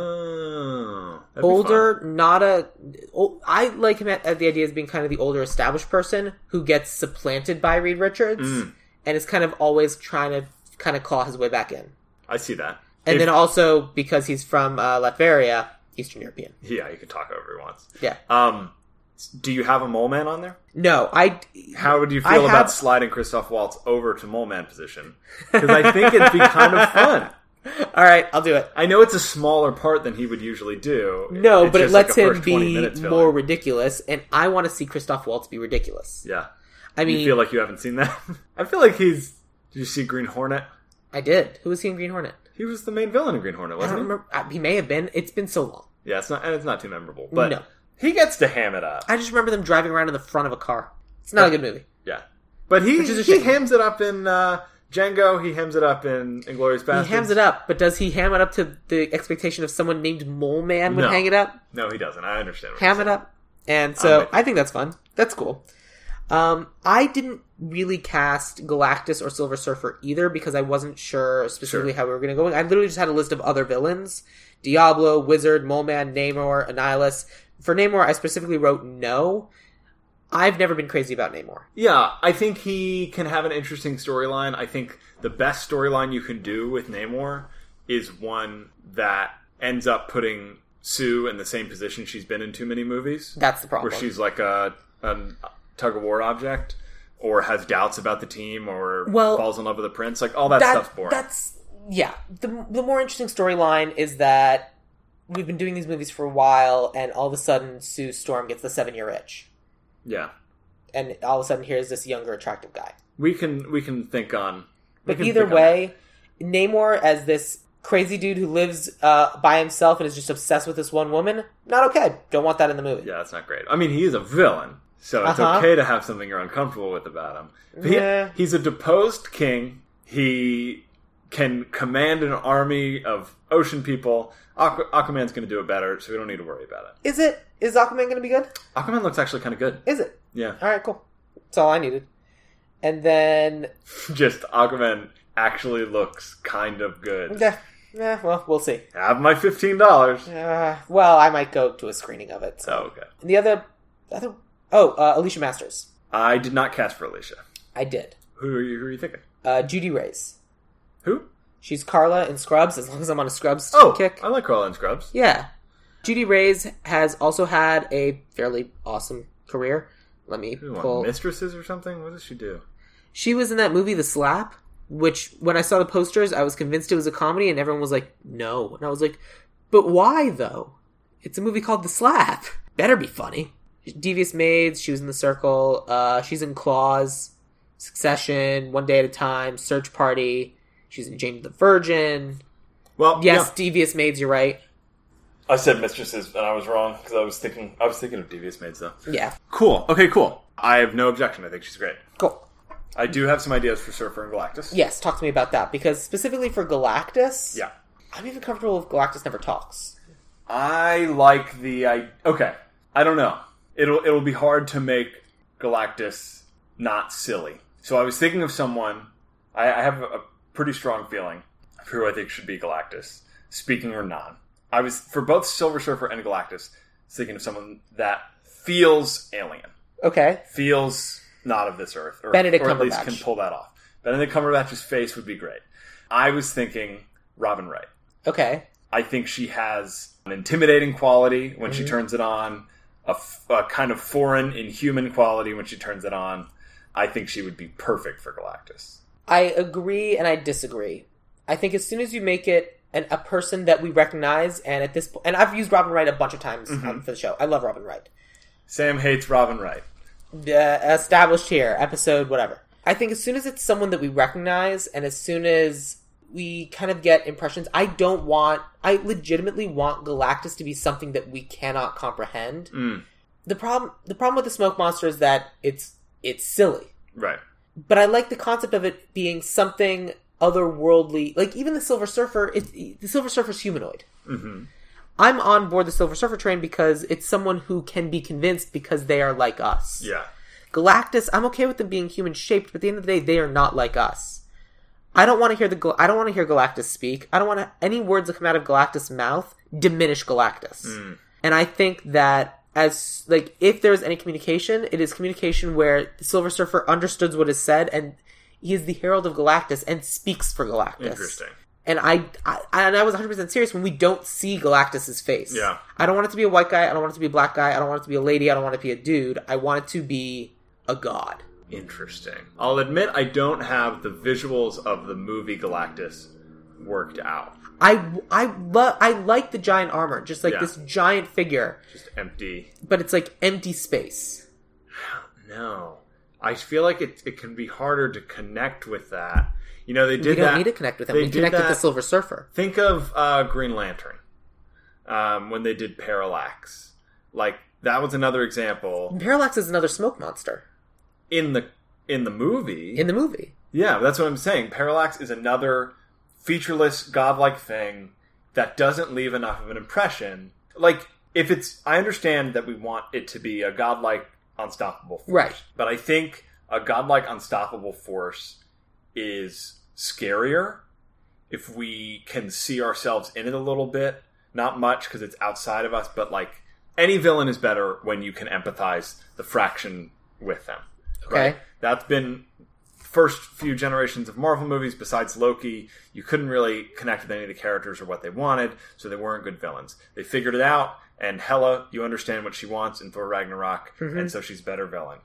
Speaker 2: Oh, that'd be fun.
Speaker 1: older, not a. oh, I like him at, at the idea as being kind of the older, established person who gets supplanted by Reed Richards
Speaker 2: Mm.
Speaker 1: and is kind of always trying to kind of claw his way back in.
Speaker 2: I see that.
Speaker 1: And
Speaker 2: If-
Speaker 1: then also because he's from uh, Latveria, Eastern European.
Speaker 2: yeah, you can talk however he wants.
Speaker 1: Yeah.
Speaker 2: Um, s- do you have a mole man on there?
Speaker 1: No, I.
Speaker 2: How would you
Speaker 1: I
Speaker 2: feel about
Speaker 1: have-
Speaker 2: sliding Christoph Waltz over to mole man position? Because I think it'd be kind of fun.
Speaker 1: All right, I'll do it.
Speaker 2: I know it's a smaller part than he would usually do.
Speaker 1: No,
Speaker 2: It's
Speaker 1: but it
Speaker 2: just like
Speaker 1: lets
Speaker 2: a
Speaker 1: him
Speaker 2: first 20
Speaker 1: be
Speaker 2: minutes filler.
Speaker 1: more ridiculous, and I want to see Christoph Waltz be ridiculous.
Speaker 2: Yeah,
Speaker 1: I
Speaker 2: you
Speaker 1: mean,
Speaker 2: feel like you haven't seen that. I feel like he's. Did you see Green Hornet?
Speaker 1: I did. Who was he in Green Hornet?
Speaker 2: He was the main villain in Green Hornet,
Speaker 1: I don't
Speaker 2: wasn't
Speaker 1: remember. uh, He may have been. It's been so long.
Speaker 2: he? Yeah, it's not. and It's not too memorable, but
Speaker 1: No.
Speaker 2: he gets to ham it up.
Speaker 1: I just remember them driving around in the front of a car. It's not a good movie.
Speaker 2: Yeah, but he
Speaker 1: Which is a
Speaker 2: he
Speaker 1: shame.
Speaker 2: hams it up in uh, Django. He hams it up in Inglorious Bastards.
Speaker 1: He hams it up, but does he ham it up to the expectation of someone named Mole Man would
Speaker 2: No.
Speaker 1: hang it up?
Speaker 2: No, he doesn't. I understand. What
Speaker 1: Ham it up. And so
Speaker 2: with you.
Speaker 1: I think that's fun. That's cool. Um, I didn't really cast Galactus or Silver Surfer either because I wasn't sure specifically how we were going to go. I literally just had a list of other villains Diablo, Wizard, Mole Man, Namor, Annihilus. For Namor, I specifically wrote no. I've never been crazy about Namor.
Speaker 2: Yeah, I think he can have an interesting storyline. I think the best storyline you can do with Namor is one that ends up putting Sue in the same position she's been in too many movies,
Speaker 1: That's the problem.
Speaker 2: where she's like a, a tug of war object, or has doubts about the team, or
Speaker 1: Well,
Speaker 2: falls in love with the prince. Like all that,
Speaker 1: that-
Speaker 2: stuff's boring.
Speaker 1: That's yeah. The the more interesting storyline is that we've been doing these movies for a while, and all of a sudden Sue Storm gets the seven year itch,
Speaker 2: Yeah,
Speaker 1: and all of a sudden here's this younger, attractive guy.
Speaker 2: we can we can think on. we
Speaker 1: But
Speaker 2: can
Speaker 1: either
Speaker 2: think on
Speaker 1: way, Namor as this crazy dude who lives uh, by himself and is just obsessed with this one woman, not okay. Don't want that in the movie.
Speaker 2: Yeah, that's not great. I mean, he is a villain, so it's
Speaker 1: Uh-huh.
Speaker 2: okay to have something you're uncomfortable with about him. But he-
Speaker 1: Yeah.
Speaker 2: he's a deposed king. He can command an army of ocean people. Aqu- Aquaman's going to do it better, so we don't need to worry about it.
Speaker 1: Is it? Is Aquaman going to be good?
Speaker 2: Aquaman looks actually kind of good.
Speaker 1: Is it?
Speaker 2: Yeah,
Speaker 1: All right, cool. That's all I needed. And then
Speaker 2: just Aquaman actually looks kind of good.
Speaker 1: yeah, yeah. Well, we'll see.
Speaker 2: Have my fifteen dollars.
Speaker 1: Uh, well, I might go to a screening of it. So.
Speaker 2: Oh, okay.
Speaker 1: And the other, other, oh, uh, Alicia Masters.
Speaker 2: I did not cast for Alicia.
Speaker 1: I did.
Speaker 2: Who are you? Who are you thinking?
Speaker 1: Uh, Judy Reyes.
Speaker 2: Who?
Speaker 1: She's Carla in Scrubs. As long as I'm on a Scrubs
Speaker 2: Oh,
Speaker 1: kick,
Speaker 2: I like Carl and Scrubs.
Speaker 1: yeah. Judy Reyes has also had a fairly awesome career. Let me
Speaker 2: Who won?
Speaker 1: pull.
Speaker 2: Mistresses or something? What does she do?
Speaker 1: She was in that movie, The Slap, which when I saw the posters, I was convinced it was a comedy, and everyone was like, "No," and I was like, "But why though? It's a movie called The Slap. Better be funny." Devious Maids, she was in The Circle. Uh, she's in Claws, Succession, One Day at a Time, Search Party. She's in Jane the Virgin.
Speaker 2: Well,
Speaker 1: Yes, Devious Maids, you're right.
Speaker 2: yeah. I said mistresses, and I was wrong because I was thinking I was thinking of devious maids though.
Speaker 1: Yeah.
Speaker 2: Cool. Okay, cool. I have no objection. I think she's great.
Speaker 1: Cool.
Speaker 2: I do have some ideas for Surfer and Galactus.
Speaker 1: Yes, talk to me about that because specifically for Galactus,
Speaker 2: Yeah.
Speaker 1: I'm even comfortable if Galactus never talks.
Speaker 2: I like the I okay. I don't know. It'll it'll be hard to make Galactus not silly. So I was thinking of someone. I, I have a pretty strong feeling of who I think should be Galactus, speaking or non. I was for both Silver Surfer and Galactus thinking of someone that feels alien,
Speaker 1: Okay.
Speaker 2: feels not of this earth, or,
Speaker 1: Benedict
Speaker 2: or at least
Speaker 1: Cumberbatch.
Speaker 2: can pull that off. Benedict Cumberbatch's face would be great. I was thinking Robin Wright.
Speaker 1: Okay.
Speaker 2: I think she has an intimidating quality when
Speaker 1: Mm-hmm.
Speaker 2: she turns it on, a, f- a kind of foreign, inhuman quality when she turns it on. I think she would be perfect for Galactus.
Speaker 1: I agree and I disagree. I think as soon as you make it an, a person that we recognize, and at this point, and I've used Robin Wright a bunch of times um, for the show. I love Robin Wright.
Speaker 2: Sam hates Robin Wright.
Speaker 1: uh, established here, episode whatever. I think as soon as it's someone that we recognize, and as soon as we kind of get impressions, I don't want. I legitimately want Galactus to be something that we cannot comprehend.
Speaker 2: Mm.
Speaker 1: The problem, the problem with the smoke monster is that it's it's silly,
Speaker 2: Right.
Speaker 1: but I like the concept of it being something otherworldly. Like even the Silver Surfer, it's the Silver Surfer's humanoid.
Speaker 2: hmm
Speaker 1: I'm on board the Silver Surfer train because it's someone who can be convinced because they are like us.
Speaker 2: Yeah.
Speaker 1: Galactus, I'm okay with them being human shaped, but at the end of the day, they are not like us. I don't want to hear the Gal- I don't want to hear Galactus speak. I don't want to, any words that come out of Galactus' mouth diminish Galactus. And I think that as like if there's any communication, it is communication where the Silver Surfer understands what is said and he is the herald of Galactus and speaks for Galactus.
Speaker 2: Interesting.
Speaker 1: And I, I and I was 100 percent serious when we don't see Galactus's face.
Speaker 2: Yeah.
Speaker 1: I don't want it to be a white guy. I don't want it to be a black guy. I don't want it to be a lady. I don't want it to be a dude. I want it to be a god.
Speaker 2: Interesting. I'll admit I don't have the visuals of the movie Galactus worked out.
Speaker 1: I I love I like the giant armor, just like
Speaker 2: Yeah.
Speaker 1: this giant figure,
Speaker 2: Just empty.
Speaker 1: but it's like empty space.
Speaker 2: No. I feel like it, it can be harder to connect with that. You know, they did
Speaker 1: we don't
Speaker 2: that.
Speaker 1: need to connect with him.
Speaker 2: they
Speaker 1: We
Speaker 2: did
Speaker 1: connect with
Speaker 2: that-
Speaker 1: the Silver Surfer.
Speaker 2: Think of uh, Green Lantern um, when they did Parallax. Like that was another example
Speaker 1: Parallax is another smoke monster
Speaker 2: in the in the movie.
Speaker 1: in the movie.
Speaker 2: yeah, that's what I'm saying. Parallax is another featureless godlike thing that doesn't leave enough of an impression. Like if it's, I understand that we want it to be a godlike, unstoppable force,
Speaker 1: Right.
Speaker 2: but I think a godlike, unstoppable force is scarier if we can see ourselves in it a little bit. Not much because it's outside of us, but like any villain is better when you can empathize the fraction with them.
Speaker 1: Okay.
Speaker 2: That's been first few generations of Marvel movies besides Loki, you couldn't really connect with any of the characters or what they wanted, so they weren't good villains. They figured it out, and Hela, you understand what she wants in Thor Ragnarok, and so she's a better villain.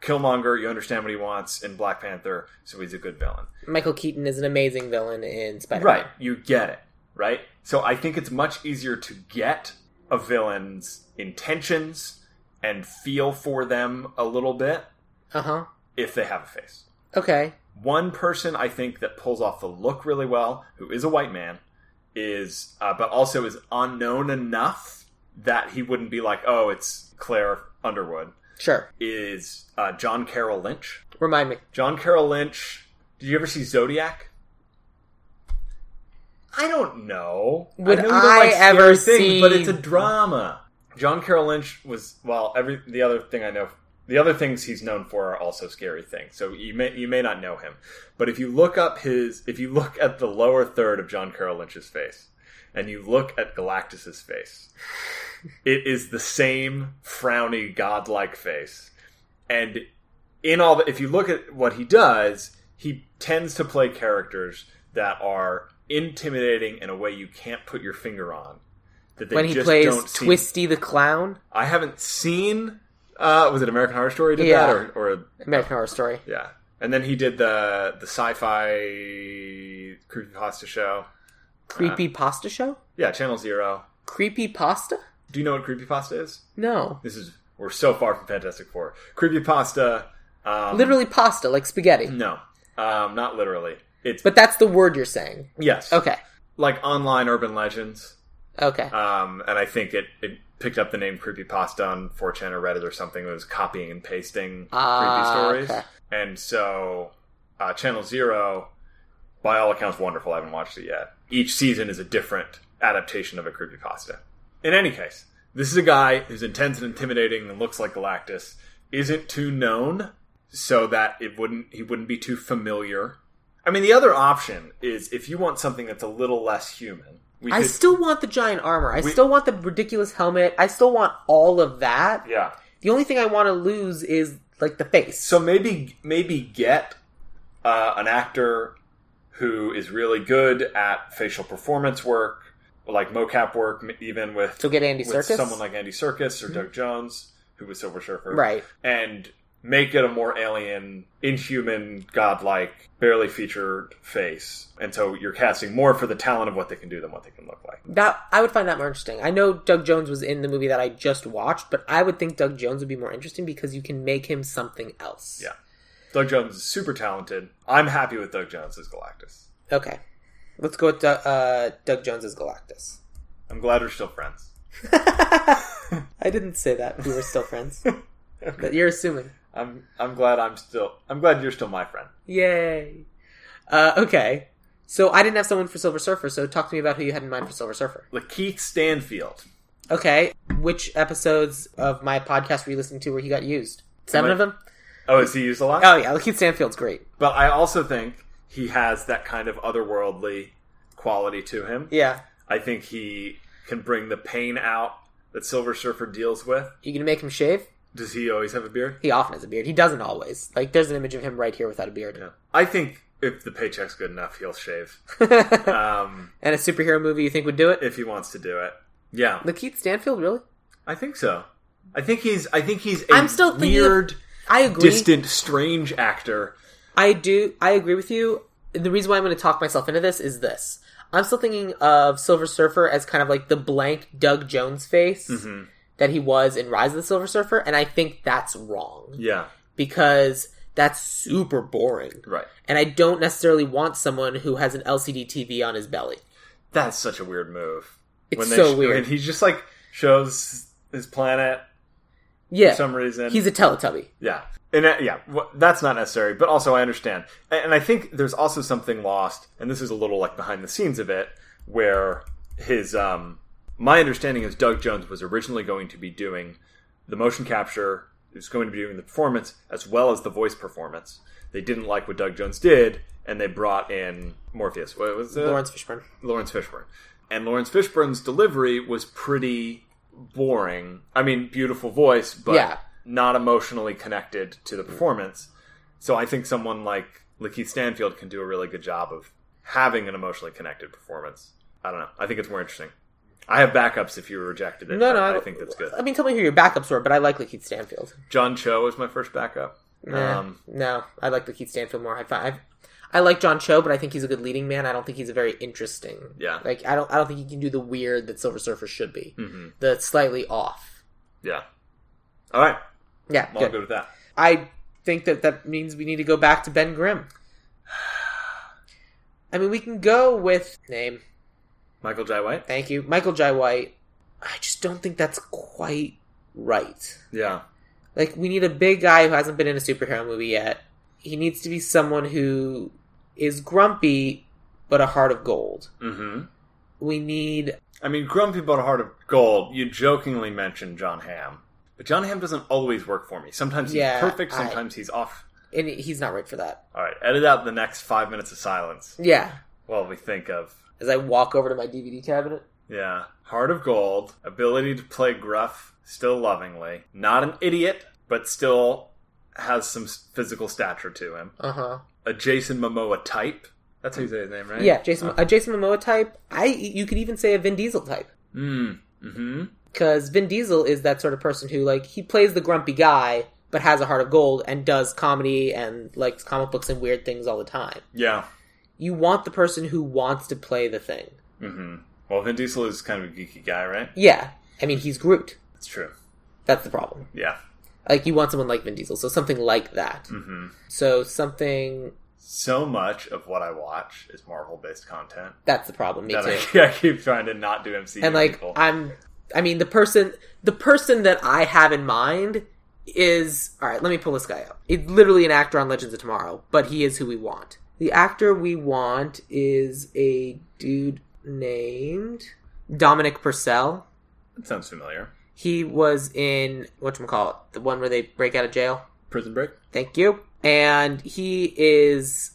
Speaker 2: Killmonger, you understand what he wants in Black Panther, so he's a good villain.
Speaker 1: Michael Keaton is an amazing villain in Spider.
Speaker 2: Right. You get it. Right? So I think it's much easier to get a villain's intentions and feel for them a little bit
Speaker 1: Uh huh.
Speaker 2: if they have a face.
Speaker 1: Okay.
Speaker 2: One person I think that pulls off the look really well, who is a white man, is uh, but also is unknown enough that he wouldn't be like, oh, it's Claire Underwood,
Speaker 1: Sure.
Speaker 2: is uh, John Carroll Lynch.
Speaker 1: Remind me.
Speaker 2: John Carroll Lynch. Did you ever see Zodiac? I don't know.
Speaker 1: Would
Speaker 2: know you don't
Speaker 1: I
Speaker 2: scary
Speaker 1: ever
Speaker 2: things,
Speaker 1: see-
Speaker 2: But it's a drama. John Carroll Lynch was well. Every the other thing I know, the other things he's known for are also scary things. So you may you may not know him, but if you look up his, if you look at the lower third of John Carroll Lynch's face, and you look at Galactus's face, it is the same frowny godlike face, and in all the if you look at what he does he tends to play characters that are intimidating in a way you can't put your finger on that they
Speaker 1: when he
Speaker 2: just
Speaker 1: plays
Speaker 2: don't seem-
Speaker 1: Twisty the Clown,
Speaker 2: i haven't seen uh was it american horror story did
Speaker 1: Yeah.
Speaker 2: that or, or
Speaker 1: American Horror Story.
Speaker 2: yeah and then he did the the sci-fi creepypasta show Uh,
Speaker 1: Creepy pasta show?
Speaker 2: yeah channel zero
Speaker 1: Creepy pasta?
Speaker 2: do you know what creepypasta is
Speaker 1: No.
Speaker 2: this is We're so far from Fantastic Four. Creepypasta. Um, Mm.
Speaker 1: Literally pasta, like spaghetti.
Speaker 2: No, um, not literally. It's
Speaker 1: But that's the word you're saying.
Speaker 2: yes,
Speaker 1: Okay.
Speaker 2: like online urban legends.
Speaker 1: Okay.
Speaker 2: Um, and I think it, it picked up the name creepypasta on 4chan or Reddit or something. It was copying and pasting
Speaker 1: Ah,
Speaker 2: creepy stories.
Speaker 1: okay.
Speaker 2: And so, uh, Channel Zero, by all accounts, wonderful. I haven't watched it yet. Each season is a different adaptation of a creepypasta. In any case, this is a guy who's intense and intimidating and looks like Galactus. Isn't too known, so that it wouldn't he wouldn't be too familiar. I mean, the other option is if you want something that's a little less human. We
Speaker 1: I
Speaker 2: could-
Speaker 1: still want the giant armor. I still want the ridiculous helmet. I still want all of that.
Speaker 2: yeah.
Speaker 1: The only thing I want to lose is like the face.
Speaker 2: So maybe maybe get uh, an actor who is really good at facial performance work, like mocap work, m- even with
Speaker 1: So get Andy
Speaker 2: with
Speaker 1: Circus.
Speaker 2: someone like Andy Circus or Doug Jones, who was Silver Surfer,
Speaker 1: right.
Speaker 2: and make it a more alien, inhuman, godlike, barely featured face. And so you're casting more for the talent of what they can do than what they can look like.
Speaker 1: That I would find that more interesting. I know Doug Jones was in the movie that I just watched, but I would think Doug Jones would be more interesting because you can make him something else.
Speaker 2: Yeah. Doug Jones is super talented. I'm happy with Doug Jones as Galactus.
Speaker 1: Okay. Let's go with Doug, uh, Doug Jones as Galactus.
Speaker 2: I'm glad we're still friends.
Speaker 1: I didn't say that. We were still friends. But you're assuming.
Speaker 2: I'm I'm glad I'm still I'm glad you're still my friend.
Speaker 1: Yay. Uh, okay. So I didn't have someone for Silver Surfer, so talk to me about who you had in mind for Silver Surfer.
Speaker 2: Lakeith Stanfield.
Speaker 1: Okay. Which episodes of my podcast were you listening to where he got used? Seven
Speaker 2: I-
Speaker 1: of them?
Speaker 2: Oh, is he used a lot?
Speaker 1: Oh, yeah. Keith Stanfield's great.
Speaker 2: But I also think he has that kind of otherworldly quality to him.
Speaker 1: Yeah.
Speaker 2: I think he can bring the pain out that Silver Surfer deals with.
Speaker 1: You gonna make him shave?
Speaker 2: Does he always have a beard?
Speaker 1: He often has a beard. He doesn't always. Like, there's an image of him right here without a beard.
Speaker 2: Yeah. I think if the paycheck's good enough, he'll shave. um,
Speaker 1: and a superhero movie you think would do it?
Speaker 2: if he wants to do it. Yeah.
Speaker 1: The Keith Stanfield, really?
Speaker 2: I think so. I think he's I think he's a
Speaker 1: I'm still thinking of-
Speaker 2: weird,
Speaker 1: I agree.
Speaker 2: distant, strange actor.
Speaker 1: I do. I agree with you. The reason why I'm going to talk myself into this is this. I'm still thinking of Silver Surfer as kind of like the blank Doug Jones face
Speaker 2: Mm-hmm.
Speaker 1: that he was in Rise of the Silver Surfer, and I think that's wrong
Speaker 2: Yeah.
Speaker 1: because that's super boring.
Speaker 2: Right.
Speaker 1: And I don't necessarily want someone who has an LCD TV on his belly.
Speaker 2: That's such a weird move.
Speaker 1: It's so
Speaker 2: sh-
Speaker 1: weird.
Speaker 2: When he just like shows his planet
Speaker 1: Yeah,
Speaker 2: for some reason.
Speaker 1: he's a Teletubby.
Speaker 2: yeah, and uh, yeah, wh- that's not necessary. But also, I understand, A- and I think there's also something lost, and this is a little like behind the scenes of it, where his um, my understanding is Doug Jones was originally going to be doing the motion capture. He was going to be doing the performance as well as the voice performance. They didn't like what Doug Jones did, and they brought in Morpheus. What was it?
Speaker 1: Lawrence Fishburne.
Speaker 2: Lawrence Fishburne. And Lawrence Fishburne's delivery was pretty boring. I mean, beautiful voice, but
Speaker 1: Yeah.
Speaker 2: not emotionally connected to the performance. So I think someone like Lakeith Stanfield can do a really good job of having an emotionally connected performance. I don't know. I think it's more interesting. I have backups if you rejected it.
Speaker 1: No, no,
Speaker 2: I, I think that's good.
Speaker 1: I mean, tell me who your backups were, but I like Keith Stanfield.
Speaker 2: John Cho is my first backup.
Speaker 1: Nah,
Speaker 2: Um,
Speaker 1: no, I like the Keith Stanfield more. I find I, I like John Cho, but I think he's a good leading man. I don't think he's a very interesting.
Speaker 2: Yeah. Hmm.
Speaker 1: like I don't I don't think he can do the weird that Silver Surfer should be. The slightly off.
Speaker 2: mm-hmm. yeah. All right.
Speaker 1: Yeah,
Speaker 2: I'm all
Speaker 1: good.
Speaker 2: good with that.
Speaker 1: I think that that means we need to go back to Ben Grimm. I mean, we can go with name.
Speaker 2: Michael Jai White?
Speaker 1: Thank you, Michael Jai White. I just don't think that's quite right.
Speaker 2: Yeah.
Speaker 1: Like, we need a big guy who hasn't been in a superhero movie yet. He needs to be someone who is grumpy, but a heart of gold.
Speaker 2: hmm.
Speaker 1: We need.
Speaker 2: I mean, Grumpy But a Heart of Gold, you jokingly mentioned John Hamm. But John Hamm doesn't always work for me. Sometimes he's
Speaker 1: Yeah,
Speaker 2: perfect,
Speaker 1: I-
Speaker 2: sometimes he's off.
Speaker 1: And he's not right for that.
Speaker 2: All right, edit out the next five minutes of silence
Speaker 1: Yeah.
Speaker 2: while we think of,
Speaker 1: As I walk over to my DVD cabinet.
Speaker 2: yeah, Heart of Gold, ability to play gruff, still lovingly, not an idiot, but still has some s- physical stature to him.
Speaker 1: Uh huh.
Speaker 2: A Jason Momoa type. That's how you say his name, right?
Speaker 1: Yeah, Jason, a Jason Momoa type. I you could even say a Vin Diesel type
Speaker 2: Mm. Mm-hmm.
Speaker 1: because Vin Diesel is that sort of person who like he plays the grumpy guy but has a heart of gold and does comedy and likes comic books and weird things all the time.
Speaker 2: Yeah.
Speaker 1: You want the person who wants to play the thing.
Speaker 2: Mm-hmm. Well, Vin Diesel is kind of a geeky guy, right?
Speaker 1: Yeah, I mean he's Groot.
Speaker 2: That's true.
Speaker 1: That's the problem.
Speaker 2: Yeah.
Speaker 1: Like you want someone like Vin Diesel, so something like that.
Speaker 2: hmm
Speaker 1: So something
Speaker 2: So much of what I watch is Marvel based content
Speaker 1: that's the problem. Me
Speaker 2: that
Speaker 1: too.
Speaker 2: I, I keep trying to not do MCU
Speaker 1: and like
Speaker 2: people.
Speaker 1: I'm, I mean the person the person that I have in mind is all right. Let me pull this guy up. It's literally an actor on Legends of Tomorrow, but he is who we want. The actor we want is a dude named Dominic Purcell.
Speaker 2: that sounds familiar.
Speaker 1: He was in whatchamacallit, the one where they break out of jail.
Speaker 2: Prison Break.
Speaker 1: Thank you. And he is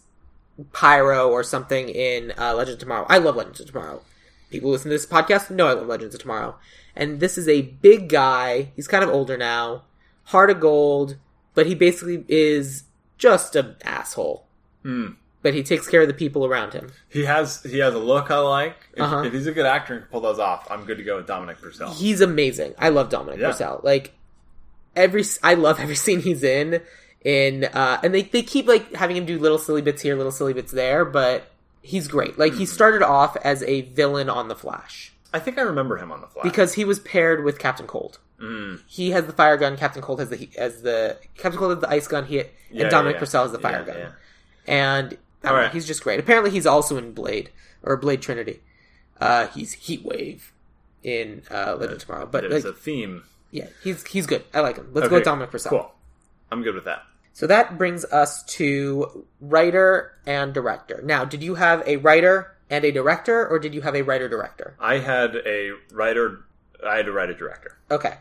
Speaker 1: Pyro or something in uh, Legends of Tomorrow. I love Legends of Tomorrow. People who listen to this podcast know I love Legends of Tomorrow. And this is a big guy. He's kind of older now, heart of gold, but he basically is just an asshole.
Speaker 2: Hmm.
Speaker 1: But he takes care of the people around him.
Speaker 2: He has he has a look I like. If,
Speaker 1: Uh-huh.
Speaker 2: if he's a good actor and can pull those off, I'm good to go with Dominic Purcell.
Speaker 1: He's amazing. I love Dominic
Speaker 2: Yeah.
Speaker 1: Purcell. Like every, s- I love every scene he's in. In uh, and they they keep like having him do little silly bits here, little silly bits there, but he's great. Like
Speaker 2: Hmm.
Speaker 1: he started off as a villain on The Flash
Speaker 2: I think I remember him on the Flash.
Speaker 1: because he was paired with Captain Cold.
Speaker 2: Mm.
Speaker 1: He has the fire gun. Captain Cold has the he- as the Captain Cold has the ice gun. He and
Speaker 2: Yeah, yeah,
Speaker 1: Dominic
Speaker 2: yeah.
Speaker 1: Purcell has the fire
Speaker 2: Yeah,
Speaker 1: gun.
Speaker 2: yeah.
Speaker 1: And I don't
Speaker 2: All
Speaker 1: know,
Speaker 2: right.
Speaker 1: he's just great. Apparently, he's also in Blade or Blade Trinity. Uh, he's Heat Wave in uh, Legend of Tomorrow, but
Speaker 2: There's
Speaker 1: like,
Speaker 2: a theme.
Speaker 1: yeah, he's he's good. I like him. Let's go
Speaker 2: Okay,
Speaker 1: with Dominic Purcell.
Speaker 2: Cool. I'm good with that.
Speaker 1: So that brings us to writer and director. Now, did you have a writer and a director, or did you have a writer director?
Speaker 2: I had a writer. I had to write a director.
Speaker 1: Okay.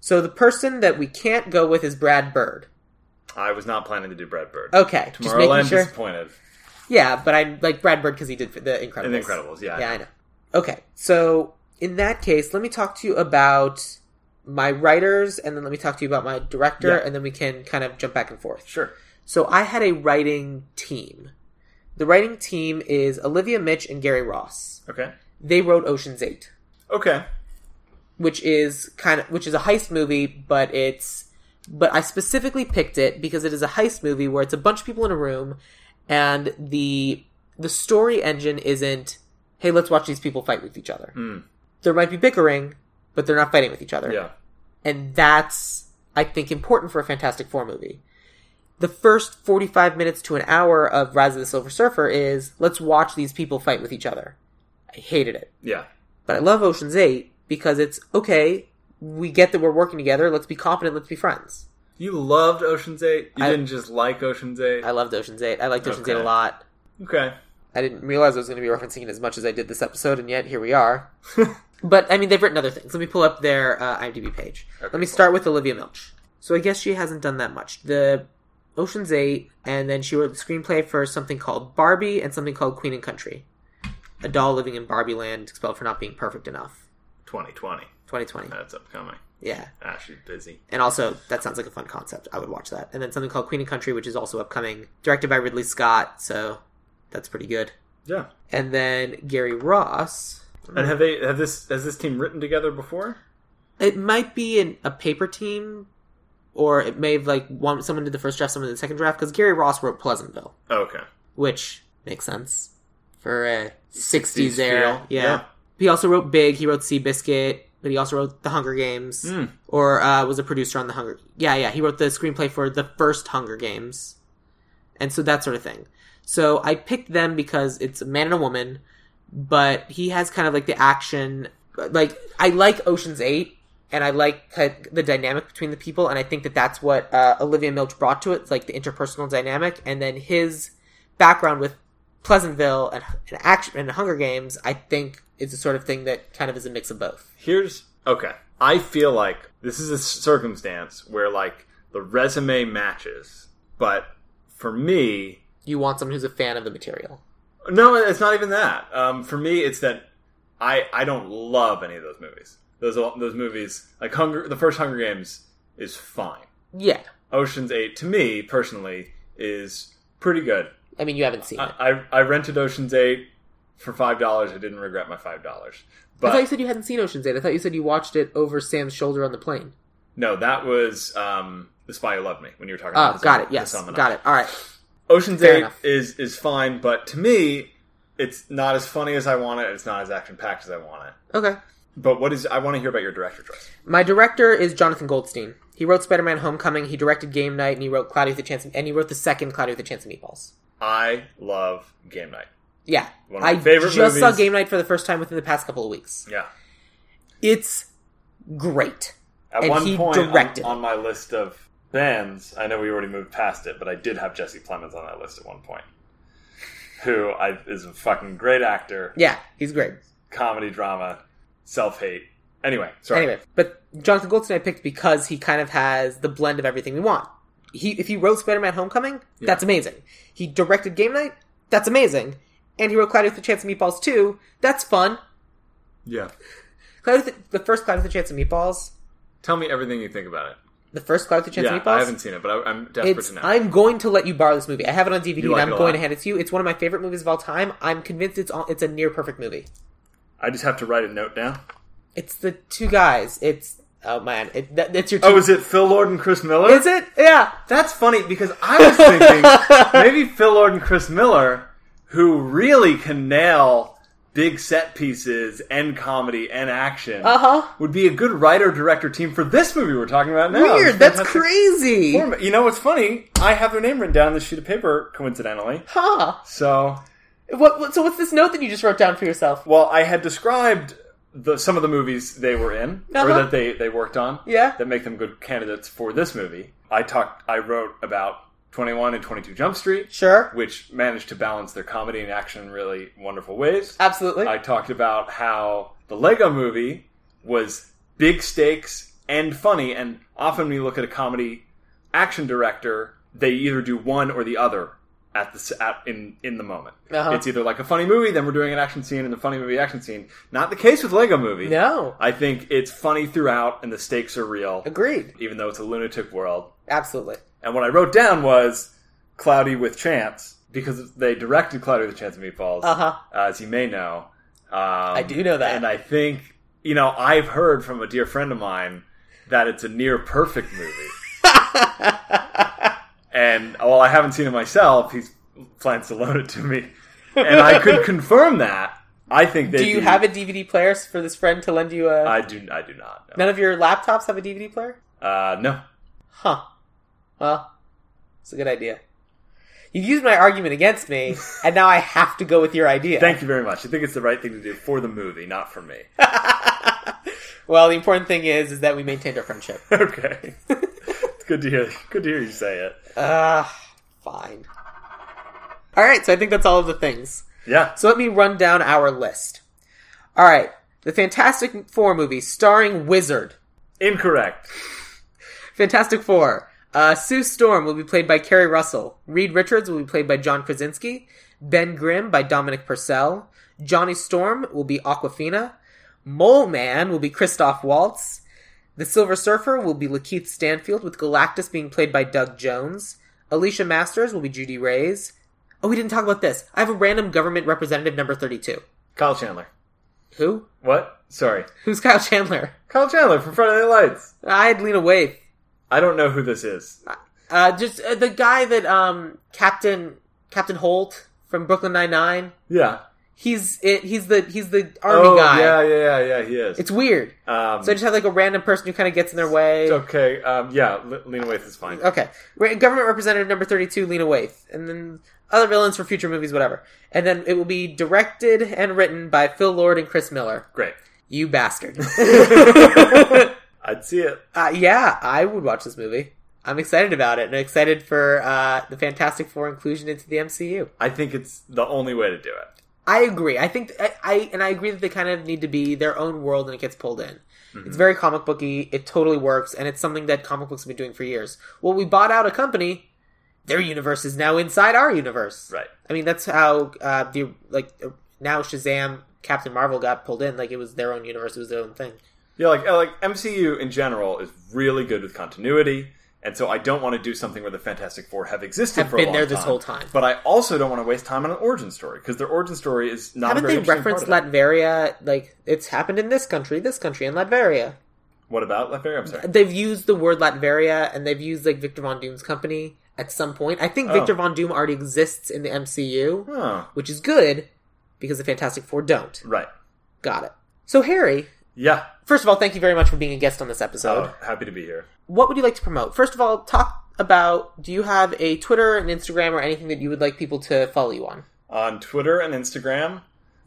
Speaker 1: So the person that we can't go with is Brad Bird.
Speaker 2: I was not planning to do Brad Bird.
Speaker 1: Okay, Oh, just
Speaker 2: Tomorrowland
Speaker 1: making sure.
Speaker 2: disappointed.
Speaker 1: Yeah, but I like Brad Bird because he did the Incredibles.
Speaker 2: And The Incredibles, yeah.
Speaker 1: Yeah, I know. Okay, so in that case, let me talk to you about my writers, and then let me talk to you about my director,
Speaker 2: Yeah.
Speaker 1: and then we can kind of jump back and forth.
Speaker 2: Sure.
Speaker 1: So I had a writing team. The writing team is Olivia Mitch and Gary Ross.
Speaker 2: Okay.
Speaker 1: They wrote Ocean's 8,
Speaker 2: Okay.
Speaker 1: which is kind of which is a heist movie, but it's but I specifically picked it because it is a heist movie where it's a bunch of people in a room and the the story engine isn't hey, let's watch these people fight with each other.
Speaker 2: Mm.
Speaker 1: There might be bickering, but they're not fighting with each other
Speaker 2: Yeah.
Speaker 1: and that's I think important for a Fantastic Four movie. The first forty-five minutes to an hour of Rise of the Silver Surfer is let's watch these people fight with each other. I hated it,
Speaker 2: Yeah.
Speaker 1: but I love Ocean's Eight because it's okay. We get that we're working together. Let's be competent. Let's be friends.
Speaker 2: You loved Ocean's Eight. You
Speaker 1: I-
Speaker 2: didn't just like Ocean's Eight.
Speaker 1: I loved Ocean's Eight. I liked Ocean's
Speaker 2: Okay.
Speaker 1: Eight a lot.
Speaker 2: okay.
Speaker 1: I didn't realize I was going to be referencing it as much as I did this episode, and yet here we are. but I mean, they've written other things. Let me pull up their uh, IMDb page. Let me
Speaker 2: cool.
Speaker 1: start with Olivia Milch. So I guess she hasn't done that much. The Ocean's Eight, and then she wrote the screenplay for something called Barbie and something called Queen and Country. A doll living in Barbie Land, expelled for not being perfect enough.
Speaker 2: 2020.
Speaker 1: 2020.
Speaker 2: That's upcoming.
Speaker 1: Yeah.
Speaker 2: Ah, she's busy.
Speaker 1: And also, that sounds like a fun concept. I would watch that. And then something called Queen and Country, which is also upcoming, directed by Ridley Scott. So that's pretty good.
Speaker 2: Yeah.
Speaker 1: And then Gary Ross.
Speaker 2: And have they have this has this team written together before?
Speaker 1: It might be an, a paper team, or it may have like one someone did the first draft, someone did the second draft. Because Gary Ross wrote Pleasantville,
Speaker 2: Okay.
Speaker 1: which makes sense for a
Speaker 2: 60s
Speaker 1: '60s, era.
Speaker 2: feel,
Speaker 1: Yeah.
Speaker 2: yeah.
Speaker 1: He also wrote Big. He wrote Seabiscuit, but he also wrote The Hunger Games,
Speaker 2: Mm.
Speaker 1: or uh, was a producer on The Hunger. Yeah, yeah. He wrote the screenplay for the first Hunger Games, and so that sort of thing. So I picked them because it's a man and a woman, but he has kind of like the action. Like I like Ocean's Eight, and I like ki- the dynamic between the people, and I think that that's what uh, Olivia Milch brought to it, it's like the interpersonal dynamic, and then his background with Pleasantville and, and action and Hunger Games. I think is the sort of thing that kind of is a mix of both.
Speaker 2: Here's okay. I feel like this is a circumstance where like the resume matches, but for me,
Speaker 1: You want someone who's a fan of the material.
Speaker 2: No, it's not even that. Um, for me, it's that I I don't love any of those movies. Those those movies like Hunger, the first Hunger Games is fine.
Speaker 1: Yeah,
Speaker 2: Ocean's Eight to me personally is pretty good.
Speaker 1: I mean you haven't seen it.
Speaker 2: I I, I rented Ocean's Eight for five dollars. I didn't regret my five dollars.
Speaker 1: I thought you
Speaker 2: But
Speaker 1: said you hadn't seen Ocean's Eight. I thought you said you watched it over Sam's shoulder on the plane.
Speaker 2: no, that was um, the Spy Who Loved Me when you were talking. about
Speaker 1: Oh,
Speaker 2: the
Speaker 1: got
Speaker 2: sum-
Speaker 1: it. Yes,
Speaker 2: the sum and
Speaker 1: got it. All right.
Speaker 2: Ocean's
Speaker 1: Fair
Speaker 2: Eight
Speaker 1: enough.
Speaker 2: is is fine, but to me, it's not as funny as I want it. It's not as action packed as I want it.
Speaker 1: Okay.
Speaker 2: But what is? I want to hear about your director choice.
Speaker 1: My director is Jonathan Goldstein. He wrote Spider-Man: Homecoming. He directed Game Night, and he wrote Cloudy with a Chance, of, and he wrote the second Cloudy with a Chance of Meatballs.
Speaker 2: I love Game Night.
Speaker 1: Yeah,
Speaker 2: One of my
Speaker 1: I
Speaker 2: favorite
Speaker 1: just saw
Speaker 2: movies.
Speaker 1: Game Night for the first time within the past couple of weeks.
Speaker 2: Yeah.
Speaker 1: It's great.
Speaker 2: At
Speaker 1: And
Speaker 2: one
Speaker 1: he
Speaker 2: point on-
Speaker 1: directed.
Speaker 2: On, my list of bands, I know we already moved past it, but I did have Jesse Plemons on that list at one point, who I, is a fucking great actor,
Speaker 1: Yeah, he's great.
Speaker 2: comedy drama, self hate. Anyway, sorry.
Speaker 1: Anyway, but Jonathan Goldstein I picked because he kind of has the blend of everything we want. He if he wrote Spider-Man: Homecoming, that's amazing. He directed Game Night, that's amazing, and he wrote Cloudy with a Chance of Meatballs too. That's fun.
Speaker 2: Yeah.
Speaker 1: Cloudy with the, the first Cloudy with a Chance of Meatballs,
Speaker 2: Tell me everything you think about it.
Speaker 1: the first Cloudy with a Chance
Speaker 2: yeah,
Speaker 1: of Meatballs.
Speaker 2: I haven't seen it, but I, I'm desperate
Speaker 1: It's,
Speaker 2: to know.
Speaker 1: I'm going to let you borrow this movie. I have it on DVD,
Speaker 2: You like
Speaker 1: and
Speaker 2: it a
Speaker 1: I'm going
Speaker 2: lot.
Speaker 1: to hand it to you. It's one of my favorite movies of all time. I'm convinced it's all, it's a near perfect movie.
Speaker 2: I just have to write a note down.
Speaker 1: It's the two guys. It's oh man, it, that, it's your. Two,
Speaker 2: Oh, is it Phil Lord and Chris Miller?
Speaker 1: is it? Yeah,
Speaker 2: That's funny because I was thinking maybe Phil Lord and Chris Miller, who really can nail big set pieces and comedy and action,
Speaker 1: Uh-huh.
Speaker 2: would be a good writer director team for this movie we're talking about now.
Speaker 1: weird.
Speaker 2: It's
Speaker 1: That's
Speaker 2: Fantastic
Speaker 1: crazy.
Speaker 2: Four. You know what's funny? I have their name written down on this sheet of paper, coincidentally.
Speaker 1: Huh.
Speaker 2: So,
Speaker 1: What, what? So what's this note that you just wrote down for yourself?
Speaker 2: well, I had described the, some of the movies they were in or
Speaker 1: Uh-huh.
Speaker 2: that they, they worked on.
Speaker 1: Yeah.
Speaker 2: that make them good candidates for this movie. I talked, I wrote about 21 and 22 Jump Street,
Speaker 1: Sure.
Speaker 2: which managed to balance their comedy and action in really wonderful ways.
Speaker 1: Absolutely.
Speaker 2: I talked about how the Lego movie was big stakes and funny, and often when you look at a comedy action director, they either do one or the other at the s- at, in in the moment.
Speaker 1: Uh-huh.
Speaker 2: It's either like a funny movie, then we're doing an action scene, and the funny movie action scene. Not the case with Lego movie.
Speaker 1: no.
Speaker 2: I think it's funny throughout, and the stakes are real
Speaker 1: Agreed.
Speaker 2: even though it's a lunatic world.
Speaker 1: Absolutely.
Speaker 2: And what I wrote down was Cloudy with Chance because they directed Cloudy with Chance of Meatballs,
Speaker 1: Uh-huh.
Speaker 2: as you may know. Um, I
Speaker 1: do know that.
Speaker 2: and I think you know I've heard from a dear friend of mine that it's a near perfect movie. and while I haven't seen it myself, he plans to loan it to me, and I could confirm that. I think they
Speaker 1: Do you have a DVD player for this friend to lend you a?
Speaker 2: I do. I do not. No.
Speaker 1: None of your laptops have a DVD player?
Speaker 2: Uh, no.
Speaker 1: Huh. Well, it's a good idea. You've used my argument against me, and now I have to go with your idea.
Speaker 2: Thank you very much. I think it's the right thing to do for the movie, not for me.
Speaker 1: well, the important thing is is that we maintained our friendship.
Speaker 2: okay. It's good to hear. Good to hear you say it.
Speaker 1: Ah, fine. All right, so I think that's all of the things.
Speaker 2: Yeah.
Speaker 1: So let me run down our list. All right. The Fantastic Four movie starring Wizard.
Speaker 2: Incorrect.
Speaker 1: Fantastic Four. Uh, Sue Storm will be played by Carrie Russell. Reed Richards will be played by John Krasinski. Ben Grimm by Dominic Purcell. Johnny Storm will be Aquafina. Mole Man will be Christoph Waltz. The Silver Surfer will be Lakeith Stanfield, with Galactus being played by Doug Jones. Alicia Masters will be Judy Reyes. Oh, we didn't talk about this. I have a random government representative number 32.
Speaker 2: Kyle Chandler.
Speaker 1: Who?
Speaker 2: What? Sorry.
Speaker 1: Who's Kyle Chandler?
Speaker 2: Kyle Chandler from Friday Night Lights.
Speaker 1: I had Lena Waithe.
Speaker 2: I don't know who this is.
Speaker 1: Uh, just uh, the guy that um Captain Captain Holt from Brooklyn Nine Nine.
Speaker 2: Yeah.
Speaker 1: He's it. He's the he's the army
Speaker 2: oh,
Speaker 1: guy.
Speaker 2: yeah, yeah, yeah, yeah. He is.
Speaker 1: It's weird.
Speaker 2: um,
Speaker 1: So I just have like a random person who kind of gets in their way.
Speaker 2: okay. Um, yeah. Le- Lena Waithe is fine.
Speaker 1: Okay. Re- Government Representative number 32, Lena Waithe. And then other villains for future movies, whatever. And then it will be directed and written by Phil Lord and Chris Miller.
Speaker 2: Great.
Speaker 1: You bastard.
Speaker 2: I'd see it.
Speaker 1: Uh, yeah, I would watch this movie. I'm excited about it, and I'm excited for uh, the Fantastic Four inclusion into the MCU.
Speaker 2: I think it's the only way to do it.
Speaker 1: I agree. I think I, I and I agree that they kind of need to be their own world, and it gets pulled in. It's very comic booky. It totally works, and it's something that comic books have been doing for years. Well, we bought out a company; their universe is now inside our universe.
Speaker 2: Right.
Speaker 1: I mean, that's how uh, the like uh, now Shazam, Captain Marvel got pulled in. Like it was their own universe. It was their own thing.
Speaker 2: Yeah, like uh, like MCU in general is really good with continuity, and so I don't want to do something where the Fantastic Four have existed
Speaker 1: Have
Speaker 2: for a
Speaker 1: been
Speaker 2: long
Speaker 1: there this
Speaker 2: time,
Speaker 1: whole time.
Speaker 2: But I also don't want to waste time on an origin story because their origin story is not. a
Speaker 1: Haven't
Speaker 2: very
Speaker 1: they
Speaker 2: interesting
Speaker 1: referenced
Speaker 2: part of it.
Speaker 1: Latveria? Like it's happened in this country, this country, and Latveria.
Speaker 2: What about Latveria? I'm sorry.
Speaker 1: they've used the word Latveria and they've used like Victor Von Doom's company at some point. I think Victor
Speaker 2: Oh.
Speaker 1: Von Doom already exists in the MCU,
Speaker 2: Oh,
Speaker 1: which is good because the Fantastic Four don't.
Speaker 2: right.
Speaker 1: Got it. So Harry,
Speaker 2: Yeah.
Speaker 1: First of all, thank you very much for being a guest on this episode.
Speaker 2: Oh, happy to be here.
Speaker 1: What would you like to promote? First of all, talk about do you have a Twitter, an Instagram, or anything that you would like people to follow you on?
Speaker 2: On Twitter and Instagram,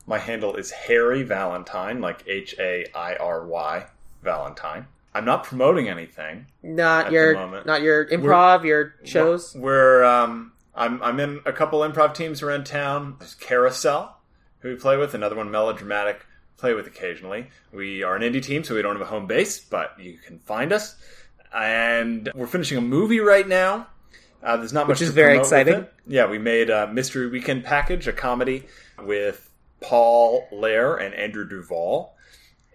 Speaker 2: my handle is Harry Valentine, like H A I R Y Valentine. I'm not promoting anything.
Speaker 1: Not
Speaker 2: At the
Speaker 1: your
Speaker 2: moment.
Speaker 1: not your improv, your shows.
Speaker 2: We're um, I'm I'm in a couple improv teams around town. There's Carousel, who we play with. Another one, Melodramatic, play with occasionally. We are an indie team, so we don't have a home base, but you can find us. And we're finishing a movie right now. Uh, there's not much,
Speaker 1: is
Speaker 2: to
Speaker 1: very
Speaker 2: promote with
Speaker 1: exciting.
Speaker 2: it. Yeah, we made a mystery weekend package, a comedy with Paul Lair and Andrew Duvall.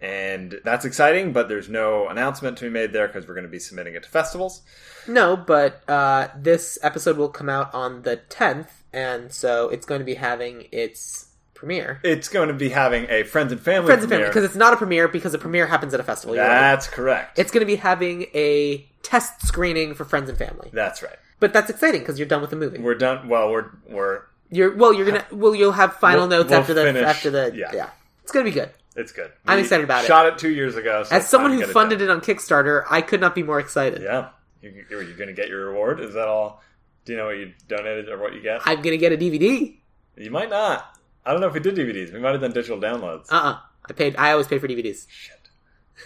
Speaker 2: And that's exciting, but there's no announcement to be made there because we're going to be submitting it to festivals.
Speaker 1: No, but uh, this episode will come out on the 10th, and so it's going to be having its premiere.
Speaker 2: It's going to be having a friends and family.
Speaker 1: Friends and family,
Speaker 2: premiere.
Speaker 1: because it's not a premiere, because a premiere happens at a festival. You're right.
Speaker 2: that's correct.
Speaker 1: It's going to be having a test screening for friends and family.
Speaker 2: that's right.
Speaker 1: But that's exciting because you're done with the movie.
Speaker 2: We're done. Well, we're we're.
Speaker 1: You're well, you're gonna well, you'll have final
Speaker 2: We'll-
Speaker 1: notes
Speaker 2: we'll
Speaker 1: after the
Speaker 2: finish-
Speaker 1: after the yeah.
Speaker 2: yeah.
Speaker 1: It's gonna be good.
Speaker 2: It's good.
Speaker 1: I'm
Speaker 2: We
Speaker 1: excited about it.
Speaker 2: Shot it two years ago. So
Speaker 1: As someone who funded it, on Kickstarter, I could not be more excited.
Speaker 2: yeah, you, are you going to get your reward? Is that all? Do you know what you donated or what you get?
Speaker 1: I'm gonna get a DVD.
Speaker 2: you might not. I don't know if we did DVDs. We might have done digital downloads.
Speaker 1: Uh uh I paid. I always pay for DVDs.
Speaker 2: Shit.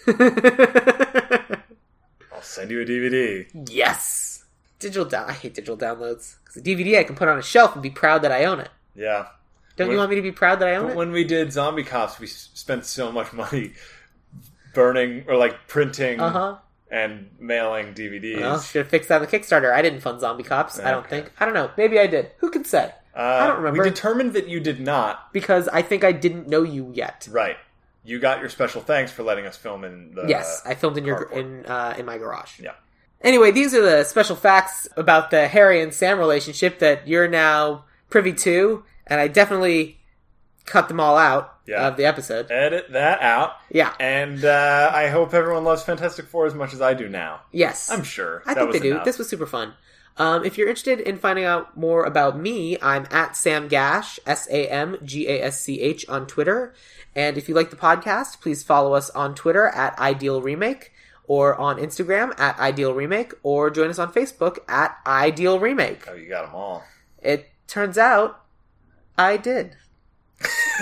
Speaker 1: Shit.
Speaker 2: I'll send you a DVD.
Speaker 1: yes. Digital down. I hate digital downloads because a DVD I can put on a shelf and be proud that I own it.
Speaker 2: Yeah.
Speaker 1: Don't you
Speaker 2: When-
Speaker 1: want me to be proud that I own
Speaker 2: But
Speaker 1: it?
Speaker 2: when we did Zombie Cops, we s- spent so much money burning or like printing
Speaker 1: Uh huh.
Speaker 2: and mailing DVDs.
Speaker 1: Well, should have fixed that on the Kickstarter. I didn't fund Zombie Cops. I don't
Speaker 2: Okay.
Speaker 1: think. I don't know. Maybe I did. Who can say?
Speaker 2: Uh,
Speaker 1: I don't remember.
Speaker 2: We determined that you did not.
Speaker 1: Because I think I didn't know you yet.
Speaker 2: Right. You got your special thanks for letting us film in the.
Speaker 1: Yes, I filmed in your
Speaker 2: cardboard.
Speaker 1: in uh, in my garage.
Speaker 2: Uh, Yeah.
Speaker 1: Anyway, these are the special facts about the Harry and Sam relationship that you're now privy to, and I definitely cut them all out
Speaker 2: Yeah.
Speaker 1: of the episode.
Speaker 2: Edit that out.
Speaker 1: Yeah.
Speaker 2: And uh, I hope everyone loves Fantastic Four as much as I do now.
Speaker 1: Yes.
Speaker 2: I'm sure.
Speaker 1: I
Speaker 2: that
Speaker 1: think
Speaker 2: was
Speaker 1: they do.
Speaker 2: enough.
Speaker 1: This was super fun. Um, if you're interested in finding out more about me, I'm at Sam Gash, S A M G A S C H, on Twitter. And if you like the podcast, please follow us on Twitter at Ideal Remake, or on Instagram at Ideal Remake, or join us on Facebook at Ideal Remake.
Speaker 2: Oh, you got them all.
Speaker 1: It turns out I did.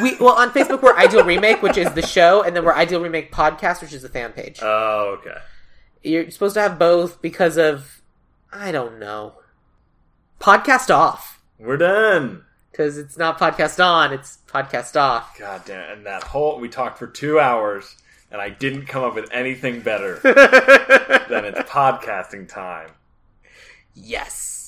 Speaker 1: we well on Facebook we're Ideal Remake, which is the show, and then we're Ideal Remake Podcast, which is the fan page
Speaker 2: Oh, okay.
Speaker 1: you're supposed to have both because of I don't know. Podcast off
Speaker 2: We're done.
Speaker 1: because it's not podcast on; it's podcast off.
Speaker 2: God damn it. And that whole. We talked for two hours, and I didn't come up with anything better than it's podcasting time.
Speaker 1: yes.